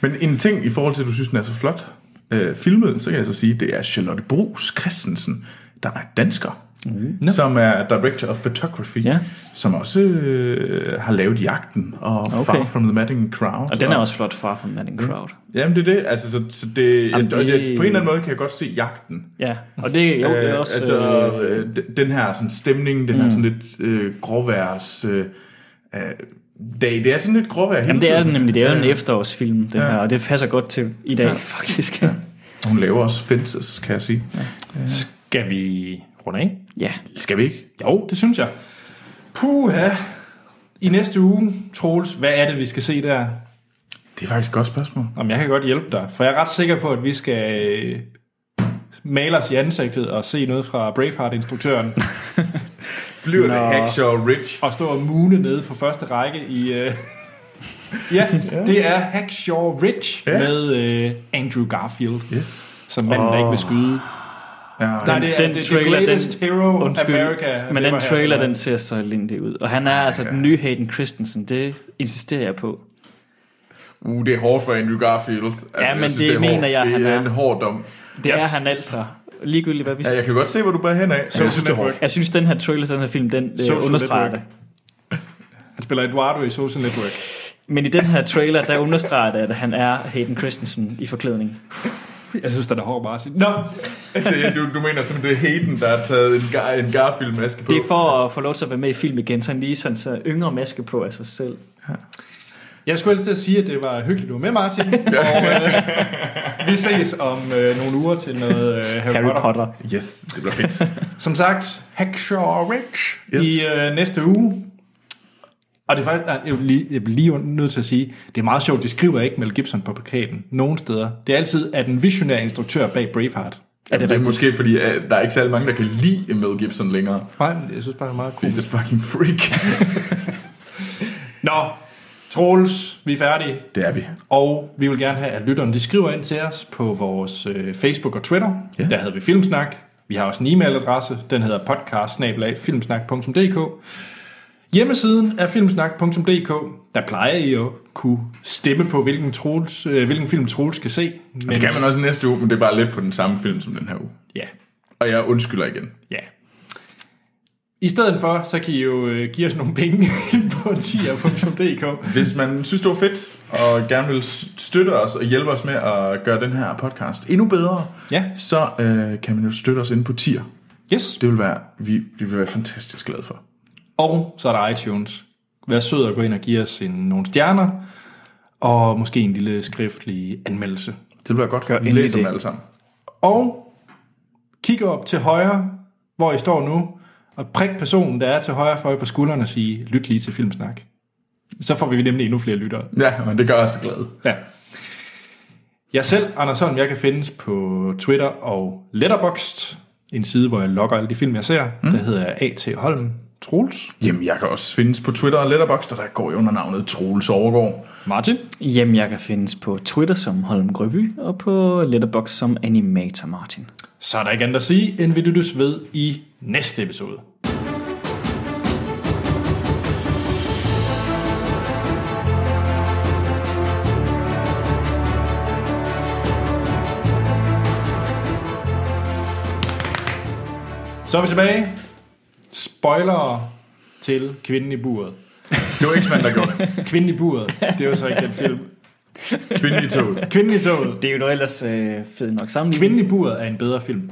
S2: Men en ting i forhold til, at du synes, den er så flot øh, filmet, så kan jeg så sige, det er Charlotte Brugs Christensen, der er dansker, mm. som er director of photography,
S3: Ja.
S2: som også øh, har lavet Jagten og okay. Far From the Madding Crowd.
S3: Og den er også flot far fra Manning Crowd.
S2: Jamen det er det, altså så, så det,
S3: Jamen,
S2: Jamen, det... Og
S3: det-
S2: jeg, på en eller anden måde kan jeg godt se Jagten.
S3: Ja, og det, jo, det er
S2: Øh,
S3: også...
S2: altså,
S3: øh, Mm.
S2: øh, d- den her sådan, stemning, den her sådan lidt øh, gråværs... Øh, øh, dag. Det er sådan lidt gråvejr hele
S3: Jamen det er
S2: tiden.
S3: den nemlig, det er jo en
S2: Øh,
S3: efterårsfilm, den her, og det passer godt til i dag, faktisk.
S2: Hun laver også fences, kan jeg sige.
S1: Skal vi runde af?
S3: Ja.
S2: Skal vi ikke?
S1: Jo, det synes jeg. Puha. I næste uge, Troels, hvad er det, vi skal se der?
S2: Det er faktisk et godt spørgsmål.
S1: Jamen, jeg kan godt hjælpe dig, for jeg er ret sikker på, at vi skal øh, male os i ansigtet og se noget fra Braveheart-instruktøren
S2: Bliver
S3: Nå.
S2: det Hacksaw Rich?
S1: og stå og mune nede på første række i... Øh, ja, det er Hackshaw Ridge
S2: Ja.
S1: ja. med øh, Andrew Garfield,
S2: Yes.
S1: som manden, oh. der ikke vil skyde.
S2: Ja,
S1: Nej, det er
S3: den
S1: den, det,
S3: trailer,
S1: trailer, the greatest den, hero
S3: Undskyld,
S1: America.
S3: men
S1: ever
S3: den
S1: had.
S3: trailer, den ser så elendig ud. Og han er altså den nye Hayden Christensen, det insisterer jeg på.
S2: uh, det er hårdt for Andrew Garfield. Altså,
S3: Ja, men
S2: synes,
S3: det
S2: er
S3: mener
S2: hårdt.
S3: jeg, han
S2: Det er
S3: er.
S2: en hård dom.
S3: Det
S2: Yes.
S3: er han altså. Ligegyldigt hvad vi
S2: Ja,
S3: siger.
S2: jeg kan godt se, hvor du bærer hen af. Så jeg synes, det er hårdt.
S3: Jeg synes, den her trailer til den her film, den øh,
S1: Social
S3: understreger det.
S1: Network. Han spiller Eduardo i Social Network.
S3: Men i den her trailer, der understreger det, at han er Hayden Christensen i forklædning.
S1: Jeg synes, den er hård bare at sige. Nå,
S2: Det, du, du mener simpelthen, det er Hayden, der har taget en, gar, en Garfield-maske på.
S3: Det er for at få lov til at være med i film igen, så han lige sådan så yngre maske på af sig selv.
S1: jeg skulle helst til at sige, at det var hyggeligt, du var med, Martin. og øh, vi ses om øh, nogle uger til noget øh, Harry,
S3: Harry
S1: Potter.
S3: Potter.
S2: Yes, det bliver fedt.
S1: Som sagt, Hackshaw Rich yes.
S2: Yes.
S1: i øh, næste uge. Og det er faktisk, nej, jeg er lige, jeg er lige nødt til at sige, det er meget sjovt, det skriver ikke Mel Gibson på plakaten nogen steder. Det er altid, at en visionær instruktør bag Braveheart.
S3: Er det
S2: det er
S3: rigtigt?
S2: måske fordi, at der er ikke særlig mange, der kan lide Mel Gibson længere.
S1: Nej, men jeg synes bare, det er meget cool.
S2: He's a fucking freak.
S1: Nå, Troels, vi er færdige.
S2: Det er vi.
S1: Og vi vil gerne have, at lytterne de skriver ind til os på vores øh, Facebook og Twitter.
S2: Ja.
S1: Der hedder vi Filmsnak. Vi har også en e-mailadresse. Den hedder podcast Hjemmesiden er filmsnak.dk. Der plejer I at kunne stemme på, hvilken, Troels, øh, hvilken film Troels skal se. Men,
S2: Det kan man også i næste uge, men det er bare lidt på den samme film som den her uge.
S1: Ja,
S2: Og jeg undskylder igen.
S1: ja. I stedet for, så kan I jo øh, give os nogle penge ind på tier.dk.
S2: Hvis man synes, det var fedt, og gerne vil støtte os og hjælpe os med at gøre den her podcast endnu bedre,
S1: Ja.
S2: så øh, kan man jo støtte os inde på tier.
S1: Yes.
S2: Det vil være, vi, vi vil være fantastisk glade for.
S1: Og så er der iTunes. Vær sød at gå ind og give os en, nogle stjerner, og måske en lille skriftlig anmeldelse.
S2: Det vil være godt. Gør vi
S3: endelig
S2: læser dem
S3: det.
S2: alle sammen.
S1: Og kig op til højre, hvor I står nu, og prik personen, der er til højre for jer på skulderen og sige, lyt lige til Filmsnak. Så får vi nemlig endnu flere lyttere.
S2: Ja, men det gør os glade.
S1: Ja. Jeg selv, Anders Holm, jeg kan findes på Twitter og Letterboxd, en side, hvor jeg logger alle de film, jeg ser. Mm. Der hedder jeg A.T. Holm Troels.
S2: Jamen, jeg kan også findes på Twitter og Letterboxd, og der går jeg under navnet Troels Overgaard.
S1: Martin.
S3: Jamen, jeg kan findes på Twitter som Holm Grøvy, og på Letterboxd som Animator Martin.
S1: Så er der ikke andet at sige, end vi lyttes ved i næste episode. Så er vi tilbage. Spoiler til Kvinden i buret.
S2: Det var ikke mand, der gjorde det.
S1: Kvinden i buret, det er jo så ikke den film.
S2: Kvinden i toget.
S1: Kvinden i toget.
S3: Det er jo noget ellers øh, fedt nok sammenligning.
S1: Kvinden i buret er en bedre film.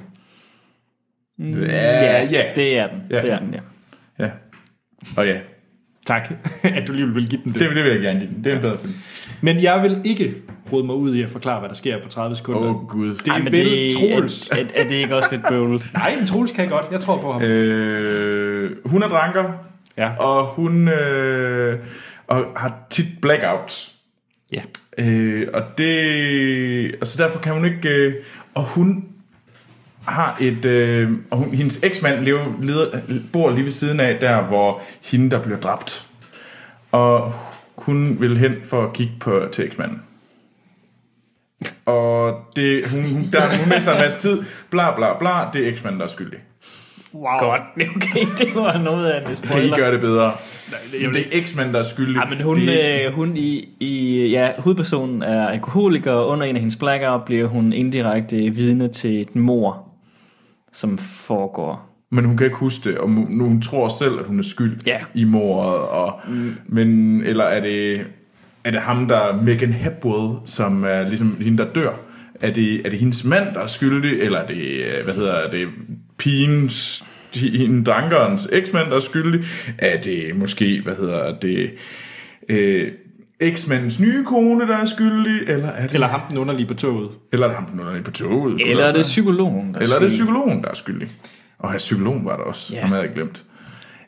S2: Ja, ja.
S3: Det er den.
S2: Ja.
S3: Mm. Ja. Det er den, ja.
S2: ja. Og ja,
S1: Tak, at du lige vil give den det.
S2: det, det vil jeg gerne give den. Det er en bedre film.
S1: Men jeg vil ikke rode mig ud i at forklare, hvad der sker på 30 sekunder.
S2: Åh, oh, Gud.
S1: Det
S3: Ej,
S1: er
S3: men
S1: vel
S3: det,
S1: Troels.
S3: Er, er, er det ikke også lidt bøvlet?
S1: Nej, men Troels kan godt. Jeg tror på ham.
S2: Øh, hun er dranker,
S1: Ja.
S2: og hun øh, og har tit blackouts.
S1: ja.
S2: Øh, og det... Og så derfor kan hun ikke... Øh, og hun har et... Øh, og hun, hendes eksmand lever, leder, bor lige ved siden af, der hvor hende, der bliver dræbt. Og hun vil hen for at kigge på, til eksmanden. Og det, hun, hun, der, hun mister en masse tid. Bla, bla, bla. Det er eksmanden, der er skyldig.
S3: Wow. Godt. Okay, det var noget af en
S2: Kan I
S3: spoiler.
S2: gøre det bedre? Nej, det er X-Men, der er skyldig.
S3: Ja, men hun,
S2: det, er-
S3: øh, hun i, i, ja, hovedpersonen er alkoholiker, og under en af hendes blackout bliver hun indirekte vidne til et mor, som foregår.
S2: men hun kan ikke huske det, og mu- nu hun tror selv, at hun er skyld
S3: Ja. Mm.
S2: i mordet. Og, Men, eller er det, er det ham, der Megan Hepworth, som er ligesom hende, der dør? Er det, er det hendes mand, der er skyldig, eller er det, øh, hvad hedder det, pigens, hende drankerens eksmand, der er skyldig? Er det måske, hvad hedder det, øh, X-mændens nye kone, der er skyldig, eller er det...
S1: Eller ham den underlige på toget.
S2: eller er det ham, den underlige på toget. kunne
S3: Eller
S2: også
S3: er det
S2: være.
S3: psykologen, der
S2: Eller er det
S3: skulle-
S2: psykologen, der er skyldig? Og her psykologen var der også,
S3: Ja.
S2: yeah. ham havde jeg glemt.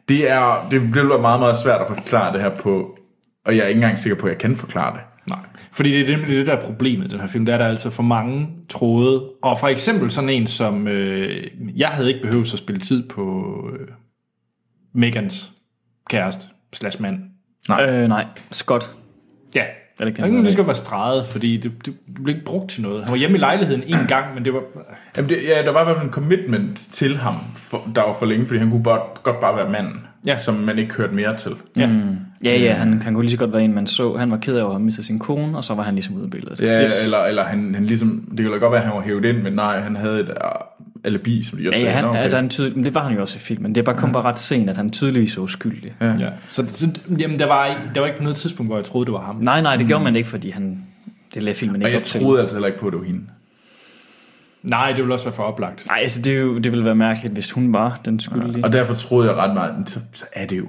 S2: Det, er, det bliver meget, meget svært at forklare det her på, og jeg er ikke engang sikker på, at jeg kan forklare det.
S1: Nej. Fordi det er nemlig det, der er problemet i den her film. Der er der altså for mange tråde. Og for eksempel sådan en som... Øh, jeg havde ikke behøvet at spille tid på øh, Megans kæreste slash mand.
S3: Øh, nej, Scott.
S1: Ja.
S3: Ja, det kan
S1: Han
S3: jeg
S1: kunne lige
S3: godt
S1: så godt være streget, fordi det, det blev ikke brugt til noget. Han var hjemme i lejligheden en gang, men det var...
S2: Jamen det, ja, der var i hvert fald en commitment til ham, for, der var for længe, fordi han kunne bare, godt bare være manden,
S1: Ja.
S2: som man ikke hørte mere til.
S1: Ja.
S3: Ja, ja, han, han kunne lige så godt være en, man så. Han var ked af at have mistet sin kone, og så var han ligesom ude af billedet.
S2: Ja, yes. eller, eller han, han ligesom, det kunne godt være, at han var hævet ind, men nej, han havde et uh, alibi, som de også
S3: Ja, ja
S2: sagde.
S3: han,
S2: Nå,
S3: okay. altså, han tydelig, men det var han jo også i filmen. Det er bare kom bare ret sent, at han tydeligvis var uskyldig. Ja.
S1: Ja. Så, så jamen, der, var, der var ikke på noget tidspunkt, hvor jeg troede, det var ham.
S3: Nej, nej, det gjorde man ikke, fordi han... Det lagde filmen
S2: Mm. og
S3: ikke op
S2: jeg
S3: til.
S2: troede altså heller ikke på, at det var hende.
S1: Nej, det ville også være for oplagt.
S3: Nej, altså det, er jo, det ville være mærkeligt, hvis hun var den skyldige.
S2: Og derfor troede jeg ret meget, men så, så er det jo.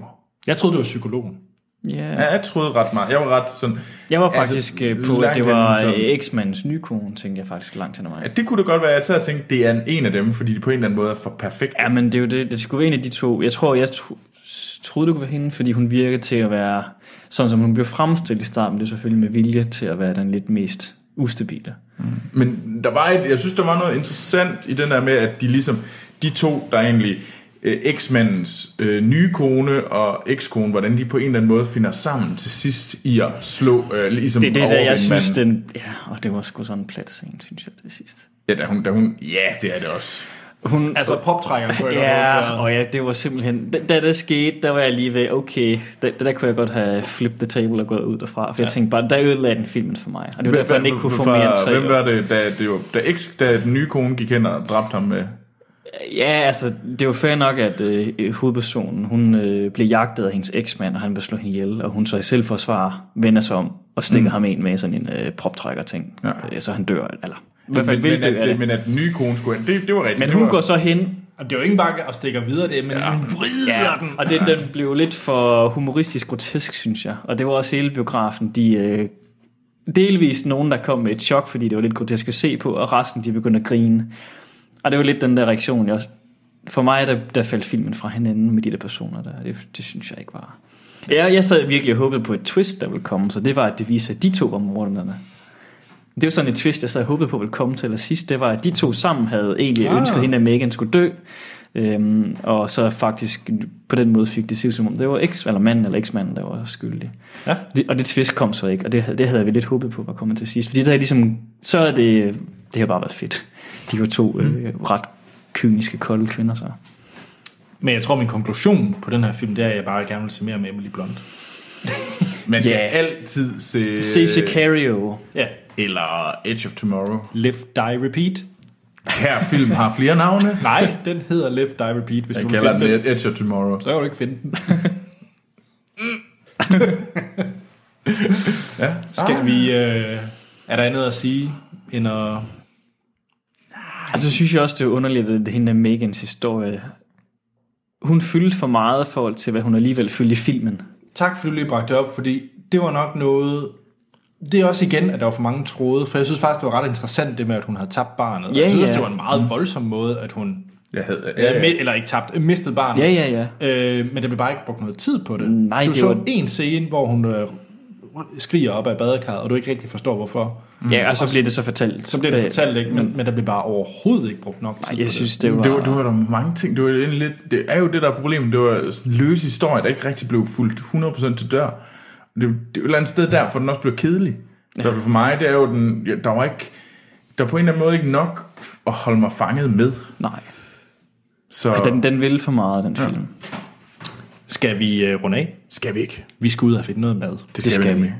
S1: Jeg troede, det var psykologen.
S3: Ja.
S2: Ja, jeg troede ret meget. Jeg var ret sådan,
S3: Jeg var
S2: Altså,
S3: faktisk altså, på, at
S2: langt
S3: det var
S2: inden sådan-
S3: øh, X-mandens nye kone, tænkte jeg faktisk langt hen ad vejen.
S2: at det kunne det godt være, at jeg sad og tænkte, det er en, en af dem, fordi de på en eller anden måde er for perfekt.
S3: Ja, men det er jo det. Det skulle være en af de to. Jeg tror, jeg tro, troede, det kunne være hende, fordi hun virkede til at være, sådan som hun blev fremstillet i starten, men det er selvfølgelig med vilje til at være den lidt mest ustabile.
S2: Men der var et, jeg synes, der var noget interessant i den der med, at de ligesom, de to, der egentlig, øh, eksmandens øh, nye kone og ekskone, hvordan de på en eller anden måde finder sammen til sidst i at slå, øh, ligesom
S3: Det er det, der,
S2: overvinde
S3: jeg synes,
S2: manden.
S3: den... Ja, og det var sgu sådan en plat scene, synes jeg, det sidste.
S2: Ja, da hun, da hun, ja, det er det også.
S3: Hun,
S1: Altså poptrækkeren kunne jeg godt
S3: Ja,
S1: have
S3: og ja, det var simpelthen... Da, da det skete, der var jeg lige ved, okay, da, da der kunne jeg godt have flipped the table og gået ud derfra. For ja. jeg tænkte bare, der ødelagde den filmen for mig. Og det var derfor, den ikke kunne få
S2: Fra-
S3: mere end tre
S2: Hvem var
S3: år.
S2: det, da, det var, da, eks, da den nye kone gik hen og dræbte ham med?
S3: Ja, altså, det var fair nok, at øh, hovedpersonen, hun øh, blev jagtet af hendes eksmand, og han blev slået hende ihjel, og hun så i selvforsvar vender sig om og stikker mm. ham ind med sådan en øh, proptrækker-ting.
S2: Ja.
S3: Øh, så han dør, eller... I
S2: Men,
S3: hvert fald
S2: men,
S3: vil
S2: men,
S3: dø af
S2: at, det,
S3: det.
S2: men at den nye kone skulle hen, det, det var rigtigt.
S3: Men
S2: det
S3: hun
S2: var,
S3: går så hen
S1: Og det er jo ikke bare at stikke videre det, men ligesom- ja. hun vrider ja. den.
S3: Og det, den blev lidt for humoristisk grotesk, synes jeg. Og det var også hele biografen, de... Øh, delvist nogen, der kom med et chok, fordi det var lidt grotesk at se på, og resten de begyndte at grine. Og det var lidt den der reaktion, jeg også... For mig, der, der faldt filmen fra hinanden med de der personer der. Det, det synes jeg ikke var... Jeg, jeg sad virkelig og håbede på et twist, der ville komme, så det var, at det viste, at de to var morderne. Det var sådan et twist, jeg sad og håbede på ville komme til allersidst. Det var, at de to sammen havde egentlig
S1: Ah.
S3: ah. ønsket hende, at Megan skulle dø. Øhm, og så faktisk på den måde fik det sig som om, det var eks eller manden eller eksmanden, der var skyldig.
S1: Ja.
S3: Det, og det twist kom så ikke, og det, havde- det havde vi lidt håbet på var kommet til sidst. Fordi der er ligesom, så er det, det har bare været fedt. De var to mm. øh, ret kyniske, kolde kvinder så.
S1: Men jeg tror, min konklusion på den her film, det er, at jeg bare gerne vil se mere med Emily Blunt.
S2: Man
S3: Ja.
S2: kan altid se...
S3: C.C. Cario.
S1: Ja.
S2: Eller Edge of Tomorrow.
S1: Live, Die, Repeat.
S2: Her film har flere navne.
S1: Nej, den hedder Live, Die, Repeat, hvis
S2: Jeg
S1: du vil
S2: kalder
S1: finde den.
S2: den Edge of Tomorrow.
S1: Så kan du ikke finde den.
S2: Ja.
S1: Skal vi... Øh, er der andet at sige, end at...
S3: Altså, synes jeg også, det er underligt, at hende af Megans historie, hun fyldte for meget i forhold til, hvad hun alligevel fyldte i filmen.
S1: Tak, fordi du lige bragte det op, fordi det var nok noget... Det er også igen, at der var for mange tråde, for jeg synes faktisk, det var ret interessant, det med, at hun havde tabt barnet.
S3: Ja,
S1: jeg synes,
S3: ja. Mm.
S1: det var en meget voldsom måde, at hun...
S2: Jeg havde,
S1: Ja,
S2: ja,
S1: mi- Eller ikke tabt, øh, mistet barnet.
S3: Ja, ja, ja.
S1: Øh, men der blev bare ikke brugt noget tid på det.
S3: Nej,
S1: du
S3: det
S1: så
S3: var-
S1: en scene, hvor hun øh, skriger op af badekarret, og du ikke rigtig forstår, hvorfor.
S3: Ja, og så bliver det så fortalt.
S1: Så bliver det
S3: bag-
S1: fortalt, ikke? Men, men der blev bare overhovedet ikke brugt nok tid
S3: mm. Nej,
S1: på
S3: jeg synes, det var...
S2: det var, det var der mange ting. Det, var egentlig lidt, det er jo det, der er problemet. Det var sådan en løs historie, der ikke rigtig blev fuldt 100% til dør. Det, det er jo et eller andet sted der, for den også blev kedelig. Ja. Der, for mig, det er jo den... Ja, der var ikke... Der er på en eller anden måde ikke nok at holde mig fanget med.
S3: Nej,
S2: Så
S3: den, den ville for meget, den film.
S1: det. Skal vi øh, runde af?
S2: skal vi ikke.
S1: Vi skal ud og finde noget mad.
S2: Det
S3: skal vi.
S2: nemlig.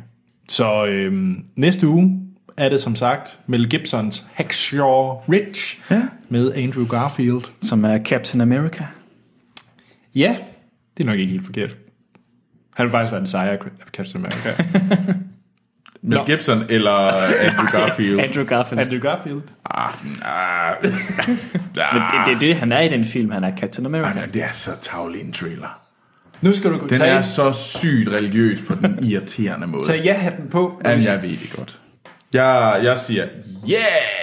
S1: Så øh, næste uge er det som sagt Mel Gibsons Hacksaw Ridge ja. med Andrew Garfield.
S3: Som er Captain America.
S1: Ja, det er nok ikke helt forkert. Han vil faktisk være den sejre af Captain America.
S2: Mel
S1: Nå.
S2: Gibson eller Andrew Garfield.
S3: Andrew Garfield.
S1: Andrew Garfield.
S2: ah, ah,
S3: Men det, det er det, han er i den film. Han er Captain America.
S2: ah, det er så tavlig en trailer.
S1: Nu skal du
S2: Den
S1: tage,
S2: er så sygt religiøs på den irriterende måde.
S1: tage ja-hatten på.
S2: Jamen, jeg ved det godt. Jeg, jeg siger, yeah!